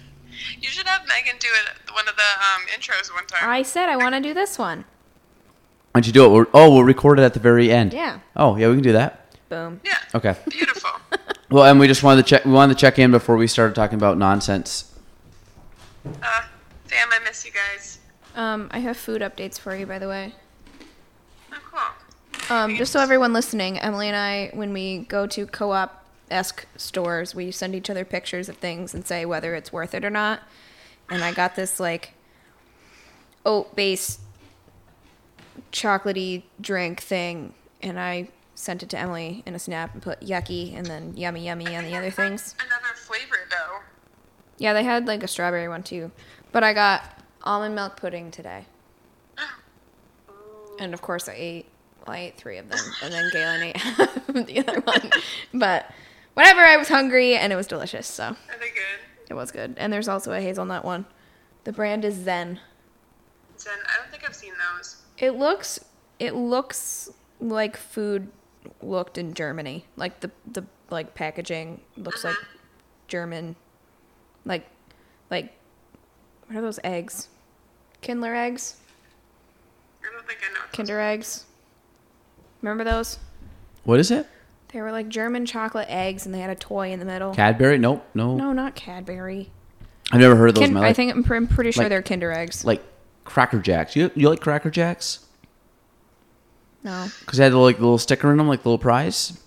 [SPEAKER 6] <laughs> you should have Megan do it one of the um, intros one time.
[SPEAKER 2] I said I want to do this one.
[SPEAKER 1] Why don't you do it? We're, oh, we'll record it at the very end.
[SPEAKER 2] Yeah.
[SPEAKER 1] Oh yeah, we can do that.
[SPEAKER 2] Boom.
[SPEAKER 6] yeah.
[SPEAKER 1] Okay.
[SPEAKER 6] Beautiful.
[SPEAKER 1] <laughs> Well, and we just wanted to check we wanted to check in before we started talking about nonsense.
[SPEAKER 6] uh, fam, I miss you guys.
[SPEAKER 2] Um, I have food updates for you, by the way.
[SPEAKER 6] Oh, cool.
[SPEAKER 2] Um, just so everyone listening, Emily and I, when we go to co-op esque stores, we send each other pictures of things and say whether it's worth it or not. And I got this like oat based chocolatey drink thing, and I sent it to Emily in a snap and put yucky and then yummy yummy on the other things.
[SPEAKER 6] Another flavor though.
[SPEAKER 2] Yeah, they had like a strawberry one too, but I got almond milk pudding today, and of course I ate. Well, I ate three of them, and then Galen ate <laughs> the other one. But whatever, I was hungry and it was delicious. So
[SPEAKER 6] Are they good?
[SPEAKER 2] It was good. And there's also a hazelnut one. The brand is Zen.
[SPEAKER 6] Zen. I don't think I've seen those.
[SPEAKER 2] It looks it looks like food looked in Germany. Like the the like packaging looks like German like like what are those eggs? Kindler eggs?
[SPEAKER 6] I don't think I know. if those-
[SPEAKER 2] Kinder eggs? Remember those?
[SPEAKER 1] What is it?
[SPEAKER 2] They were like German chocolate eggs and they had a toy in the middle.
[SPEAKER 1] Cadbury? Nope, no.
[SPEAKER 2] no, not Cadbury.
[SPEAKER 1] I've never heard of those. in
[SPEAKER 2] Kin-
[SPEAKER 1] my
[SPEAKER 2] I
[SPEAKER 1] life.
[SPEAKER 2] think I'm, pre- I'm pretty sure
[SPEAKER 1] Like-
[SPEAKER 2] they're Kinder eggs.
[SPEAKER 1] like Cracker Jacks. You you like Cracker Jacks?
[SPEAKER 2] No,
[SPEAKER 1] Because they had the, like the little sticker in them, like the little prize.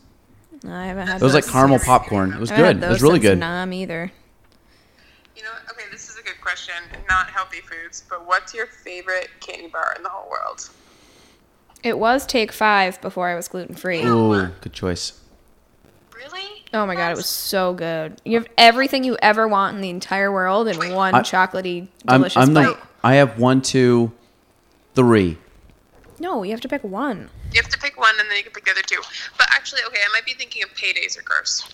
[SPEAKER 2] no, I haven't had.
[SPEAKER 1] It was like
[SPEAKER 2] those.
[SPEAKER 1] caramel popcorn. It was
[SPEAKER 2] I haven't had
[SPEAKER 1] good. It
[SPEAKER 2] those
[SPEAKER 1] was really
[SPEAKER 2] since
[SPEAKER 1] good.
[SPEAKER 2] Nam either.
[SPEAKER 6] You know, what? okay, this is a good question. Not healthy foods, but what's your favorite candy bar in the whole world?
[SPEAKER 2] It was Take Five before I was gluten free.
[SPEAKER 1] Ooh, good choice.
[SPEAKER 6] Really?
[SPEAKER 2] Oh my god, it was so good. You have everything you ever want in the entire world in one
[SPEAKER 1] I-
[SPEAKER 2] chocolatey
[SPEAKER 1] I'm,
[SPEAKER 2] delicious
[SPEAKER 1] I'm
[SPEAKER 2] bite.
[SPEAKER 1] the, I have one, two, three. e-
[SPEAKER 2] No, you have to pick one.
[SPEAKER 6] You have to pick one, and then you can pick the other two. But actually, okay, I might be thinking of paydays are gross.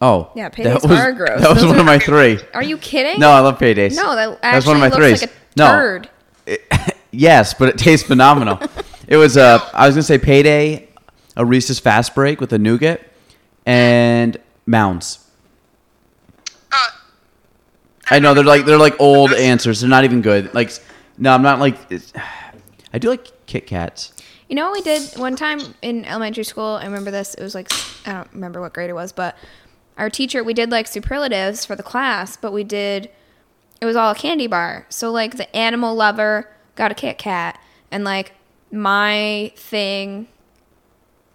[SPEAKER 1] Oh,
[SPEAKER 2] Yeah,
[SPEAKER 1] that
[SPEAKER 2] paydays
[SPEAKER 1] was,
[SPEAKER 2] are gross.
[SPEAKER 1] That was
[SPEAKER 2] Those
[SPEAKER 1] one of
[SPEAKER 2] are-
[SPEAKER 1] my three.
[SPEAKER 2] Are you kidding?
[SPEAKER 1] No, I love paydays.
[SPEAKER 2] no, that actually
[SPEAKER 1] That's one of my
[SPEAKER 2] looks
[SPEAKER 1] threes.
[SPEAKER 2] like a
[SPEAKER 1] no,
[SPEAKER 2] turd.
[SPEAKER 1] yes, but it tastes
[SPEAKER 6] <laughs>
[SPEAKER 1] phenomenal. it was uh, I was gonna say payday, a Reese's fast break with a nougat, and Mounds.
[SPEAKER 6] Uh,
[SPEAKER 1] I know they're like they're like old answers. They're not even good. Like, no, I'm not like. It's, I do like Kit Kats.
[SPEAKER 2] You know what we did one time in elementary school? I remember this. It was like I don't remember what grade it was, but our teacher we did like superlatives for the class, but we did it was all a candy bar. So like the animal lover got a Kit Kat, and like my thing,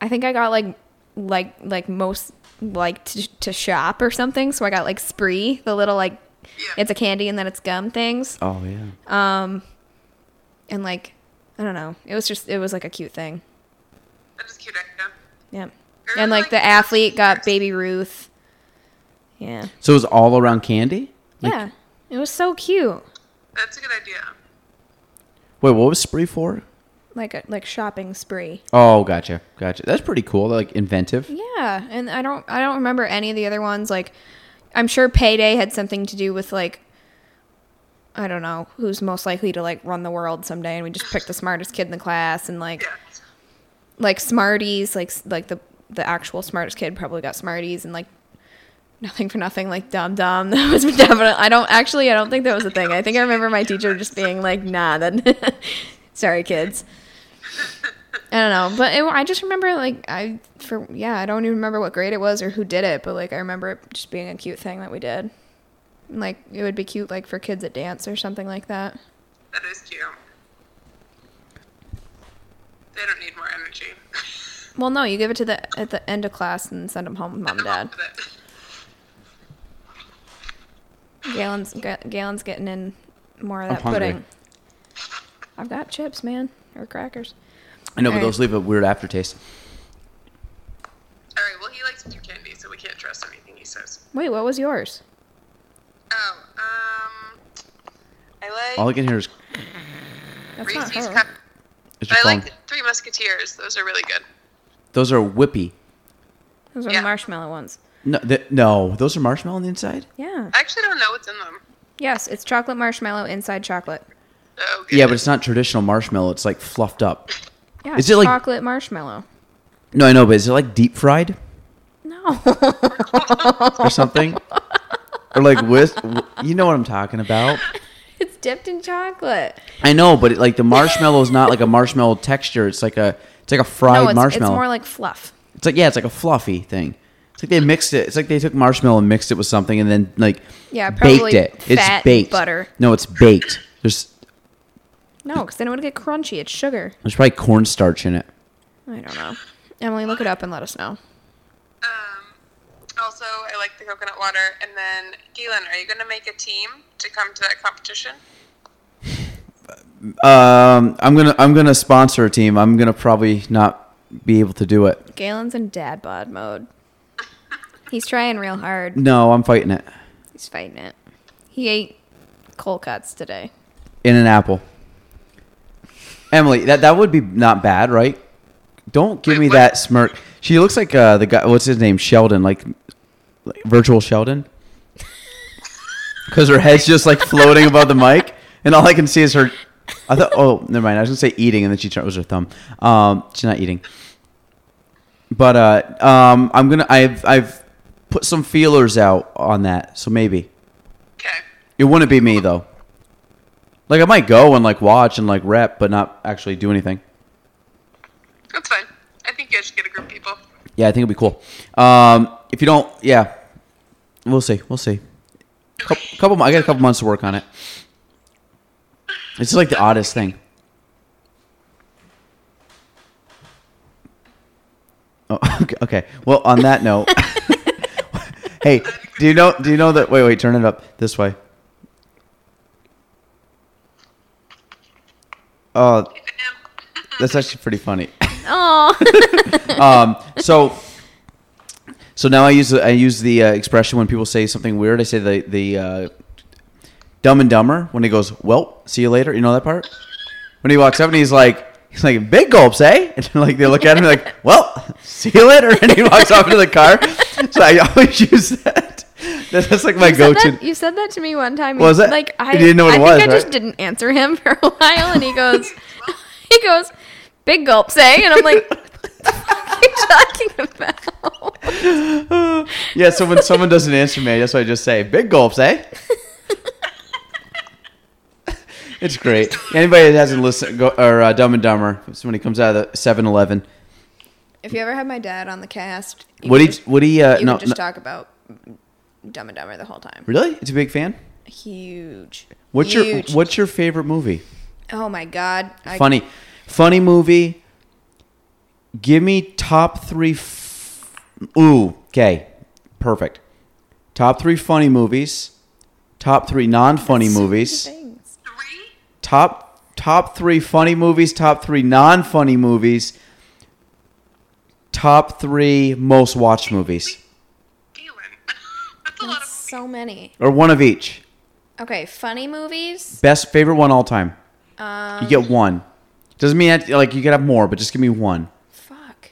[SPEAKER 2] I think I got like like like most like to, to shop or something. So I got like Spree, the little like
[SPEAKER 6] yeah.
[SPEAKER 2] it's a candy and then it's gum things
[SPEAKER 1] Oh yeah.
[SPEAKER 2] and like I don't know. It was just it was like a cute thing.
[SPEAKER 6] That is a cute idea.
[SPEAKER 2] Yep.
[SPEAKER 6] Or,
[SPEAKER 2] And like
[SPEAKER 6] like,
[SPEAKER 2] the athlete got baby Ruth. Yeah.
[SPEAKER 1] So it was all around candy. Like-
[SPEAKER 2] yeah. It was so cute.
[SPEAKER 6] That's a good idea.
[SPEAKER 1] Wait, what was Spree for?
[SPEAKER 2] Like a like shopping spree.
[SPEAKER 1] Oh, gotcha, gotcha. That's pretty cool. Like inventive.
[SPEAKER 2] Yeah. And I don't I don't remember any of the other ones. Like I'm sure payday had something to do with like I don't know, who's most likely to like run the world someday and we just picked the smartest kid in the class and like
[SPEAKER 6] Yeah.
[SPEAKER 2] like Smarties, like like the the actual smartest kid probably got Smarties and like nothing for nothing, like Dum Dum. <laughs> That was definitely. I don't actually. I don't think that was a thing. I think I remember my teacher just being like, "Nah, that. <laughs> sorry, kids." I don't know, but it, I just remember like I for yeah I don't even remember what grade it was or who did it, but like I remember it just being a cute thing that we did. And, Like it would be cute like for kids at dance or something like that.
[SPEAKER 6] That is cute. They don't need more energy. <laughs>
[SPEAKER 2] Well, no, you give it to the at the end of class and send them home with mom and dad.
[SPEAKER 6] But that-
[SPEAKER 2] Galen's Ga- Galen's getting in more of that
[SPEAKER 1] hungry.
[SPEAKER 2] pudding. I've got chips, man, or crackers.
[SPEAKER 1] I know, but
[SPEAKER 2] Alright.
[SPEAKER 1] those leave a weird aftertaste.
[SPEAKER 6] All right. Well, he likes to do candy, so we can't trust anything he says.
[SPEAKER 2] Wait, what was yours?
[SPEAKER 6] Oh, um, I like
[SPEAKER 1] All I can hear is,
[SPEAKER 2] That's not
[SPEAKER 6] Reese's
[SPEAKER 2] her.
[SPEAKER 6] Cup.
[SPEAKER 1] is
[SPEAKER 6] But
[SPEAKER 1] your
[SPEAKER 6] I
[SPEAKER 1] phone.
[SPEAKER 6] like the Three Musketeers. Those are really good.
[SPEAKER 1] Those are whippy.
[SPEAKER 2] Those are
[SPEAKER 6] Yeah.
[SPEAKER 2] the marshmallow ones.
[SPEAKER 1] No, th- no, those are marshmallow on the inside.
[SPEAKER 2] Yeah.
[SPEAKER 6] I actually don't know what's in them.
[SPEAKER 2] Yes, it's chocolate marshmallow inside chocolate.
[SPEAKER 6] So
[SPEAKER 1] Yeah, but it's not traditional marshmallow. It's like fluffed up.
[SPEAKER 2] Yeah.
[SPEAKER 1] Is
[SPEAKER 2] Is
[SPEAKER 1] it like-
[SPEAKER 2] chocolate marshmallow?
[SPEAKER 1] No, I know, but is it like deep fried
[SPEAKER 2] No.
[SPEAKER 1] or
[SPEAKER 2] <laughs>
[SPEAKER 1] something? or like with, you know what I'm talking about?
[SPEAKER 2] it's dipped in chocolate.
[SPEAKER 1] I know, but it, like the marshmallow is not like a marshmallow texture. It's like a, it's like a fried
[SPEAKER 2] No, it's,
[SPEAKER 1] marshmallow.
[SPEAKER 2] it's more like fluff.
[SPEAKER 1] It's like yeah, it's like a fluffy thing. It's like they mixed it. It's like they took marshmallow and mixed it with something, and then like
[SPEAKER 2] Yeah, probably fat and
[SPEAKER 1] it's baked
[SPEAKER 2] butter.
[SPEAKER 1] No, it's baked. There's
[SPEAKER 2] No, because then it would get crunchy. It's sugar.
[SPEAKER 1] there's probably cornstarch in it.
[SPEAKER 2] I don't know. Emily, look it up and let us know.
[SPEAKER 6] Um, also, I like the coconut water. And then, Galen, are you going to make a team to come to that competition?
[SPEAKER 1] Um, I'm gonna I'm gonna sponsor a team. I'm gonna probably not be able to do it.
[SPEAKER 2] Galen's in dad bod mode. He's trying real hard.
[SPEAKER 1] No, I'm fighting it
[SPEAKER 2] He's fighting it. He ate cold cuts today.
[SPEAKER 1] in an apple. Emily, that that would be not bad, right? Don't give
[SPEAKER 6] Wait,
[SPEAKER 1] me
[SPEAKER 6] what?
[SPEAKER 1] that smirk. She looks like
[SPEAKER 6] <laughs>
[SPEAKER 1] uh, the guy. What's his name? Sheldon, like, like virtual Sheldon. because her head's just like floating above the mic, and all I can see is her. I thought, oh, never mind. I was gonna say eating, and then she turned. It was her thumb. Um, she's not eating. But uh, um, I'm gonna. I've I've put some feelers out on that, so maybe
[SPEAKER 6] Okay.
[SPEAKER 1] it wouldn't be me though. Like I might go and like watch and like rep, but not actually do anything.
[SPEAKER 6] That's fine. I think you guys should get a group of people.
[SPEAKER 1] Yeah, I think it'd be cool. Um, if you don't, yeah, we'll see. We'll see. Couple, couple, mo- I got a couple months to work on it. It's like the oddest thing. Oh, <laughs> okay. okay. Well, on that note, <laughs> hey, do you know? Do you know that? Wait, wait. Turn it up this way. Oh, that's actually pretty funny. <laughs>
[SPEAKER 2] Oh,
[SPEAKER 1] Um, <laughs> so, so now I use the, I use the uh, expression when people say something weird. I say the the uh, dumb and dumber when he goes, "Well, see you later." You know that part when he walks up and he's like. He's like big gulps, eh? <laughs> And like they look at him like, "Well, <laughs> see you later," and he walks off into the car. So I always <laughs> use that. That's like my
[SPEAKER 2] you said,
[SPEAKER 1] go-to.
[SPEAKER 2] that, you said that to me one time.
[SPEAKER 1] Was it?
[SPEAKER 2] Like I
[SPEAKER 1] You didn't know what
[SPEAKER 2] I
[SPEAKER 1] it
[SPEAKER 2] think
[SPEAKER 1] was,
[SPEAKER 2] I just
[SPEAKER 1] right?
[SPEAKER 2] didn't answer him <laughs> for a while, and he goes, <laughs> he goes, big gulp, say, and I'm like, <laughs> what the fuck are you talking about?
[SPEAKER 1] yeah, so when someone doesn't answer me, that's what I just say, "Big gulps, eh?" It's great. Anybody that hasn't listened go, or uh, Dumb and Dumber, it's when he comes out of the 7-Eleven.
[SPEAKER 2] If you ever had my dad on the cast, you
[SPEAKER 1] Woody,
[SPEAKER 2] could just-
[SPEAKER 1] Woody, uh,
[SPEAKER 2] you
[SPEAKER 1] no,
[SPEAKER 2] could just
[SPEAKER 1] no-
[SPEAKER 2] talk about Dumb and Dumber the whole time.
[SPEAKER 1] really? It's a big fan.
[SPEAKER 2] Huge.
[SPEAKER 1] What's
[SPEAKER 2] Huge.
[SPEAKER 1] your What's your favorite movie?
[SPEAKER 2] Oh my god. I,
[SPEAKER 1] Funny, funny movie. Give me top three. F- Ooh, okay, perfect. Top three funny movies. Top three non-funny
[SPEAKER 2] so many
[SPEAKER 1] movies.
[SPEAKER 2] things.
[SPEAKER 6] Three?
[SPEAKER 1] top top three funny movies, top three non funny movies, top three most watched movies,
[SPEAKER 6] Galen. <laughs> That's a lot
[SPEAKER 2] That's
[SPEAKER 6] of
[SPEAKER 2] so many.
[SPEAKER 1] or one of each.
[SPEAKER 2] Okay, funny movies.
[SPEAKER 1] Best favorite one all time.
[SPEAKER 2] Um,
[SPEAKER 1] You get one. Doesn't mean that, like you could have more, but just give me one.
[SPEAKER 2] fuck.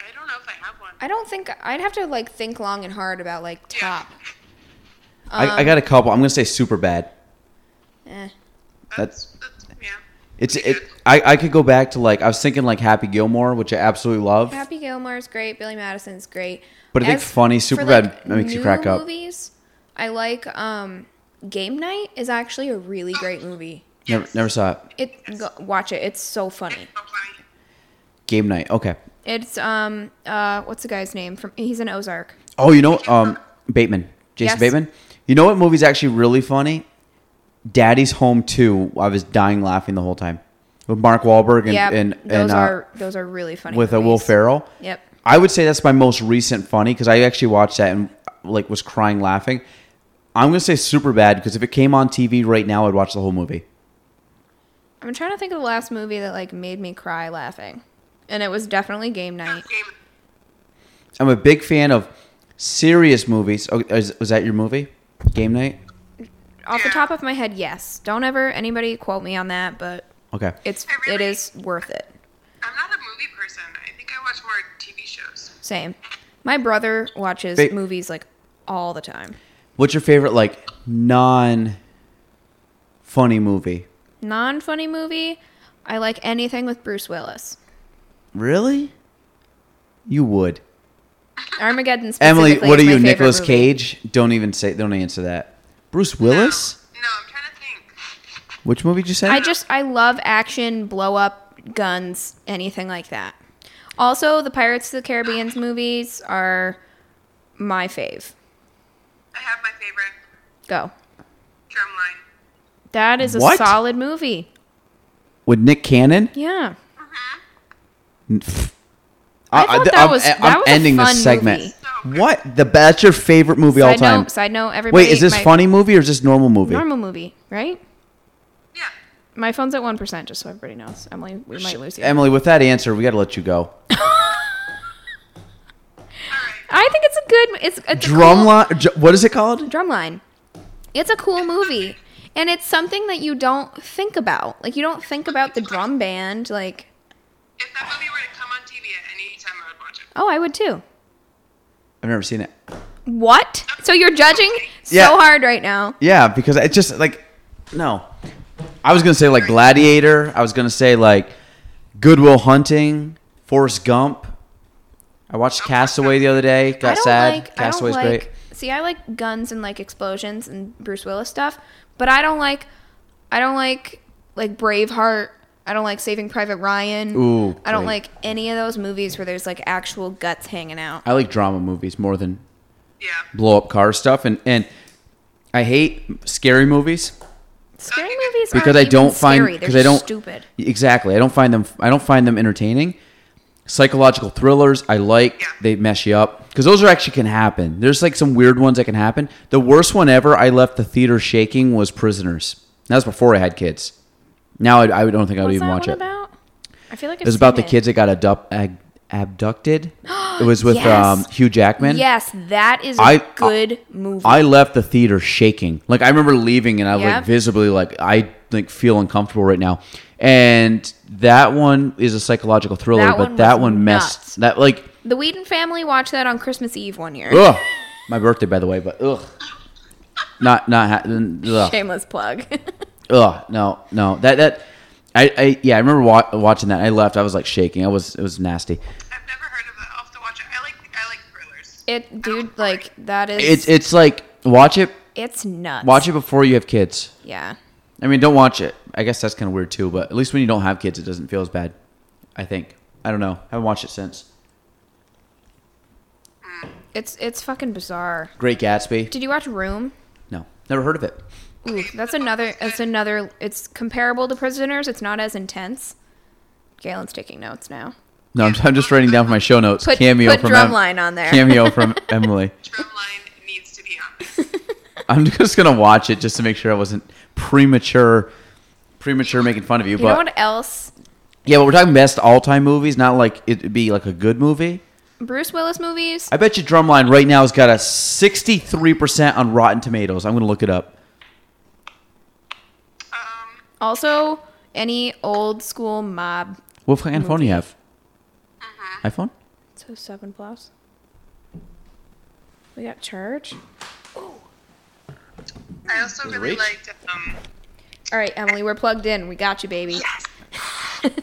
[SPEAKER 6] I don't know if I have one.
[SPEAKER 2] I don't think I'd have to like think long and hard about like top.
[SPEAKER 1] I, I got a
[SPEAKER 2] Um,
[SPEAKER 1] couple. I'm gonna say super bad.
[SPEAKER 2] Eh.
[SPEAKER 6] That's, that's yeah.
[SPEAKER 1] It's it. I, I could go back to like I was thinking like Happy Gilmore, which I absolutely love.
[SPEAKER 2] Happy Gilmore's great. Billy Madison's great.
[SPEAKER 1] But I think
[SPEAKER 2] As
[SPEAKER 1] funny
[SPEAKER 2] for,
[SPEAKER 1] Superbad makes you
[SPEAKER 2] new
[SPEAKER 1] crack up.
[SPEAKER 2] Movies. I like um, Game Night is actually a really great movie.
[SPEAKER 1] Never, never saw it.
[SPEAKER 2] It go, watch it. It's so funny.
[SPEAKER 6] So funny.
[SPEAKER 1] Game night. Okay.
[SPEAKER 2] It's um uh what's the guy's name from? He's in Ozark.
[SPEAKER 1] Oh, you know, um, Bateman, Jason
[SPEAKER 2] Yes.
[SPEAKER 1] Bateman. You know what movie's actually really funny? Daddy's Home Two. I was dying laughing the whole time with Mark Wahlberg and
[SPEAKER 2] yeah,
[SPEAKER 1] and,
[SPEAKER 2] those
[SPEAKER 1] and uh,
[SPEAKER 2] are those are really funny.
[SPEAKER 1] with a Will
[SPEAKER 2] movies.
[SPEAKER 1] Ferrell.
[SPEAKER 2] Yep.
[SPEAKER 1] I would say that's my most recent funny because I actually watched that and like was crying laughing. I'm gonna say super bad because if it came on TV right now, I'd watch the whole movie.
[SPEAKER 2] I'm trying to think of the last movie that like made me cry laughing, and it was definitely Game Night.
[SPEAKER 6] Game.
[SPEAKER 1] I'm a big fan of serious movies. Oh, is, was that your movie? Game night.
[SPEAKER 2] Off the
[SPEAKER 6] Yeah.
[SPEAKER 2] top of my head, yes. Don't ever anybody quote me on that, but
[SPEAKER 1] Okay.
[SPEAKER 2] it's
[SPEAKER 6] I
[SPEAKER 2] it
[SPEAKER 6] really-
[SPEAKER 2] is worth it.
[SPEAKER 6] I'm not a movie person. I think I watch more TV shows.
[SPEAKER 2] Same. My brother watches
[SPEAKER 1] Ba-
[SPEAKER 2] movies like all the time.
[SPEAKER 1] What's your favorite like non funny movie?
[SPEAKER 2] Non funny movie. I like anything with Bruce Willis.
[SPEAKER 1] Really? You would.
[SPEAKER 2] Armageddon.
[SPEAKER 1] Emily,
[SPEAKER 2] specifically
[SPEAKER 1] what are
[SPEAKER 2] is my
[SPEAKER 1] you,
[SPEAKER 2] favorite
[SPEAKER 1] Nicolas
[SPEAKER 2] movie.
[SPEAKER 1] Cage? Don't even say don't answer that. Bruce Willis?
[SPEAKER 6] No, no, I'm trying to think.
[SPEAKER 1] Which movie did you say? <laughs>
[SPEAKER 2] I just I love action, blow up, guns, anything like that. Also, the Pirates of
[SPEAKER 1] <gasps>
[SPEAKER 2] the Caribbean's movies are my fave.
[SPEAKER 6] I have my favorite
[SPEAKER 2] Go.
[SPEAKER 6] drumline.
[SPEAKER 2] That is a
[SPEAKER 1] What?
[SPEAKER 2] solid movie.
[SPEAKER 1] With Nick Cannon?
[SPEAKER 2] Yeah.
[SPEAKER 6] Mm-hmm.
[SPEAKER 1] N- pff.
[SPEAKER 2] I thought that
[SPEAKER 1] e,
[SPEAKER 2] was- that was a fun
[SPEAKER 6] movie.
[SPEAKER 1] What? The that's your favorite movie all
[SPEAKER 2] Side
[SPEAKER 1] time.
[SPEAKER 2] note, side note, everybody.
[SPEAKER 1] Wait, is this
[SPEAKER 2] my-
[SPEAKER 1] funny movie or is this normal movie?
[SPEAKER 2] Normal movie, right?
[SPEAKER 6] Yeah.
[SPEAKER 2] My phone's at 1%, just so everybody knows. Emily, we might lose you.
[SPEAKER 1] Emily, with that answer, we got to let you go.
[SPEAKER 2] <laughs> I think it's a good. It's, it's a cool-
[SPEAKER 1] Drumline, ju- what is it called?
[SPEAKER 2] Drumline. It's a cool movie. And it's something that you don't think about. Like, you don't think about the drum band. Like,
[SPEAKER 6] If that movie were to come on TV at any time, I would watch it.
[SPEAKER 2] oh, I would too.
[SPEAKER 1] I've never seen it.
[SPEAKER 2] What? So you're judging so
[SPEAKER 1] Yeah.
[SPEAKER 2] hard right now.
[SPEAKER 1] Yeah, because it just like no. I was gonna say like Gladiator. I was gonna say like Goodwill Hunting, Forrest Gump. I watched Castaway the other day. Got
[SPEAKER 2] I don't
[SPEAKER 1] sad.
[SPEAKER 2] like.
[SPEAKER 1] Castaway's
[SPEAKER 2] I don't like.
[SPEAKER 1] great.
[SPEAKER 2] See, I like guns and like explosions and Bruce Willis stuff, but I don't like. I don't like like Braveheart. I don't like Saving Private Ryan.
[SPEAKER 1] Ooh,
[SPEAKER 2] I don't
[SPEAKER 1] great.
[SPEAKER 2] like any of those movies where there's like actual guts hanging out.
[SPEAKER 1] I like drama movies more than
[SPEAKER 6] Yeah.
[SPEAKER 1] blow up car stuff, and and I hate scary movies.
[SPEAKER 2] Scary movies
[SPEAKER 1] Because
[SPEAKER 2] aren't
[SPEAKER 1] I
[SPEAKER 2] even
[SPEAKER 1] don't find-
[SPEAKER 2] scary. They're
[SPEAKER 1] because I
[SPEAKER 2] just
[SPEAKER 1] don't-
[SPEAKER 2] stupid.
[SPEAKER 1] Exactly. I don't find them. I don't find them entertaining. Psychological thrillers, I like.
[SPEAKER 6] Yeah.
[SPEAKER 1] They mess you up because those are actually can happen. There's like some weird ones that can happen. The worst one ever. I left the theater shaking was Prisoners. That was before I had kids. Now I, I don't think I would
[SPEAKER 2] What's
[SPEAKER 1] even
[SPEAKER 2] that
[SPEAKER 1] watch
[SPEAKER 2] one
[SPEAKER 1] it.
[SPEAKER 2] about? I feel like
[SPEAKER 1] It was about the kids that got abduct, ag-
[SPEAKER 2] <gasps>
[SPEAKER 1] abducted. it was with
[SPEAKER 2] Yes.
[SPEAKER 1] um, Hugh Jackman.
[SPEAKER 2] Yes, that is a
[SPEAKER 1] I-
[SPEAKER 2] good movie.
[SPEAKER 1] I left the theater shaking. Like I remember leaving and I was
[SPEAKER 2] Yep.
[SPEAKER 1] like visibly like I like feel uncomfortable right now. And that one is a psychological thriller,
[SPEAKER 2] That
[SPEAKER 1] but
[SPEAKER 2] one
[SPEAKER 1] that
[SPEAKER 2] was
[SPEAKER 1] one messed
[SPEAKER 2] nuts.
[SPEAKER 1] that like
[SPEAKER 2] the Whedon family watched that on Christmas Eve one year.
[SPEAKER 1] ugh. My birthday by the way, but ugh. Not not ha- ugh,
[SPEAKER 2] <laughs> Shameless plug.
[SPEAKER 1] ugh. no no that that I, I yeah I remember wa- watching that I left I was like shaking I was it was nasty
[SPEAKER 6] I've never heard of it. I'll have to watch it. I like I like
[SPEAKER 2] <laughs>
[SPEAKER 6] thrillers.
[SPEAKER 2] it, dude, like that is.
[SPEAKER 1] it's it's like watch it
[SPEAKER 2] It's nuts.
[SPEAKER 1] watch it before you have kids
[SPEAKER 2] Yeah.
[SPEAKER 1] I mean, don't watch it. I guess that's kind of weird too, but at least when you don't have kids, it doesn't feel as bad. I think. I don't know. Haven't watched it since.
[SPEAKER 2] It's it's fucking bizarre.
[SPEAKER 1] Great Gatsby.
[SPEAKER 2] Did you watch Room?
[SPEAKER 1] No, never heard of it.
[SPEAKER 2] Ooh, that's another. That's another. It's comparable to Prisoners. It's not as intense. Galen's taking notes now.
[SPEAKER 1] No, I'm, I'm just writing down for my show notes.
[SPEAKER 2] Put-
[SPEAKER 1] cameo
[SPEAKER 2] put
[SPEAKER 1] from
[SPEAKER 2] Drumline on there. <laughs>
[SPEAKER 1] Cameo from Emily.
[SPEAKER 6] Drumline needs to be on.
[SPEAKER 1] I'm just gonna watch it just to make sure I wasn't premature, premature making fun of you.
[SPEAKER 2] You
[SPEAKER 1] but
[SPEAKER 2] know what else?
[SPEAKER 1] yeah, but we're talking best all time movies, not like it'd be like a good movie.
[SPEAKER 2] Bruce Willis movies.
[SPEAKER 1] I bet you Drumline right now has got a 63% on Rotten Tomatoes. I'm gonna look it up.
[SPEAKER 6] Um,
[SPEAKER 2] Also, any old school mob.
[SPEAKER 1] What fucking phone do you have?
[SPEAKER 2] Uh-huh.
[SPEAKER 1] iPhone.
[SPEAKER 2] So seven plus. We got charge.
[SPEAKER 6] I also really
[SPEAKER 1] Reach?
[SPEAKER 6] liked. Um,
[SPEAKER 2] All right, Emily, we're plugged in. We got you, baby.
[SPEAKER 6] <laughs> any,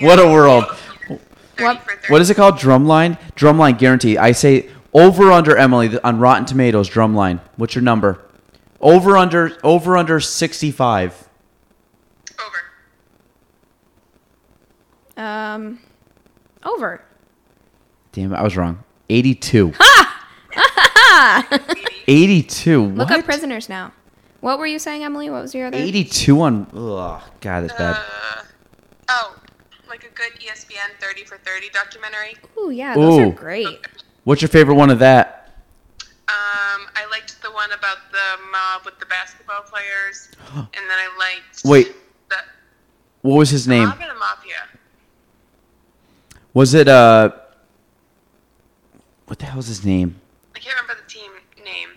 [SPEAKER 1] What a
[SPEAKER 6] uh,
[SPEAKER 1] world.
[SPEAKER 6] 30
[SPEAKER 2] What-
[SPEAKER 6] for 30.
[SPEAKER 1] What is it called? Drumline? Drumline guarantee. I say over under Emily th- on Rotten Tomatoes drumline. What's your number? Over under over under 65.
[SPEAKER 6] Over.
[SPEAKER 2] Um, over.
[SPEAKER 1] Damn it, I was wrong. 82. 82. What?
[SPEAKER 2] Look up prisoners now. What were you saying, Emily? What was your other?
[SPEAKER 1] 82 on Ugh, God, that's bad.
[SPEAKER 6] Uh, oh, like a good E ESPN 30 for 30 documentary.
[SPEAKER 2] Ooh, yeah, those
[SPEAKER 1] Ooh.
[SPEAKER 2] are great.
[SPEAKER 1] What's your favorite one of that?
[SPEAKER 6] Um, I liked the one about the mob with the
[SPEAKER 1] <gasps>
[SPEAKER 6] basketball players, and then I liked.
[SPEAKER 1] Wait.
[SPEAKER 6] The
[SPEAKER 1] What was his name?
[SPEAKER 6] mob or the mafia?
[SPEAKER 1] Was it uh What the hell was his name?
[SPEAKER 6] I can't remember the team name,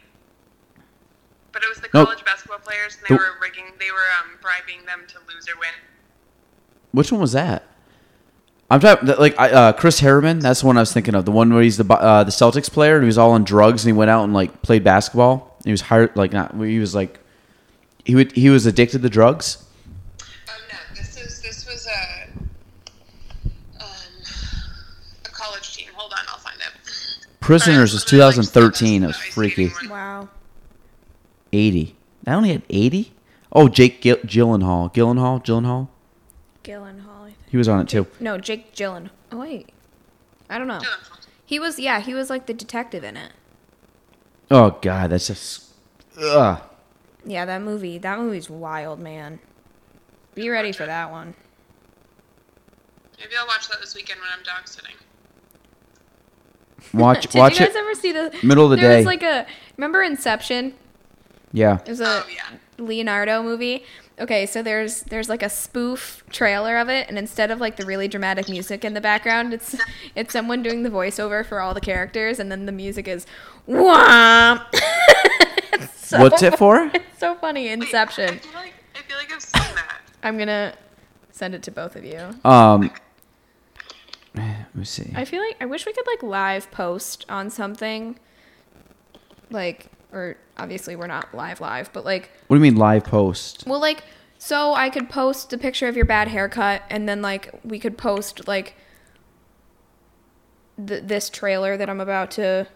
[SPEAKER 6] but it was the
[SPEAKER 1] No.
[SPEAKER 6] college basketball players, and they
[SPEAKER 1] The-
[SPEAKER 6] were rigging, they were um, bribing them to lose or win.
[SPEAKER 1] Which one was that? I'm talking that- like I, uh, Chris Harriman. That's the one I was thinking of. The one where he's the bu- uh, the Celtics player and he was all on drugs and he went out and like played basketball. He was hired like not. He was like he would he was addicted to drugs.
[SPEAKER 6] Um, no, this is this was a um, a college team. Hold on, I'll find it.
[SPEAKER 1] Prisoners was
[SPEAKER 6] Sorry, I really liked the
[SPEAKER 1] 2013. It was
[SPEAKER 6] best ice skating
[SPEAKER 1] freaky.
[SPEAKER 6] one.
[SPEAKER 2] Wow.
[SPEAKER 1] 80. I only had 80. Oh, Jake Gil- Gyllenhaal. Gyllenhaal. Gyllenhaal.
[SPEAKER 2] Gyllenhaal. I think.
[SPEAKER 1] He was on it too.
[SPEAKER 2] No, Jake Gyllen. Oh wait, I don't know.
[SPEAKER 6] Yeah.
[SPEAKER 2] He was yeah, he was like the detective in it.
[SPEAKER 1] Oh God, that's just. Ugh.
[SPEAKER 2] Yeah, that movie. That movie's wild, man. Be ready for that one.
[SPEAKER 6] Maybe I'll watch that this weekend when I'm dog sitting.
[SPEAKER 1] Watch
[SPEAKER 2] <laughs> Did
[SPEAKER 1] watch
[SPEAKER 2] you
[SPEAKER 1] it.
[SPEAKER 2] guys ever see the
[SPEAKER 1] Middle of the
[SPEAKER 2] there
[SPEAKER 1] day.
[SPEAKER 2] was like a remember Inception?
[SPEAKER 1] yeah.
[SPEAKER 2] It was a
[SPEAKER 6] Oh yeah.
[SPEAKER 2] Leonardo movie. Okay, so there's there's like a spoof trailer of it, and instead of like the really dramatic music in the background, it's it's someone doing the voiceover for all the characters, and then the music is wham. <laughs> It's <laughs> so
[SPEAKER 1] What's it
[SPEAKER 2] <laughs>
[SPEAKER 1] for?
[SPEAKER 2] It's so funny,
[SPEAKER 6] Wait, I
[SPEAKER 2] Inception.
[SPEAKER 6] feel like I feel like I've seen that.
[SPEAKER 2] I'm gonna send it to both of you.
[SPEAKER 1] Um. Let me see.
[SPEAKER 2] I feel like I wish we could like live post on something like or obviously we're not live live, but like
[SPEAKER 1] What do you mean live post?
[SPEAKER 2] well like so I could post the picture of your bad haircut and then like we could post like th- this trailer that I'm about to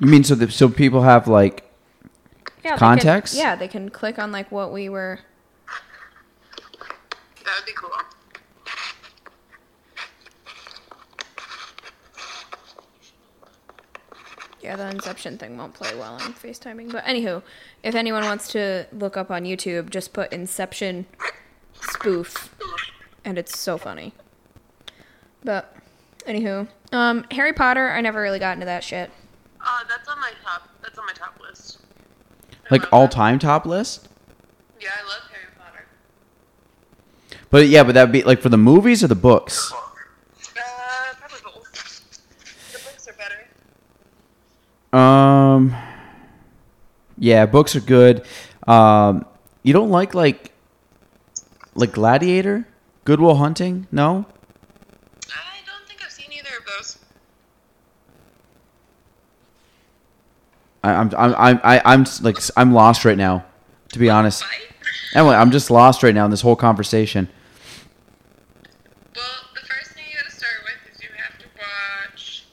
[SPEAKER 1] You mean so that so people have like
[SPEAKER 2] yeah, they can-
[SPEAKER 1] Context?
[SPEAKER 2] yeah, they can click on like what we were
[SPEAKER 6] That would be cool.
[SPEAKER 2] Yeah, the Inception thing won't play well on FaceTiming. But anywho, if anyone wants to look up on YouTube, just put Inception spoof, and it's so funny. But anywho, um, Harry Potter, I never really got into that shit.
[SPEAKER 6] Uh, that's on my top. That's on my top list. I
[SPEAKER 1] like
[SPEAKER 6] love
[SPEAKER 1] all
[SPEAKER 6] that.
[SPEAKER 1] time top list?
[SPEAKER 6] Yeah, I love Harry Potter.
[SPEAKER 1] But yeah, but that'd be like for the movies or the books.
[SPEAKER 6] Uh, probably both. The books are better.
[SPEAKER 1] Um, yeah, books are good. Um, you don't like like like Gladiator, Goodwill Hunting? No,
[SPEAKER 6] I don't think I've seen either of those.
[SPEAKER 1] I, I'm I'm I'm I, I'm s- like s- I'm lost right now. To be honest,
[SPEAKER 6] Fight?
[SPEAKER 1] Emily, I'm just lost right now in this whole conversation.
[SPEAKER 6] Well, the first thing you gotta start with is you have to watch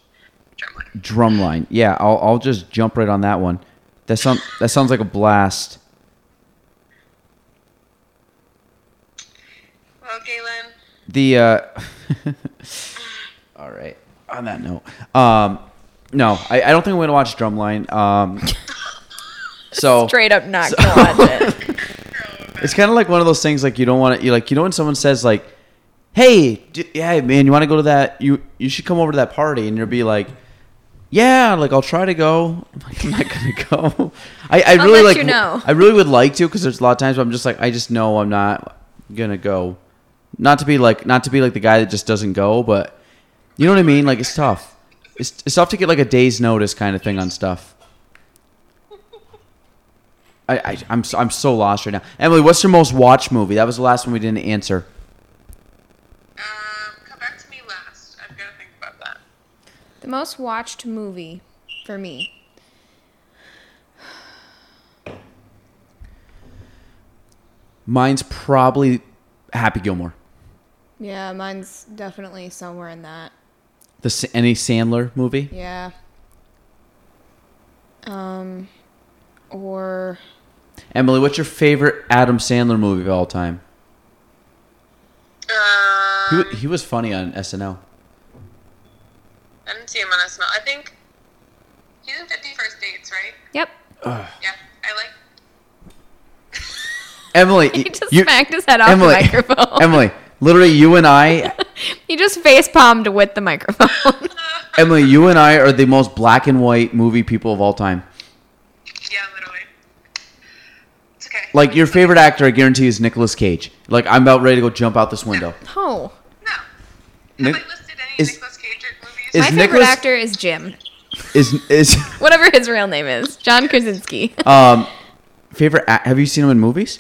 [SPEAKER 6] Drumline.
[SPEAKER 1] Drumline, yeah, I'll I'll just jump right on that one. That sound that sounds like a blast.
[SPEAKER 6] Well, Galen,
[SPEAKER 1] The uh, <laughs> all right. On that note, um, no, I, I don't think I'm going to watch Drumline. Um, <laughs> Oh. so
[SPEAKER 3] Straight up not gonna watch it.
[SPEAKER 1] It's kind of like one of those things like you don't want to you like you know when someone says like, "Hey, d- yeah, man, you want to go to that? You you should come over to that party." And you'll be like, "Yeah, like I'll try to go." I'm like, I'm not gonna go. I I
[SPEAKER 2] I'll
[SPEAKER 1] really
[SPEAKER 2] let
[SPEAKER 1] like
[SPEAKER 2] you know.
[SPEAKER 1] I really would like to because there's a lot of times where I'm just like I just know I'm not gonna go. Not to be like not to be like the guy that just doesn't go, but you know what I mean. Like it's tough. It's, it's tough to get like a day's notice kind of thing on stuff. I, I I'm so, I'm so lost right now. Emily, what's your most watched movie? That was the last one we didn't answer.
[SPEAKER 6] um, come back to me last. I've gotta think about that.
[SPEAKER 2] The most watched movie for me.
[SPEAKER 1] Mine's probably Happy Gilmore.
[SPEAKER 2] Yeah, mine's definitely somewhere in that.
[SPEAKER 1] The S- any Sandler movie?
[SPEAKER 2] Yeah. Um, or
[SPEAKER 1] Emily, what's your favorite Adam Sandler movie of all time? He,
[SPEAKER 6] Um,
[SPEAKER 1] wa- he was funny on SNL.
[SPEAKER 6] I didn't see him on SNL. I think he's in 50 First Dates, right?
[SPEAKER 2] yep,
[SPEAKER 6] Yeah, I like.
[SPEAKER 1] Emily,
[SPEAKER 3] <laughs> He just smacked his head off
[SPEAKER 1] Emily,
[SPEAKER 3] the
[SPEAKER 1] <laughs>
[SPEAKER 3] microphone. <laughs>
[SPEAKER 1] Emily, literally, you and I,
[SPEAKER 3] He just face palmed with the microphone.
[SPEAKER 1] Emily, you and I are the most black and white movie people of all time.
[SPEAKER 6] Yeah, literally. It's okay.
[SPEAKER 1] Like your favorite actor, I guarantee, is Nicolas Cage. Like I'm about ready to go jump out this
[SPEAKER 3] <laughs>
[SPEAKER 1] window.
[SPEAKER 2] <laughs> oh,
[SPEAKER 6] No. Have
[SPEAKER 1] Nic-
[SPEAKER 6] I listed any
[SPEAKER 1] is-
[SPEAKER 6] Nicolas Cage movies?
[SPEAKER 1] is
[SPEAKER 3] My favorite
[SPEAKER 1] Nicolas-
[SPEAKER 3] actor is Jim,
[SPEAKER 1] Is is
[SPEAKER 3] whatever his real name is, John Krasinski.
[SPEAKER 1] um favorite? ac have you seen him in movies?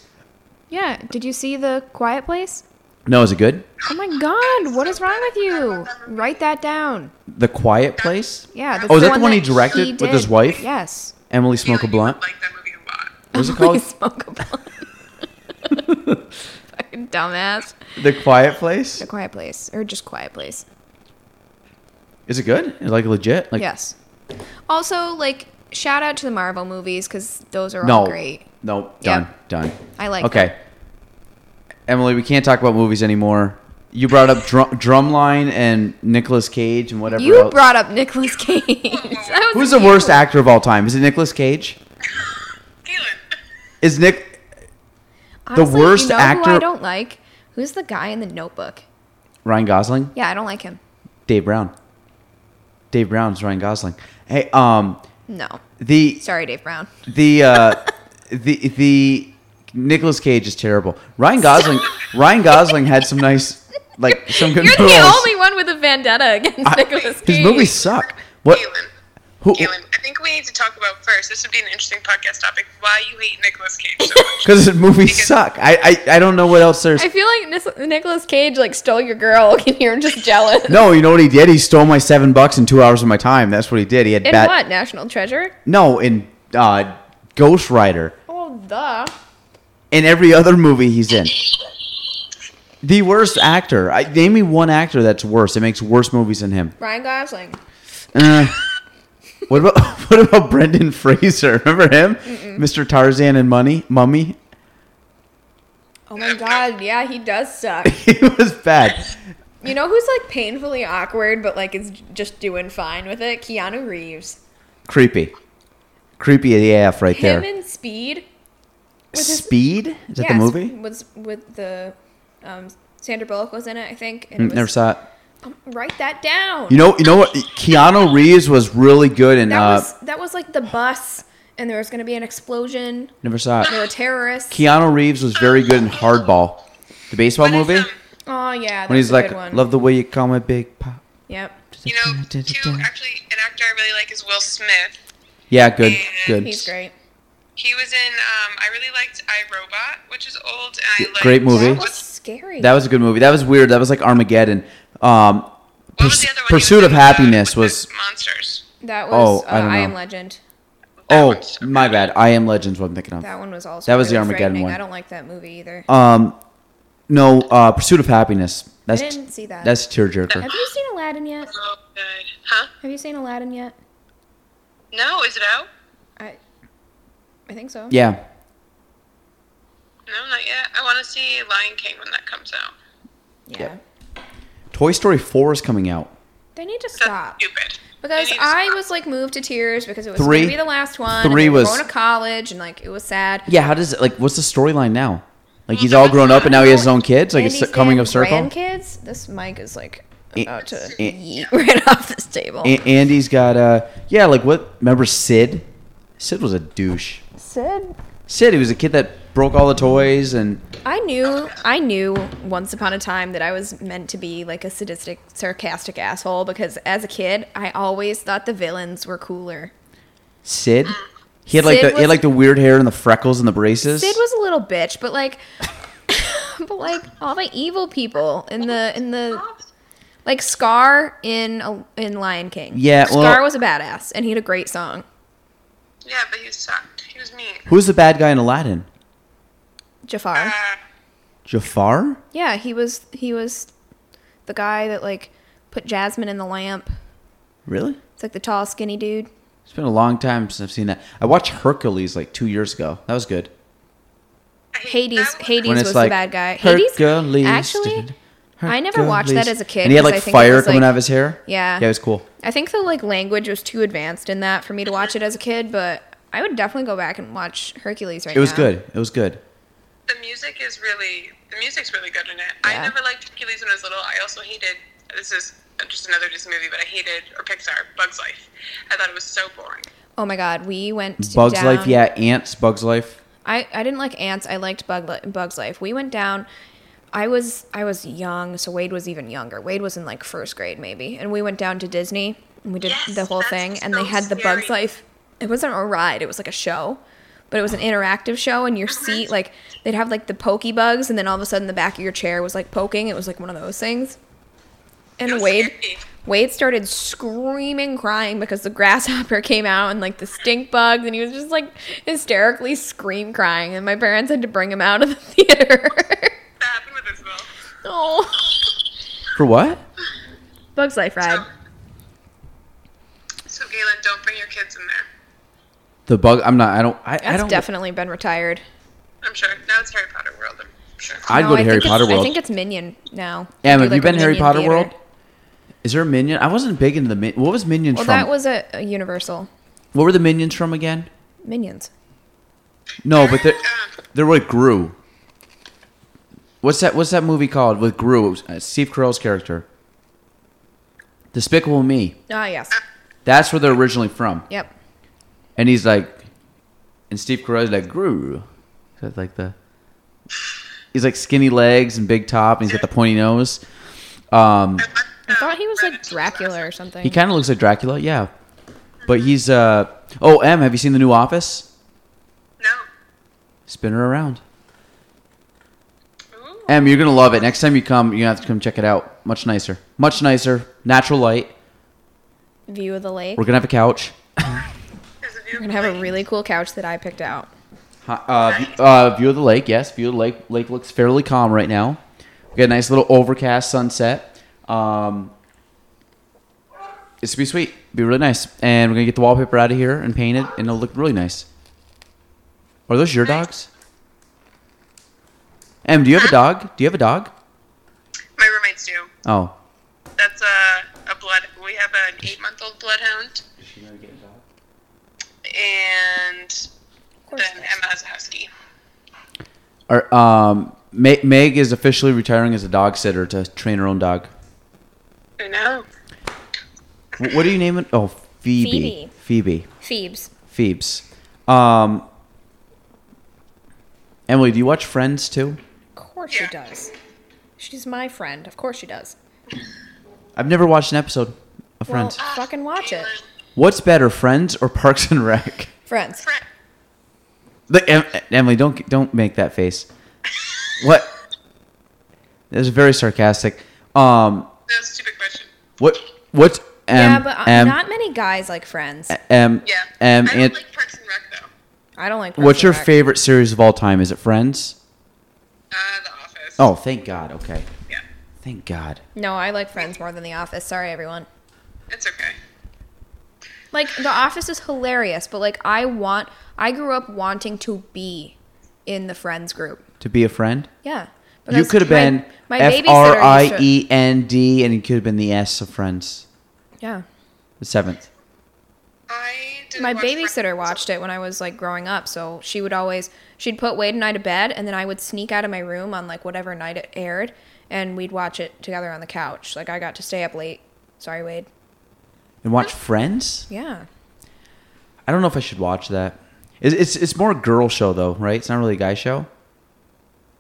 [SPEAKER 2] yeah. Did you see the Quiet Place?
[SPEAKER 1] No, is it good?
[SPEAKER 2] Oh my God! What is wrong with you? Write that down.
[SPEAKER 1] The Quiet Place.
[SPEAKER 2] Yeah.
[SPEAKER 1] Oh, is that the one he directed with his
[SPEAKER 2] did.
[SPEAKER 1] wife?
[SPEAKER 2] Yes.
[SPEAKER 1] Emily
[SPEAKER 6] I feel
[SPEAKER 1] Smoke a
[SPEAKER 6] like you would
[SPEAKER 1] Blunt.
[SPEAKER 6] like that movie a lot.
[SPEAKER 1] What was it
[SPEAKER 3] Please
[SPEAKER 1] called?
[SPEAKER 2] <laughs>
[SPEAKER 3] smoke a blunt. Fucking dumbass.
[SPEAKER 1] the Quiet Place.
[SPEAKER 2] The Quiet Place, or just Quiet Place.
[SPEAKER 1] Is it good? Like legit? Like
[SPEAKER 2] yes. Also, like, shout out to the Marvel movies because those are
[SPEAKER 1] no,
[SPEAKER 2] all great.
[SPEAKER 1] no,
[SPEAKER 2] Yeah.
[SPEAKER 1] done, done.
[SPEAKER 2] I like.
[SPEAKER 1] okay, Emily, we can't talk about movies anymore. You brought up drum, Drumline and Nicolas Cage and whatever
[SPEAKER 2] them. You
[SPEAKER 1] else.
[SPEAKER 2] brought up Nicolas Cage. <laughs> That was
[SPEAKER 1] Who's the worst actor of all time? Is it Nicolas Cage?
[SPEAKER 6] Galen.
[SPEAKER 1] Is Nick?
[SPEAKER 2] Honestly,
[SPEAKER 1] worst
[SPEAKER 2] you know
[SPEAKER 1] actor-
[SPEAKER 2] Who I don't like. Who's the guy in the Notebook?
[SPEAKER 1] Ryan Gosling?
[SPEAKER 2] Yeah, I don't like him.
[SPEAKER 1] Dave Brown. Dave Brown's Ryan Gosling. Hey, um,
[SPEAKER 2] No,
[SPEAKER 1] the
[SPEAKER 2] sorry, Dave Brown.
[SPEAKER 1] the uh, the the Nicolas Cage is terrible. Ryan Gosling. Ryan Gosling had some nice, like some good
[SPEAKER 3] You're
[SPEAKER 1] roles.
[SPEAKER 3] the only one with a vendetta against
[SPEAKER 1] I-
[SPEAKER 3] Nicholas Nicolas Cage.
[SPEAKER 1] His movies suck. What?
[SPEAKER 6] Galen.
[SPEAKER 1] Who-
[SPEAKER 6] Galen, I think we need to talk about first. This would be an interesting podcast topic. Why you hate Nicolas Cage so much?
[SPEAKER 1] Because the movies suck. I, I I don't know what else there's.
[SPEAKER 2] I feel like Nis- Nicolas Cage like stole your girl. <laughs> and you're just jealous.
[SPEAKER 1] No, you know what he did? He stole my seven bucks and two hours of my time. That's what he did. He had
[SPEAKER 2] In
[SPEAKER 1] bad.
[SPEAKER 2] what National Treasure?
[SPEAKER 1] No, in uh, Ghost Rider.
[SPEAKER 2] Oh, duh.
[SPEAKER 1] In every other movie he's in. The worst actor. I, name me one actor that's worse. It makes worse movies than him.
[SPEAKER 2] Ryan Gosling.
[SPEAKER 1] Uh, what about <laughs> what about Brendan Fraser? Remember him, Mr. Tarzan and Money Mummy? <laughs>
[SPEAKER 2] Oh my God, yeah, he does suck.
[SPEAKER 1] He was bad.
[SPEAKER 2] You know who's like painfully awkward, but like is just doing fine with it? Keanu Reason.
[SPEAKER 1] Creepy, creepy AF right
[SPEAKER 2] Him
[SPEAKER 1] there.
[SPEAKER 2] and Speed. with his-
[SPEAKER 1] Speed is that the
[SPEAKER 2] Yes,
[SPEAKER 1] movie?
[SPEAKER 2] Was with the um, Sandra Bullock was in it, I think. And it
[SPEAKER 1] Mm,
[SPEAKER 2] was-
[SPEAKER 1] Never saw it.
[SPEAKER 2] Write that down.
[SPEAKER 1] You know, you know what? Keanu Reeves was really good in.
[SPEAKER 2] that
[SPEAKER 1] Uh,
[SPEAKER 2] was that was like the bus, and there was gonna be an explosion.
[SPEAKER 1] never saw
[SPEAKER 2] There
[SPEAKER 1] it.
[SPEAKER 2] were terrorists.
[SPEAKER 1] Keanu Reeves was very good in Hardball, the baseball
[SPEAKER 6] What is,
[SPEAKER 1] movie.
[SPEAKER 6] um,
[SPEAKER 2] oh yeah, that's
[SPEAKER 1] When he's
[SPEAKER 2] a
[SPEAKER 1] like,
[SPEAKER 2] good one.
[SPEAKER 1] "Love the way you call me, Big Pop."
[SPEAKER 2] Yep.
[SPEAKER 6] um, You know, two actually an actor I really like is Will Smith.
[SPEAKER 1] Yeah, good, good.
[SPEAKER 2] He's great.
[SPEAKER 6] He was in. Um, I really liked I Robot, which is old, and I liked
[SPEAKER 1] Great movie.
[SPEAKER 2] That was
[SPEAKER 6] What's,
[SPEAKER 2] scary.
[SPEAKER 1] That was a good movie. That was weird. That was like Armageddon. Um,
[SPEAKER 6] what was
[SPEAKER 1] Purs-
[SPEAKER 6] the other one? he was
[SPEAKER 1] Pursuit
[SPEAKER 6] in
[SPEAKER 1] of
[SPEAKER 6] with, uh,
[SPEAKER 1] Happiness
[SPEAKER 6] with
[SPEAKER 1] was.
[SPEAKER 6] the monsters.
[SPEAKER 2] that was
[SPEAKER 1] Oh,
[SPEAKER 2] uh,
[SPEAKER 1] I
[SPEAKER 2] I,
[SPEAKER 1] don't know.
[SPEAKER 2] Am Legend.
[SPEAKER 1] Oh,
[SPEAKER 6] one's-
[SPEAKER 1] my bad. I Am Legend's what I'm thinking of.
[SPEAKER 2] That one was also
[SPEAKER 1] That was the
[SPEAKER 2] really
[SPEAKER 1] Armageddon
[SPEAKER 2] frightening.
[SPEAKER 1] one.
[SPEAKER 2] I don't like that movie either.
[SPEAKER 1] Um, no, uh, Pursuit of Happiness. That's
[SPEAKER 2] didn't see that.
[SPEAKER 1] That's a tearjerker.
[SPEAKER 2] Have you seen Aladdin yet?
[SPEAKER 6] Oh, good. Huh?
[SPEAKER 2] Have you seen Aladdin yet?
[SPEAKER 6] No, is it out?
[SPEAKER 2] I I think so.
[SPEAKER 1] Yeah,
[SPEAKER 6] No, not yet. I want to see Lion King when that comes out.
[SPEAKER 2] Yeah.
[SPEAKER 1] Yep. Toy Story Four is coming out.
[SPEAKER 2] They need to
[SPEAKER 6] That's
[SPEAKER 2] stop.
[SPEAKER 6] stupid.
[SPEAKER 2] Because
[SPEAKER 6] They need to
[SPEAKER 2] I
[SPEAKER 6] stop.
[SPEAKER 2] was like moved to tears because it was
[SPEAKER 1] Three-
[SPEAKER 2] going to be the last one. and
[SPEAKER 1] three
[SPEAKER 2] they were
[SPEAKER 1] was-
[SPEAKER 2] going to college and like it was sad.
[SPEAKER 1] Yeah, how does it like? What's the storyline now? Like he's all grown up and now he has his own kids. Like
[SPEAKER 2] And
[SPEAKER 1] it's
[SPEAKER 2] these
[SPEAKER 1] coming
[SPEAKER 2] damn
[SPEAKER 1] of circle.
[SPEAKER 2] Grandkids. This mic is like
[SPEAKER 1] Eh,
[SPEAKER 2] about to
[SPEAKER 1] eh.
[SPEAKER 2] <laughs> yeet right off this table.
[SPEAKER 1] A- Andy's got uh yeah like what? Remember Sid? Sid was a douche.
[SPEAKER 2] Sid,
[SPEAKER 1] Sid, he was a kid that broke all the toys and
[SPEAKER 2] I knew I knew once upon a time that I was meant to be like a sadistic, sarcastic asshole because as a kid I always thought the villains were cooler.
[SPEAKER 1] Sid. He had like
[SPEAKER 2] Uh, Sid
[SPEAKER 1] the he had
[SPEAKER 2] was-
[SPEAKER 1] like the weird hair and the freckles and the braces.
[SPEAKER 2] Sid was a little bitch, but like, <laughs> but like all the evil people in the in the like Scar in in Lion King.
[SPEAKER 1] Yeah,
[SPEAKER 2] Scar
[SPEAKER 1] well-
[SPEAKER 2] was a badass, and he had a great song.
[SPEAKER 6] Yeah, but he sucked. He was mean.
[SPEAKER 1] Who's the bad guy in Aladdin?
[SPEAKER 2] Jafar.
[SPEAKER 6] Uh,
[SPEAKER 1] Jafar?
[SPEAKER 2] Yeah, he was he was the guy that like put Jasmine in the lamp.
[SPEAKER 1] Really?
[SPEAKER 2] It's like the tall, skinny dude.
[SPEAKER 1] It's been a long time since I've seen that. I watched Hercules like two years ago. That was good.
[SPEAKER 6] I hate
[SPEAKER 2] Hades
[SPEAKER 6] that one.
[SPEAKER 2] Hades
[SPEAKER 1] When it's
[SPEAKER 2] was
[SPEAKER 1] like
[SPEAKER 2] the bad guy. Hades
[SPEAKER 1] Hercules.
[SPEAKER 2] actually. I never watched that
[SPEAKER 1] Hercules.
[SPEAKER 2] as a kid
[SPEAKER 1] And he had
[SPEAKER 2] 'cause
[SPEAKER 1] like
[SPEAKER 2] I think it
[SPEAKER 1] fire
[SPEAKER 2] was,
[SPEAKER 1] coming
[SPEAKER 2] like-
[SPEAKER 1] out of his hair.
[SPEAKER 2] Yeah.
[SPEAKER 1] Yeah, it was cool.
[SPEAKER 2] I think the like language was too advanced in that for me to watch it as a kid, but I would definitely go back and watch Hercules right now.
[SPEAKER 1] It was good. It was good.
[SPEAKER 6] The music is really the music's really good in it.
[SPEAKER 2] Yeah.
[SPEAKER 6] I never liked Hercules when I was little. I also hated this is just another Disney movie, but I hated or Pixar Bugs Life. I thought it was so boring.
[SPEAKER 2] Oh my god, we went
[SPEAKER 1] Bugs
[SPEAKER 2] down-
[SPEAKER 1] Life, yeah. Ants, Bugs Life.
[SPEAKER 2] I, I didn't like ants. I liked bug li- Bugs Life. We went down. I was I was young, so Wade was even younger. Wade was in like first grade maybe, and we went down to Disney. and We did
[SPEAKER 6] Yes,
[SPEAKER 2] the whole
[SPEAKER 6] that's
[SPEAKER 2] thing, and
[SPEAKER 6] so
[SPEAKER 2] they had the Bugs
[SPEAKER 6] scary.
[SPEAKER 2] Life. It wasn't a ride. It was like a show, but it was an interactive show. And your
[SPEAKER 6] Uh-huh.
[SPEAKER 2] seat, like they'd have like the pokey bugs, and then all of a sudden the back of your chair was like poking. It was like one of those things.
[SPEAKER 6] It
[SPEAKER 2] And
[SPEAKER 6] was
[SPEAKER 2] Wade.
[SPEAKER 6] scary.
[SPEAKER 2] Wade started screaming, crying because the <laughs> grasshopper came out and like the stink bug, and he was just like hysterically scream crying. And my parents had to bring him out of the <laughs> theater.
[SPEAKER 6] That happened with Isabel.
[SPEAKER 2] oh,
[SPEAKER 1] For what?
[SPEAKER 2] Bugs Life ride.
[SPEAKER 6] So, so Galen, don't bring your kids in there.
[SPEAKER 1] The bug. I'm not. I don't. I, I
[SPEAKER 2] That's
[SPEAKER 1] don't.
[SPEAKER 2] definitely been retired.
[SPEAKER 6] I'm sure now it's Harry Potter World. I'm sure.
[SPEAKER 1] I'd
[SPEAKER 2] No,
[SPEAKER 1] go to
[SPEAKER 2] I
[SPEAKER 1] Harry
[SPEAKER 2] think
[SPEAKER 1] Potter
[SPEAKER 2] it's,
[SPEAKER 1] World.
[SPEAKER 2] I think it's Minion now. They
[SPEAKER 1] Em,
[SPEAKER 2] do,
[SPEAKER 1] have you
[SPEAKER 2] like, a
[SPEAKER 1] been Harry
[SPEAKER 2] Minion
[SPEAKER 1] Potter
[SPEAKER 2] theater.
[SPEAKER 1] World? Is there a minion? I wasn't big into the min. What was minions
[SPEAKER 2] Well,
[SPEAKER 1] from?
[SPEAKER 2] that was a, a Universal
[SPEAKER 1] what were the minions from again?
[SPEAKER 2] Minions.
[SPEAKER 1] No, but they're,
[SPEAKER 6] Um,
[SPEAKER 1] they're like Gru. What's that? What's that movie called with Gru? It was, uh, Steve Carell's character. Despicable Me.
[SPEAKER 2] Ah, yes.
[SPEAKER 1] That's where they're originally from.
[SPEAKER 2] Yep.
[SPEAKER 1] And he's like, and Steve Carell's like Gru. Is that like the? He's like skinny legs and big top, and he's got the pointy nose. Um,
[SPEAKER 6] I
[SPEAKER 2] I thought he was like Dracula or something.
[SPEAKER 1] he kind of looks like Dracula. Yeah. But he's uh oh M. Have you seen the new Office?
[SPEAKER 6] No.
[SPEAKER 1] Spin her around.
[SPEAKER 6] Ooh.
[SPEAKER 1] Em, you're gonna love it. Next time you come, you're gonna have to come check it out. Much nicer. Much nicer. Natural light.
[SPEAKER 2] View of the lake.
[SPEAKER 1] We're gonna have a couch.
[SPEAKER 6] There's a view
[SPEAKER 2] We're
[SPEAKER 6] of
[SPEAKER 2] gonna
[SPEAKER 6] the
[SPEAKER 2] have a
[SPEAKER 6] lake.
[SPEAKER 2] really cool couch that I picked out.
[SPEAKER 1] Hi- Uh, view, uh, view of the lake. Yes, view of the lake. Lake looks fairly calm right now. We got a nice little overcast sunset. Um, it's gonna be sweet. Be really nice. And we're gonna get the wallpaper out of here and paint it, and it'll look really nice. Are those your dogs? Em, do you have a dog? Do you have a dog?
[SPEAKER 6] My roommates do.
[SPEAKER 1] Oh.
[SPEAKER 6] That's a, a blood. We have an eight month old bloodhound,
[SPEAKER 1] Is she gonna get a dog?
[SPEAKER 6] and then Emma has a husky.
[SPEAKER 1] Our, um, Meg, Meg is officially retiring as a dog sitter to train her own dog.
[SPEAKER 6] I know.
[SPEAKER 1] Wh- What do you name it? Oh, Phoebe. Phoebe.
[SPEAKER 2] Phoebes.
[SPEAKER 1] Phoebes. Um, Emily, do you watch Friends too?
[SPEAKER 2] Of course
[SPEAKER 6] Yeah.
[SPEAKER 2] she does. She's my friend. Of course she does.
[SPEAKER 1] I've never watched an episode of Friends.
[SPEAKER 2] Well, fucking watch it.
[SPEAKER 6] Caitlin,
[SPEAKER 1] What's better, Friends or Parks and Rec? <laughs>
[SPEAKER 2] Friends.
[SPEAKER 6] Fran-
[SPEAKER 1] Like, em- Emily, don't don't make that
[SPEAKER 2] <laughs>
[SPEAKER 1] face. What? That was very sarcastic. Um,
[SPEAKER 6] That was a stupid question.
[SPEAKER 1] what? What's em,
[SPEAKER 2] yeah, but uh,
[SPEAKER 1] em,
[SPEAKER 2] not many guys like Friends.
[SPEAKER 1] em,
[SPEAKER 6] Yeah.
[SPEAKER 1] em,
[SPEAKER 6] I don't
[SPEAKER 1] and-
[SPEAKER 6] like Parks Um, and Rec though.
[SPEAKER 2] I don't like. Parks
[SPEAKER 1] What's
[SPEAKER 2] and
[SPEAKER 1] your
[SPEAKER 2] Rec.
[SPEAKER 1] favorite series of all time? Is it Friends?
[SPEAKER 6] Uh, The Office.
[SPEAKER 1] Oh, thank God. Okay.
[SPEAKER 6] Yeah.
[SPEAKER 1] Thank God.
[SPEAKER 2] No, I like Friends more than The Office. Sorry, everyone.
[SPEAKER 6] It's okay.
[SPEAKER 2] Like The Office is hilarious, but like I want, I grew up wanting to be in the Friends group.
[SPEAKER 1] To be a friend?
[SPEAKER 2] Yeah.
[SPEAKER 1] you
[SPEAKER 2] because
[SPEAKER 1] could have
[SPEAKER 2] my-
[SPEAKER 1] been
[SPEAKER 2] my
[SPEAKER 1] F
[SPEAKER 2] babysitter
[SPEAKER 1] R
[SPEAKER 2] used
[SPEAKER 1] I
[SPEAKER 2] to-
[SPEAKER 1] E N D, and you could have been the S of Friends.
[SPEAKER 2] Yeah.
[SPEAKER 1] The seventh.
[SPEAKER 6] I didn't
[SPEAKER 2] My
[SPEAKER 6] watch
[SPEAKER 2] babysitter
[SPEAKER 6] Friends.
[SPEAKER 2] watched it when I was like growing up, so she would always she'd put Wade and I to bed, and then I would sneak out of my room on like whatever night it aired, and we'd watch it together on the couch. Like I got to stay up late. Sorry, Wade.
[SPEAKER 1] And watch Friends?
[SPEAKER 2] Yeah.
[SPEAKER 1] I don't know if I should watch that. It's, it's, it's more a girl show, though, right? It's not really a guy show.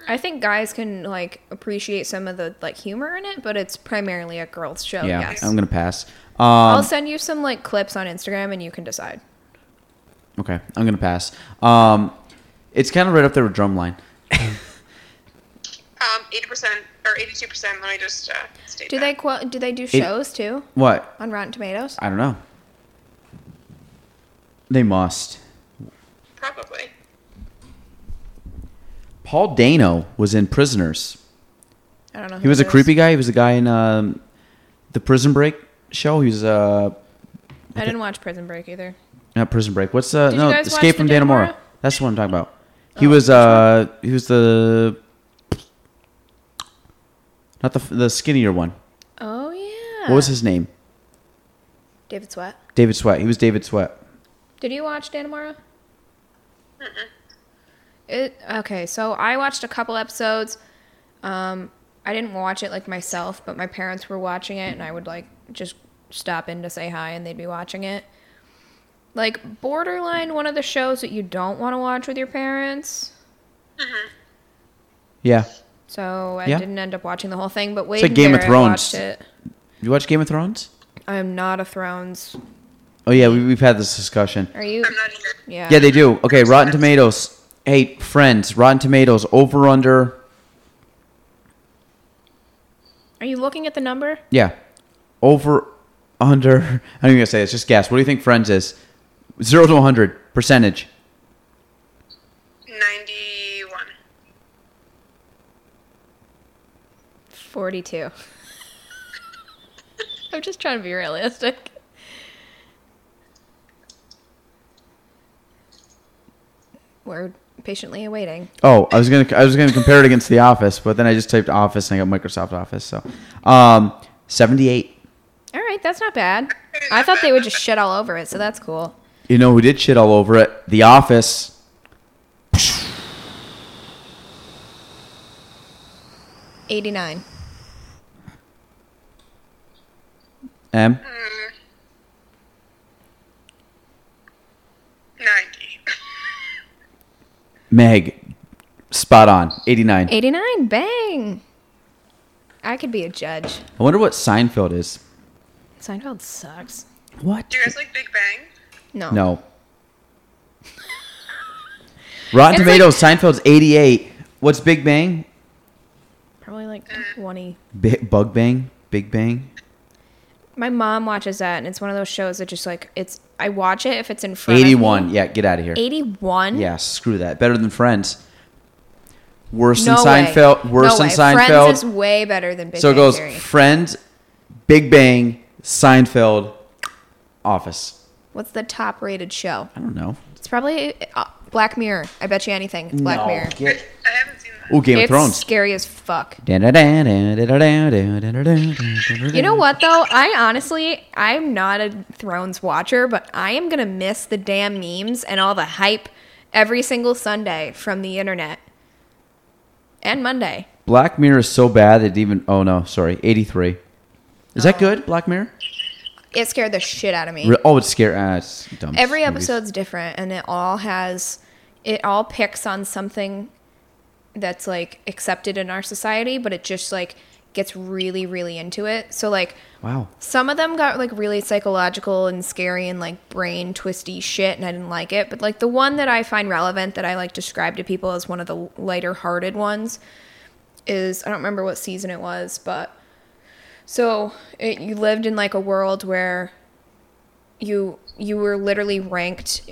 [SPEAKER 2] I think guys can like appreciate some of the like humor in it, but it's primarily a girls show.
[SPEAKER 1] yeah,
[SPEAKER 2] Oh, Yes.
[SPEAKER 1] I'm going to pass.
[SPEAKER 2] I'll
[SPEAKER 1] Um,
[SPEAKER 2] send you some like clips on Instagram, and you can decide.
[SPEAKER 1] okay, I'm going to pass. Um, it's kind of right up there with Drumline.
[SPEAKER 6] Um, eighty percent or eighty-two percent. Let me just uh, state
[SPEAKER 2] Do
[SPEAKER 6] that.
[SPEAKER 2] they quote? Do they do shows too
[SPEAKER 1] What?
[SPEAKER 2] on Rotten Tomatoes?
[SPEAKER 1] I don't know. They must.
[SPEAKER 6] Probably.
[SPEAKER 1] Paul Dano was in Prisoners.
[SPEAKER 2] I don't know.
[SPEAKER 1] He was a
[SPEAKER 2] who it is.
[SPEAKER 1] creepy guy. He was a guy in um, the Prison Break show. He was uh,
[SPEAKER 2] I didn't watch Prison Break either.
[SPEAKER 1] not Prison Break. What's uh,
[SPEAKER 2] Did you
[SPEAKER 1] no
[SPEAKER 2] guys
[SPEAKER 1] Escape
[SPEAKER 2] watch
[SPEAKER 1] from
[SPEAKER 2] the Oh,
[SPEAKER 1] Danamora?
[SPEAKER 2] Dannemora?
[SPEAKER 1] That's what I'm talking about. He was uh, he was the not the the skinnier one.
[SPEAKER 2] Oh yeah.
[SPEAKER 1] What was his name?
[SPEAKER 2] David Sweat.
[SPEAKER 1] David Sweat. He was David Sweat.
[SPEAKER 2] Did you watch Danamora? It okay. So I watched a couple episodes. Um, I didn't watch it like myself, but my parents were watching it, and I would like just stop in to say hi, and they'd be watching it. Like borderline one of the shows that you don't want to watch with your parents.
[SPEAKER 1] Yeah.
[SPEAKER 2] So I
[SPEAKER 1] Yeah.
[SPEAKER 2] didn't end up watching the whole thing, but Wade
[SPEAKER 1] like
[SPEAKER 2] and
[SPEAKER 1] Game of
[SPEAKER 2] Barrett
[SPEAKER 1] Thrones.
[SPEAKER 2] watched it.
[SPEAKER 1] You watch Game of Thrones?
[SPEAKER 2] I am not a Thrones.
[SPEAKER 1] Oh yeah, we, we've had this discussion.
[SPEAKER 2] Are you?
[SPEAKER 6] I'm not either.
[SPEAKER 2] Yeah.
[SPEAKER 1] Yeah, they do. Okay, Rotten Tomatoes. Hey, friends, Rotten Tomatoes over under.
[SPEAKER 2] Are you looking at the number?
[SPEAKER 1] Yeah. Over, under. <laughs> I'm not even gonna say it. It's just guess. What do you think Friends is? Zero to 100 percentage.
[SPEAKER 6] Ninety-one.
[SPEAKER 2] Forty-two. <laughs> I'm just trying to be realistic. We're patiently awaiting.
[SPEAKER 1] Oh, I was gonna I was gonna compare it against The Office, but then I just typed Office and I got Microsoft Office. So, um, 78.
[SPEAKER 2] All right, that's not bad. I thought they would just shit all over it, so that's cool.
[SPEAKER 1] You know who did shit all over it? The Office.
[SPEAKER 2] Eighty-nine.
[SPEAKER 1] M.
[SPEAKER 6] Ninety.
[SPEAKER 1] Meg. Spot on. 89.
[SPEAKER 2] Eighty-nine. Bang. I could be a judge.
[SPEAKER 1] I wonder what Seinfeld is.
[SPEAKER 2] Seinfeld sucks.
[SPEAKER 1] What?
[SPEAKER 6] Do you guys like Big Bang?
[SPEAKER 2] No.
[SPEAKER 1] No. Rotten
[SPEAKER 2] It's
[SPEAKER 1] Tomatoes, Seinfeld's 88. What's Big Bang?
[SPEAKER 2] Probably like 20.
[SPEAKER 1] Bi- Bug Bang? Big Bang?
[SPEAKER 2] My mom watches that, and it's one of those shows that just like it's. I watch it if it's in front. of me.
[SPEAKER 1] 81. Yeah, get out of here.
[SPEAKER 2] Eighty-one.
[SPEAKER 1] Yeah, screw that. Better than Friends. Worse
[SPEAKER 2] No
[SPEAKER 1] than
[SPEAKER 2] way.
[SPEAKER 1] Seinfeld. Worse
[SPEAKER 2] No
[SPEAKER 1] than
[SPEAKER 2] way.
[SPEAKER 1] Seinfeld.
[SPEAKER 2] Friends is way better than Big
[SPEAKER 1] so it
[SPEAKER 2] Bang
[SPEAKER 1] goes
[SPEAKER 2] Theory.
[SPEAKER 1] Friends, Big Bang, Seinfeld, Office.
[SPEAKER 2] What's the top-rated show?
[SPEAKER 1] I don't know.
[SPEAKER 2] It's probably uh, Black Mirror. I bet you anything. It's Black
[SPEAKER 1] No,
[SPEAKER 2] Mirror.
[SPEAKER 1] get-
[SPEAKER 6] I haven't seen that.
[SPEAKER 1] Ooh, Game
[SPEAKER 2] it's
[SPEAKER 1] of Thrones.
[SPEAKER 2] scary as fuck. You
[SPEAKER 1] You
[SPEAKER 2] know what though? I honestly, I'm not a Thrones watcher, but I am gonna miss the damn memes and all the hype every single Sunday from the internet and Monday.
[SPEAKER 1] Black Mirror is so bad that it even. Oh no, sorry, eighty three. Is
[SPEAKER 2] Oh.
[SPEAKER 1] that good, Black Mirror?
[SPEAKER 2] It scared the shit out of me.
[SPEAKER 1] Re- Oh, it's scary. Ah, it's dumb.
[SPEAKER 2] Every
[SPEAKER 1] movies.
[SPEAKER 2] episode's different, and it all has, it all picks on something that's like accepted in our society, but it just like gets really, really into it. So like
[SPEAKER 1] Wow.
[SPEAKER 2] some of them got like really psychological and scary and like brain twisty shit and i didn't like it but like the one that i find relevant that i like describe to people as one of the lighter hearted ones is i don't remember what season it was but so it, you lived in like a world where you you were literally ranked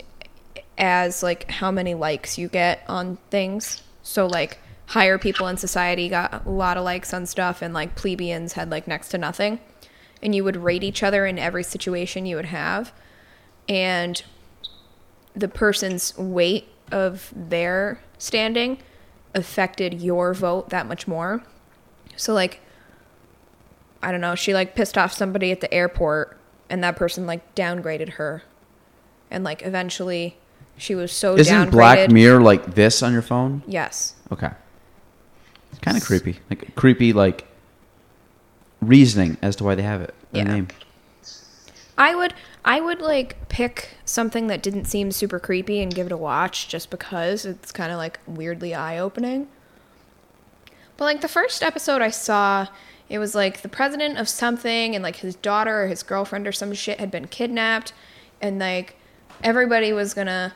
[SPEAKER 2] as like how many likes you get on things. So like higher people in society got a lot of likes on stuff and like plebeians had like next to nothing. And you would rate each other in every situation you would have. And the person's weight of their standing affected your vote that much more. So like I don't know, she like pissed off somebody at the airport and that person like downgraded her. And like eventually she was so
[SPEAKER 1] Isn't
[SPEAKER 2] downgraded.
[SPEAKER 1] Black Mirror like this on your phone?
[SPEAKER 2] Yes.
[SPEAKER 1] Okay. It's kind of creepy. Like creepy, like reasoning as to why they have it. their
[SPEAKER 2] Yeah.
[SPEAKER 1] name.
[SPEAKER 2] I would I would like pick something that didn't seem super creepy and give it a watch just because it's kind of like weirdly eye-opening. But like the first episode I saw, it was like the president of something and like his daughter or his girlfriend or some shit had been kidnapped and like everybody was going to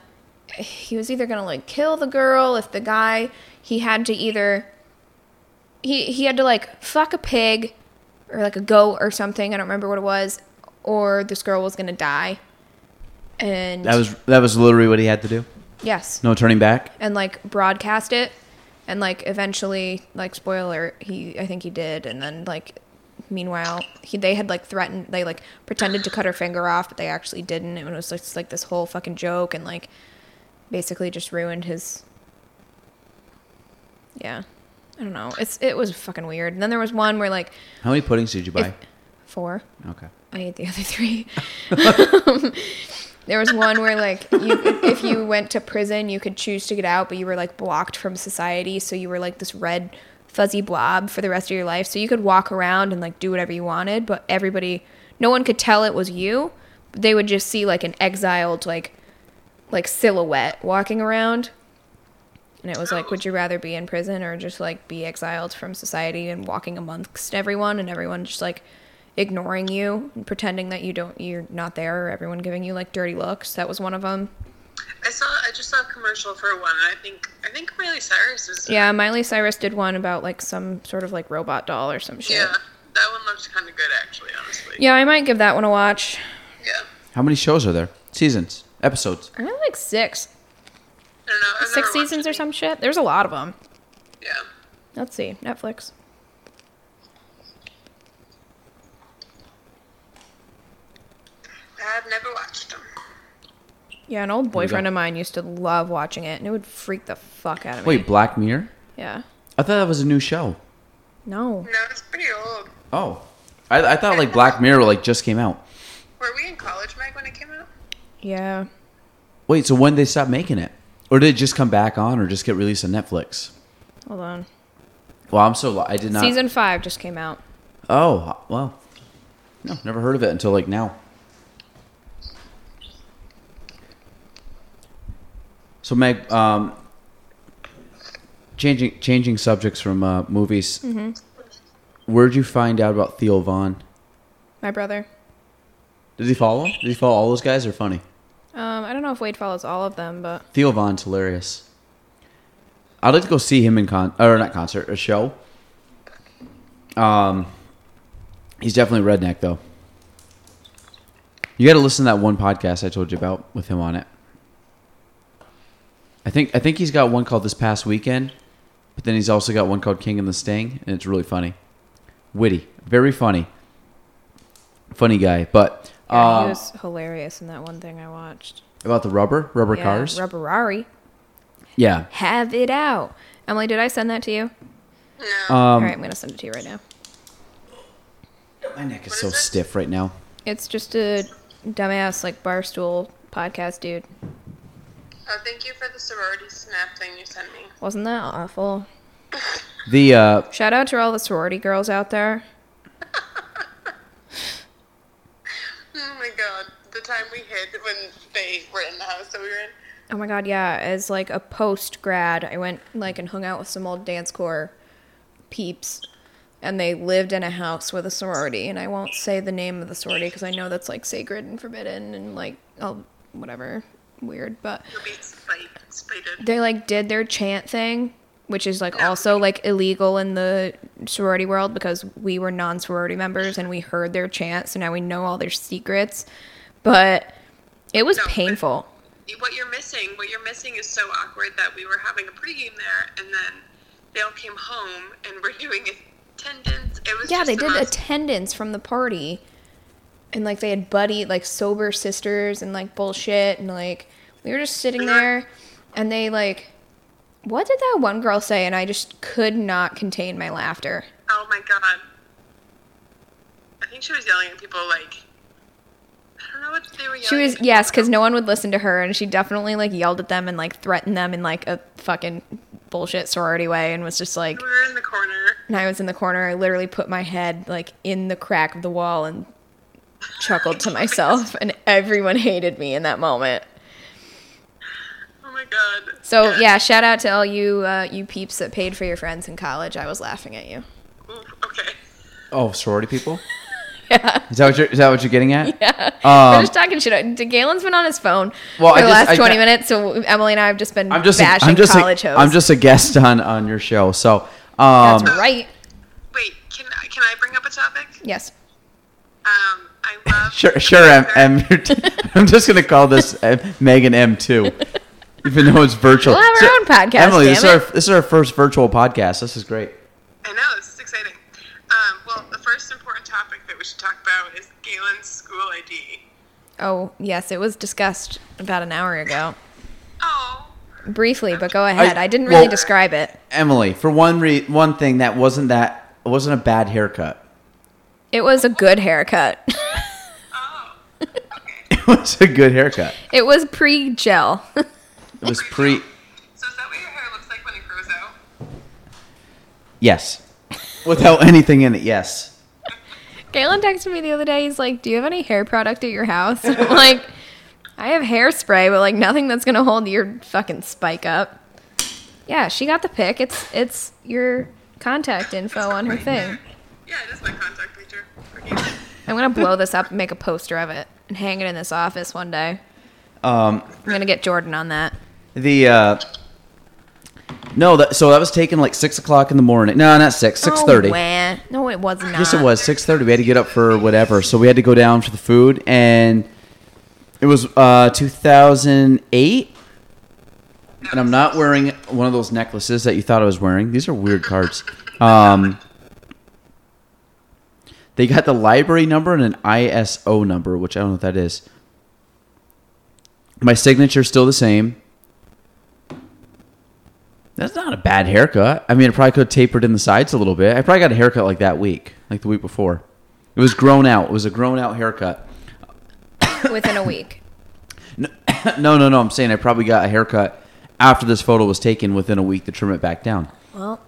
[SPEAKER 2] he was either going to like kill the girl if the guy he had to either he he had to like fuck a pig or like a goat or something. I don't remember what it was. Or this girl was gonna die. And
[SPEAKER 1] That was that was literally what he had to do.
[SPEAKER 2] yes,
[SPEAKER 1] No turning back.
[SPEAKER 2] and like broadcast it, and like eventually, like spoiler, he I think he did, and then like meanwhile he they had like threatened they like pretended to cut her finger off, but they actually didn't, and it was just like this whole fucking joke, and like basically just ruined his. Yeah, I don't know. It's it was fucking weird. And then there was one where like
[SPEAKER 1] How many puddings did you buy?
[SPEAKER 2] four.
[SPEAKER 1] okay.
[SPEAKER 2] I ate the <laughs> other three. Um, there was one where like you, if you went to prison, you could choose to get out, but you were like blocked from society, so you were like this red fuzzy blob for the rest of your life. So you could walk around and like do whatever you wanted, but everybody, no one could tell it was you. They would just see like an exiled like like silhouette walking around. And it was like, would you rather be in prison or just like be exiled from society and walking amongst everyone and everyone just like ignoring you and pretending that you don't you're not there or everyone giving you like dirty looks. That was one of them.
[SPEAKER 6] I saw. I just saw a commercial for one, and I think I think Miley Cyrus is.
[SPEAKER 2] Yeah, Miley Cyrus did one about like some sort of like robot doll or some shit.
[SPEAKER 6] Yeah, that one looked kind of good, actually. Honestly.
[SPEAKER 2] Yeah, I might give that one a watch.
[SPEAKER 6] Yeah.
[SPEAKER 1] How many shows are there? Seasons, episodes.
[SPEAKER 2] I only like six.
[SPEAKER 6] I don't know. I've never
[SPEAKER 2] Six
[SPEAKER 6] watched
[SPEAKER 2] seasons
[SPEAKER 6] it.
[SPEAKER 2] or some shit. There's a lot of them.
[SPEAKER 6] Yeah.
[SPEAKER 2] Let's see. Netflix.
[SPEAKER 6] I've never watched them.
[SPEAKER 2] Yeah, an old boyfriend
[SPEAKER 1] go.
[SPEAKER 2] of mine used to love watching it and it would freak the fuck out of me.
[SPEAKER 1] Wait, Black Mirror?
[SPEAKER 2] Yeah.
[SPEAKER 1] I thought that was a new show.
[SPEAKER 2] No.
[SPEAKER 6] No, it's pretty old.
[SPEAKER 1] Oh, I, I thought like Black Mirror like just came out.
[SPEAKER 6] Were we in college, Meg, when it came out?
[SPEAKER 2] Yeah.
[SPEAKER 1] Wait, so when did they stop making it, or did it just come back on, or just get released on Netflix?
[SPEAKER 2] Hold on.
[SPEAKER 1] Well, I'm so li- I did not.
[SPEAKER 2] Season five just came out.
[SPEAKER 1] Oh well, no, never heard of it until like now. So Meg, um, changing changing subjects from uh, movies. Where'd you find out about Theo Vaughn?
[SPEAKER 2] My brother.
[SPEAKER 1] Did he follow him? Did he follow all those guys? Or funny?
[SPEAKER 2] Um, I don't know if Wade follows all of them, but
[SPEAKER 1] Theo Von's hilarious. I'd like to go see him in con or not concert, a show. Um, he's definitely redneck though. You got to listen to that one podcast I told you about with him on it. I think I think he's got one called this past weekend, but then he's also got one called King and the Sting, and it's really funny, witty, very funny, funny guy. But
[SPEAKER 2] yeah, he
[SPEAKER 1] um,
[SPEAKER 2] was hilarious in that one thing I watched.
[SPEAKER 1] about the rubber, rubber
[SPEAKER 2] Yeah,
[SPEAKER 1] cars,
[SPEAKER 2] Rubberari.
[SPEAKER 1] yeah.
[SPEAKER 2] Have it out. Emily, did I send that to you?
[SPEAKER 6] No.
[SPEAKER 2] all
[SPEAKER 1] Um,
[SPEAKER 2] right, I'm going to send it to you right now.
[SPEAKER 1] My neck is
[SPEAKER 6] What
[SPEAKER 1] so
[SPEAKER 6] is it?
[SPEAKER 1] stiff right now.
[SPEAKER 2] It's just a dumbass, like, barstool podcast dude.
[SPEAKER 6] oh, thank you for the sorority snap thing you sent me.
[SPEAKER 2] Wasn't that awful?
[SPEAKER 1] The uh,
[SPEAKER 2] Shout out to all the sorority girls out there.
[SPEAKER 6] Oh my god. The time we hid when they were in the house that we were in.
[SPEAKER 2] Oh my god, yeah. As like a post grad, I went like and hung out with some old dance corps peeps, and they lived in a house with a sorority. And I won't say the name of the sorority because I know that's like sacred and forbidden and like all whatever weird. But
[SPEAKER 6] You'll be spite, spited.
[SPEAKER 2] they like did their chant thing, which is like also like illegal in the sorority world because we were non sorority members and we heard their chant, so now we know all their secrets. But it was
[SPEAKER 6] No, but-
[SPEAKER 2] painful.
[SPEAKER 6] What you're missing, what you're missing is so awkward that we were having a pregame there and then they all came home and we're <laughs> doing attendance. It was
[SPEAKER 2] Yeah,
[SPEAKER 6] just
[SPEAKER 2] they
[SPEAKER 6] the
[SPEAKER 2] did
[SPEAKER 6] most-
[SPEAKER 2] attendance from the party. And like they had buddy like sober sisters and like bullshit and like we were just sitting there and they like what did that one girl say and I just could not contain my laughter.
[SPEAKER 6] Oh my god. I think she was yelling at people like I don't know what they were yelling.
[SPEAKER 2] She was
[SPEAKER 6] at.
[SPEAKER 2] yes, cuz no one would listen to her and she definitely like yelled at them and like threatened them in like a fucking bullshit sorority way and was just like
[SPEAKER 6] We were in the corner.
[SPEAKER 2] and I was in the corner I literally put my head like in the crack of the wall and chuckled to myself and everyone hated me in that moment.
[SPEAKER 6] Oh my god.
[SPEAKER 2] So yeah, shout out to all you uh, you peeps that paid for your friends in college. I was laughing at you.
[SPEAKER 6] Oof, okay.
[SPEAKER 1] Oh, sorority people?
[SPEAKER 2] <laughs> Yeah,
[SPEAKER 1] Is that what you're, is that what you're getting at?
[SPEAKER 2] we're
[SPEAKER 1] Um,
[SPEAKER 2] just talking shit. out- Galen's been on his phone
[SPEAKER 1] Well,
[SPEAKER 2] for
[SPEAKER 1] I
[SPEAKER 2] the
[SPEAKER 1] just-
[SPEAKER 2] last
[SPEAKER 1] I-
[SPEAKER 2] twenty minutes, so Emily and I have just been
[SPEAKER 1] I'm just a,
[SPEAKER 2] bashing
[SPEAKER 1] I'm just a-
[SPEAKER 2] college hosts.
[SPEAKER 1] I'm just a guest on on your show. So, um,
[SPEAKER 2] That's right.
[SPEAKER 6] Wait, can I- can I bring up a topic?
[SPEAKER 2] Yes.
[SPEAKER 6] Um,
[SPEAKER 1] <laughs>
[SPEAKER 6] I
[SPEAKER 1] <laughs>
[SPEAKER 6] love.
[SPEAKER 1] sure, sure, M, M you're t- I'm <laughs> just gonna call this M, Megan M two, even though it's virtual.
[SPEAKER 2] We'll have our own podcast,
[SPEAKER 1] Emily, this is
[SPEAKER 2] damn
[SPEAKER 1] our
[SPEAKER 2] it.
[SPEAKER 1] this is our first virtual podcast. This is great.
[SPEAKER 6] I know this is exciting. Um, well, the first important topic that we should talk about is Galen's school ID.
[SPEAKER 2] Oh yes, it was discussed about an hour ago,
[SPEAKER 6] Oh,
[SPEAKER 2] briefly, but go ahead. I,
[SPEAKER 1] I-
[SPEAKER 2] didn't really
[SPEAKER 1] well-
[SPEAKER 2] describe it.
[SPEAKER 1] Emily, for one re- one thing, that wasn't that it wasn't a bad haircut. <laughs>
[SPEAKER 2] It was a good haircut. <laughs>
[SPEAKER 6] oh,
[SPEAKER 1] It was a good haircut.
[SPEAKER 2] it was pre-gel. <laughs>
[SPEAKER 1] It was pre.
[SPEAKER 6] so is that what your hair looks like when it grows out?
[SPEAKER 1] Yes, without anything in it. Yes.
[SPEAKER 2] Galen texted me the other day. He's like, "Do you have any hair product at your house?" <laughs> And I'm like, I have hairspray, but like nothing that's gonna hold your fucking spike up. Yeah, she got the pic. It's it's your contact info on her thing.
[SPEAKER 6] Yeah, it is my contact picture. for Galen.
[SPEAKER 2] I'm gonna blow this up and make a poster of it and hang it in this office one day.
[SPEAKER 1] Um,
[SPEAKER 2] I'm gonna get Jordan on that.
[SPEAKER 1] The uh, no, that, so that was taken like six o'clock in the morning. No, not six, six thirty.
[SPEAKER 2] Oh, wah. no, it was not.
[SPEAKER 1] yes, it was six thirty. We had to get up for whatever, so we had to go down for the food, and it was uh, two thousand eight. And I'm not wearing one of those necklaces that you thought I was wearing. These are weird cards. Um, they got the library number and an ISO number, which I don't know what that is. My signature's still the same. That's not a bad haircut. I mean, it probably could have tapered in the sides a little bit. I probably got a haircut like that week, like the week before. It was grown out. It was a grown out haircut. <laughs>
[SPEAKER 2] <laughs> Within a week.
[SPEAKER 1] no, no, no. I'm saying I probably got a haircut after this photo was taken within a week to trim it back down.
[SPEAKER 2] Well,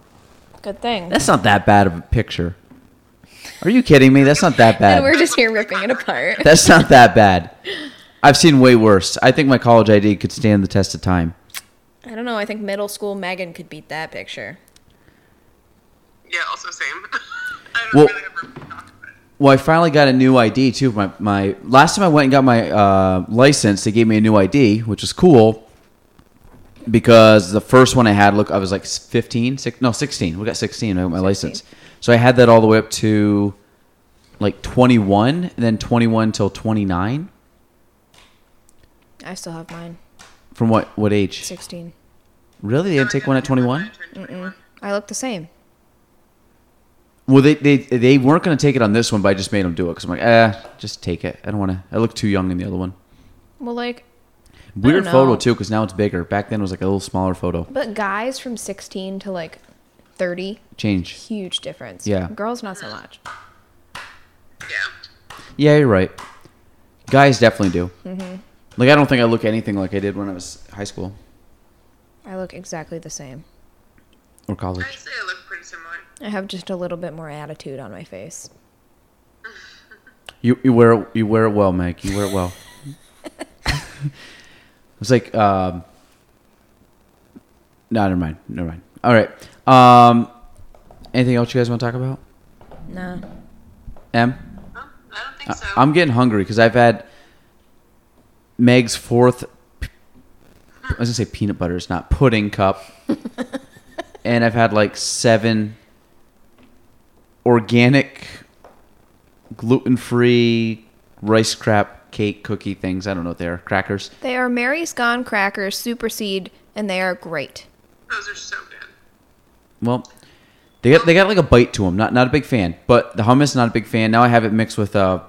[SPEAKER 2] good thing.
[SPEAKER 1] That's not that bad of a picture. Are you kidding me? That's not that
[SPEAKER 2] <laughs> <laughs> And we're
[SPEAKER 1] bad.
[SPEAKER 2] just here ripping it apart.
[SPEAKER 1] That's not that bad. I've seen way worse. I think my college ID could stand the test of time.
[SPEAKER 2] I don't know. I think middle school Megan could beat that picture.
[SPEAKER 6] Yeah, also same. <laughs> I don't
[SPEAKER 1] Well-
[SPEAKER 6] really ever talk about it.
[SPEAKER 1] Well, I finally got a new ID too. My my last time I went and got my uh, license, they gave me a new ID, which was cool because the first one I had, look, I was like 15, six, no, 16. We got 16. I got my license. So I had that all the way up to like 21 and then 21 till 29.
[SPEAKER 2] I still have mine.
[SPEAKER 1] From what what age?
[SPEAKER 2] 16.
[SPEAKER 1] Really? They didn't take one at 21?
[SPEAKER 2] I look the same.
[SPEAKER 1] Well, they they, they weren't going to take it on this one, but I just made them do it because I'm like, eh, just take it. I don't want to. I look too young in the other one.
[SPEAKER 2] Well, like,
[SPEAKER 1] Weird
[SPEAKER 2] know.
[SPEAKER 1] photo too, because now it's bigger. Back then it was like a little smaller photo.
[SPEAKER 2] but guys from 16 to like 30,
[SPEAKER 1] Change.
[SPEAKER 2] huge difference.
[SPEAKER 1] Yeah.
[SPEAKER 2] Girls, not so much.
[SPEAKER 6] Yeah.
[SPEAKER 1] Yeah, you're right. Guys definitely do. Like I don't think I look anything like I did when I was high school
[SPEAKER 2] I look exactly the same.
[SPEAKER 1] or
[SPEAKER 6] I'd
[SPEAKER 1] college.
[SPEAKER 6] say I look pretty similar.
[SPEAKER 2] I have just a little bit more attitude on my face.
[SPEAKER 1] You you wear it, you wear it well, Meg. You wear it well. it's like um. No, never mind. Never mind. All right. Um, anything else you guys want to talk about?
[SPEAKER 2] Nah.
[SPEAKER 1] Em.
[SPEAKER 6] Huh? I don't think
[SPEAKER 1] I-
[SPEAKER 6] so.
[SPEAKER 1] Uh, I'm getting hungry because I've had Meg's fourth. p- I was gonna say peanut butter. It's not pudding cup. and I've had like seven organic, gluten-free rice crap cake cookie things. I don't know what they are. Crackers.
[SPEAKER 2] They are Mary's Gone Crackers Superseed, and they are great.
[SPEAKER 6] Those are so good.
[SPEAKER 1] Well, they got they got like a bite to them. Not not a big fan. But the hummus, not a big fan. Now I have it mixed with uh,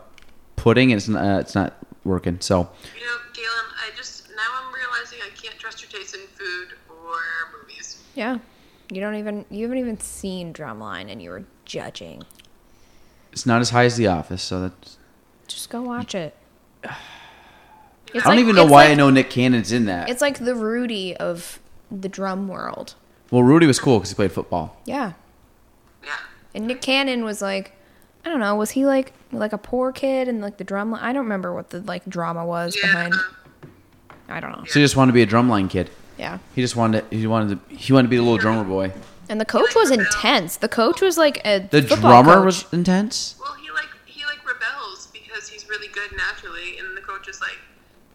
[SPEAKER 1] pudding, and it's not, uh, it's not working. So.
[SPEAKER 6] You know, Galen, I just now I'm realizing I can't trust your taste in food or movies.
[SPEAKER 2] Yeah. You don't even, you haven't even seen Drumline, and you were judging.
[SPEAKER 1] It's not as high as The Office, so that's.
[SPEAKER 2] Just go watch it. It's
[SPEAKER 1] I don't
[SPEAKER 2] like-
[SPEAKER 1] even know
[SPEAKER 2] it's
[SPEAKER 1] why
[SPEAKER 2] like-
[SPEAKER 1] I know Nick Cannon's in that.
[SPEAKER 2] It's like the Rudy of the drum world.
[SPEAKER 1] Well, Rudy was cool because he played football.
[SPEAKER 2] Yeah.
[SPEAKER 6] Yeah.
[SPEAKER 2] And Nick Cannon was like, I don't know, was he like like a poor kid and like the drum? I don't remember what the like drama was
[SPEAKER 6] Yeah.
[SPEAKER 2] behind. I don't know.
[SPEAKER 1] So he just wanted to be a drumline kid.
[SPEAKER 2] Yeah.
[SPEAKER 1] He just wanted to, he wanted to, he wanted to be the little drummer boy.
[SPEAKER 2] And the coach was intense. The coach was like a
[SPEAKER 1] The
[SPEAKER 2] football
[SPEAKER 1] drummer
[SPEAKER 2] coach.
[SPEAKER 1] was intense.
[SPEAKER 6] Well, he like he like rebels because he's really good naturally, and the coach is like,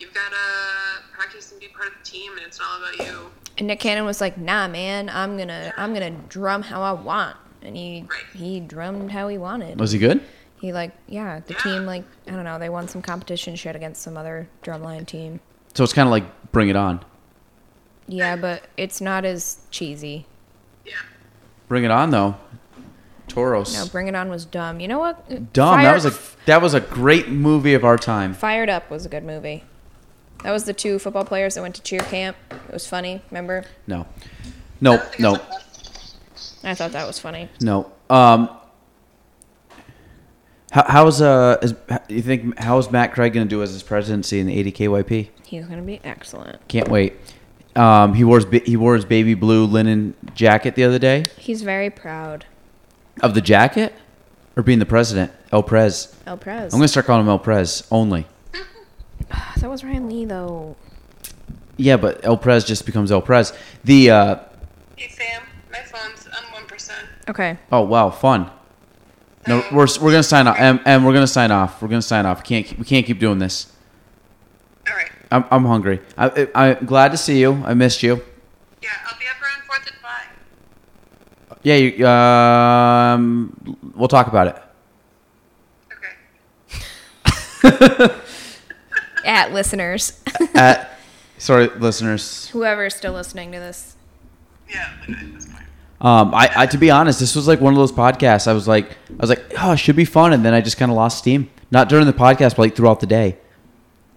[SPEAKER 6] "You've got to practice and be part of the team, and it's not all about you."
[SPEAKER 2] And Nick Cannon was like, Nah, man, I'm gonna I'm gonna drum how I want. And he
[SPEAKER 6] Right.
[SPEAKER 2] he drummed how he wanted.
[SPEAKER 1] Was he good?
[SPEAKER 2] He like yeah, the
[SPEAKER 6] Yeah.
[SPEAKER 2] team like I don't know, they won some competition shit against some other drumline team.
[SPEAKER 1] So it's kind of like Bring It On.
[SPEAKER 2] Yeah, but it's not as cheesy.
[SPEAKER 6] Yeah.
[SPEAKER 1] Bring It On though. Toros.
[SPEAKER 2] No, Bring It On was dumb. You know what?
[SPEAKER 1] Dumb.
[SPEAKER 2] Fire-
[SPEAKER 1] That was a that was a great movie of our time.
[SPEAKER 2] Fired Up was a good movie. That was the two football players that went to cheer camp. It was funny, remember?
[SPEAKER 1] No, no, no,
[SPEAKER 2] I thought that was funny.
[SPEAKER 1] no. Um, how, how's uh is, you think how's Matt Craig gonna do as his presidency in the ADKYP?
[SPEAKER 2] He's gonna be excellent.
[SPEAKER 1] Can't wait. Um, he wore his, ba- he wore his baby blue linen jacket the other day.
[SPEAKER 2] He's very proud.
[SPEAKER 1] Of the jacket, or being the president, El Prez.
[SPEAKER 2] El Prez.
[SPEAKER 1] I'm gonna start calling him El Prez only.
[SPEAKER 2] that was Ryan Lee though.
[SPEAKER 1] Yeah, but El Prez just becomes El Prez. The uh,
[SPEAKER 6] Hey Sam, my phone's on one percent.
[SPEAKER 2] Okay.
[SPEAKER 1] oh wow, fun. No, we're we're gonna sign off, and, and we're gonna sign off. We're gonna sign off. We can't keep- we can't keep doing this.
[SPEAKER 6] All right.
[SPEAKER 1] I'm I'm hungry. I, I I'm glad to see you. I missed you.
[SPEAKER 6] Yeah, I'll be up around fourth and five.
[SPEAKER 1] Yeah, you, um, we'll talk about it.
[SPEAKER 6] Okay.
[SPEAKER 2] At listeners. <laughs>
[SPEAKER 1] At sorry, listeners.
[SPEAKER 2] Whoever's still listening to this.
[SPEAKER 6] Yeah, literally at this point.
[SPEAKER 1] Um, I, I to be honest, this was like one of those podcasts. I was like, I was like, oh, it should be fun, and then I just kind of lost steam. Not during the podcast, but like throughout the day.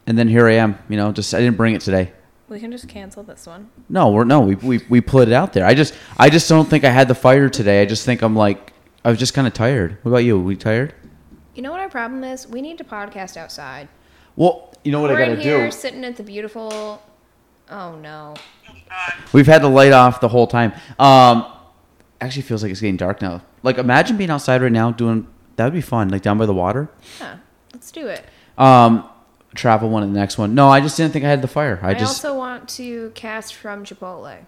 [SPEAKER 1] And then here I am. You know, just I didn't bring it today.
[SPEAKER 2] We can just cancel this one.
[SPEAKER 1] No, we're no, we we we put it out there. I just I just don't think I had the fire today. I just think I'm like I was just kind of tired. What about you? we tired?
[SPEAKER 2] You know what our problem is? We need to podcast outside.
[SPEAKER 1] Well, you know what
[SPEAKER 2] We're
[SPEAKER 1] I gotta
[SPEAKER 2] in here
[SPEAKER 1] do.
[SPEAKER 2] sitting at the beautiful Oh no.
[SPEAKER 6] Uh,
[SPEAKER 1] We've had the light off the whole time. Um, actually, feels like it's getting dark now. Like imagine being outside right now doing that would be fun. Like down by the water.
[SPEAKER 2] Yeah. Let's do it.
[SPEAKER 1] Um, travel one and the next one. No, I just didn't think I had the fire. I,
[SPEAKER 2] I,
[SPEAKER 1] just
[SPEAKER 2] also want to cast from Chipotle.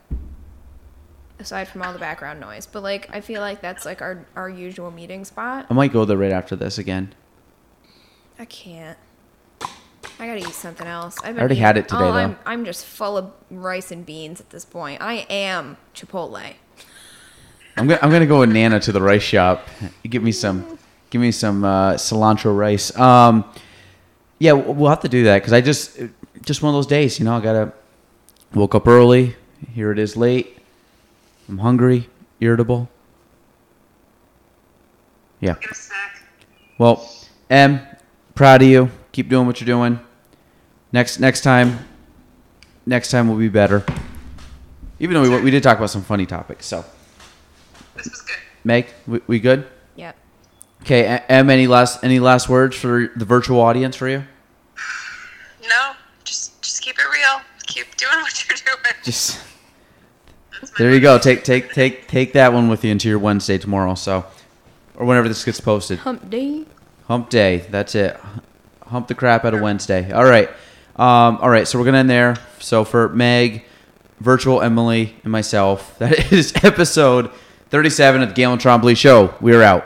[SPEAKER 3] aside from all the background noise. But like, I feel like that's like our our usual meeting spot.
[SPEAKER 1] I might go there right after this again.
[SPEAKER 3] I can't. I gotta eat something else. I've been
[SPEAKER 1] already
[SPEAKER 3] eating-
[SPEAKER 1] had it today,
[SPEAKER 3] oh,
[SPEAKER 1] though.
[SPEAKER 3] I'm, I'm just full of rice and beans at this point. I am Chipotle.
[SPEAKER 1] I'm gonna I'm gonna go with Nana to the rice shop. Give me some, give me some uh, cilantro rice. Um, yeah, w- we'll have to do that because I just it- just one of those days, you know. I gotta woke up early. Here it is late. I'm hungry, irritable. Yeah.
[SPEAKER 6] Get a snack.
[SPEAKER 1] Well, Em, proud of you. Keep doing what you're doing. Next next time, next time we'll be better. Even though we we did talk about some funny topics, so.
[SPEAKER 6] This was good.
[SPEAKER 1] Meg, we, we good?
[SPEAKER 3] Yep.
[SPEAKER 1] Okay, A- Em, any last any last words for the virtual audience for you?
[SPEAKER 6] No, just just keep it real. Keep doing what you're doing.
[SPEAKER 1] Just there you go. Take take take take that one with you into your Wednesday tomorrow, so or whenever this gets posted.
[SPEAKER 3] Hump day.
[SPEAKER 1] Hump day. That's it. Hump the crap out of Wednesday. All right. Um, all right. So we're gonna end there. So for Meg, virtual Emily, and myself, <laughs> that is episode 37 of the Galen Trombley Show. We're out.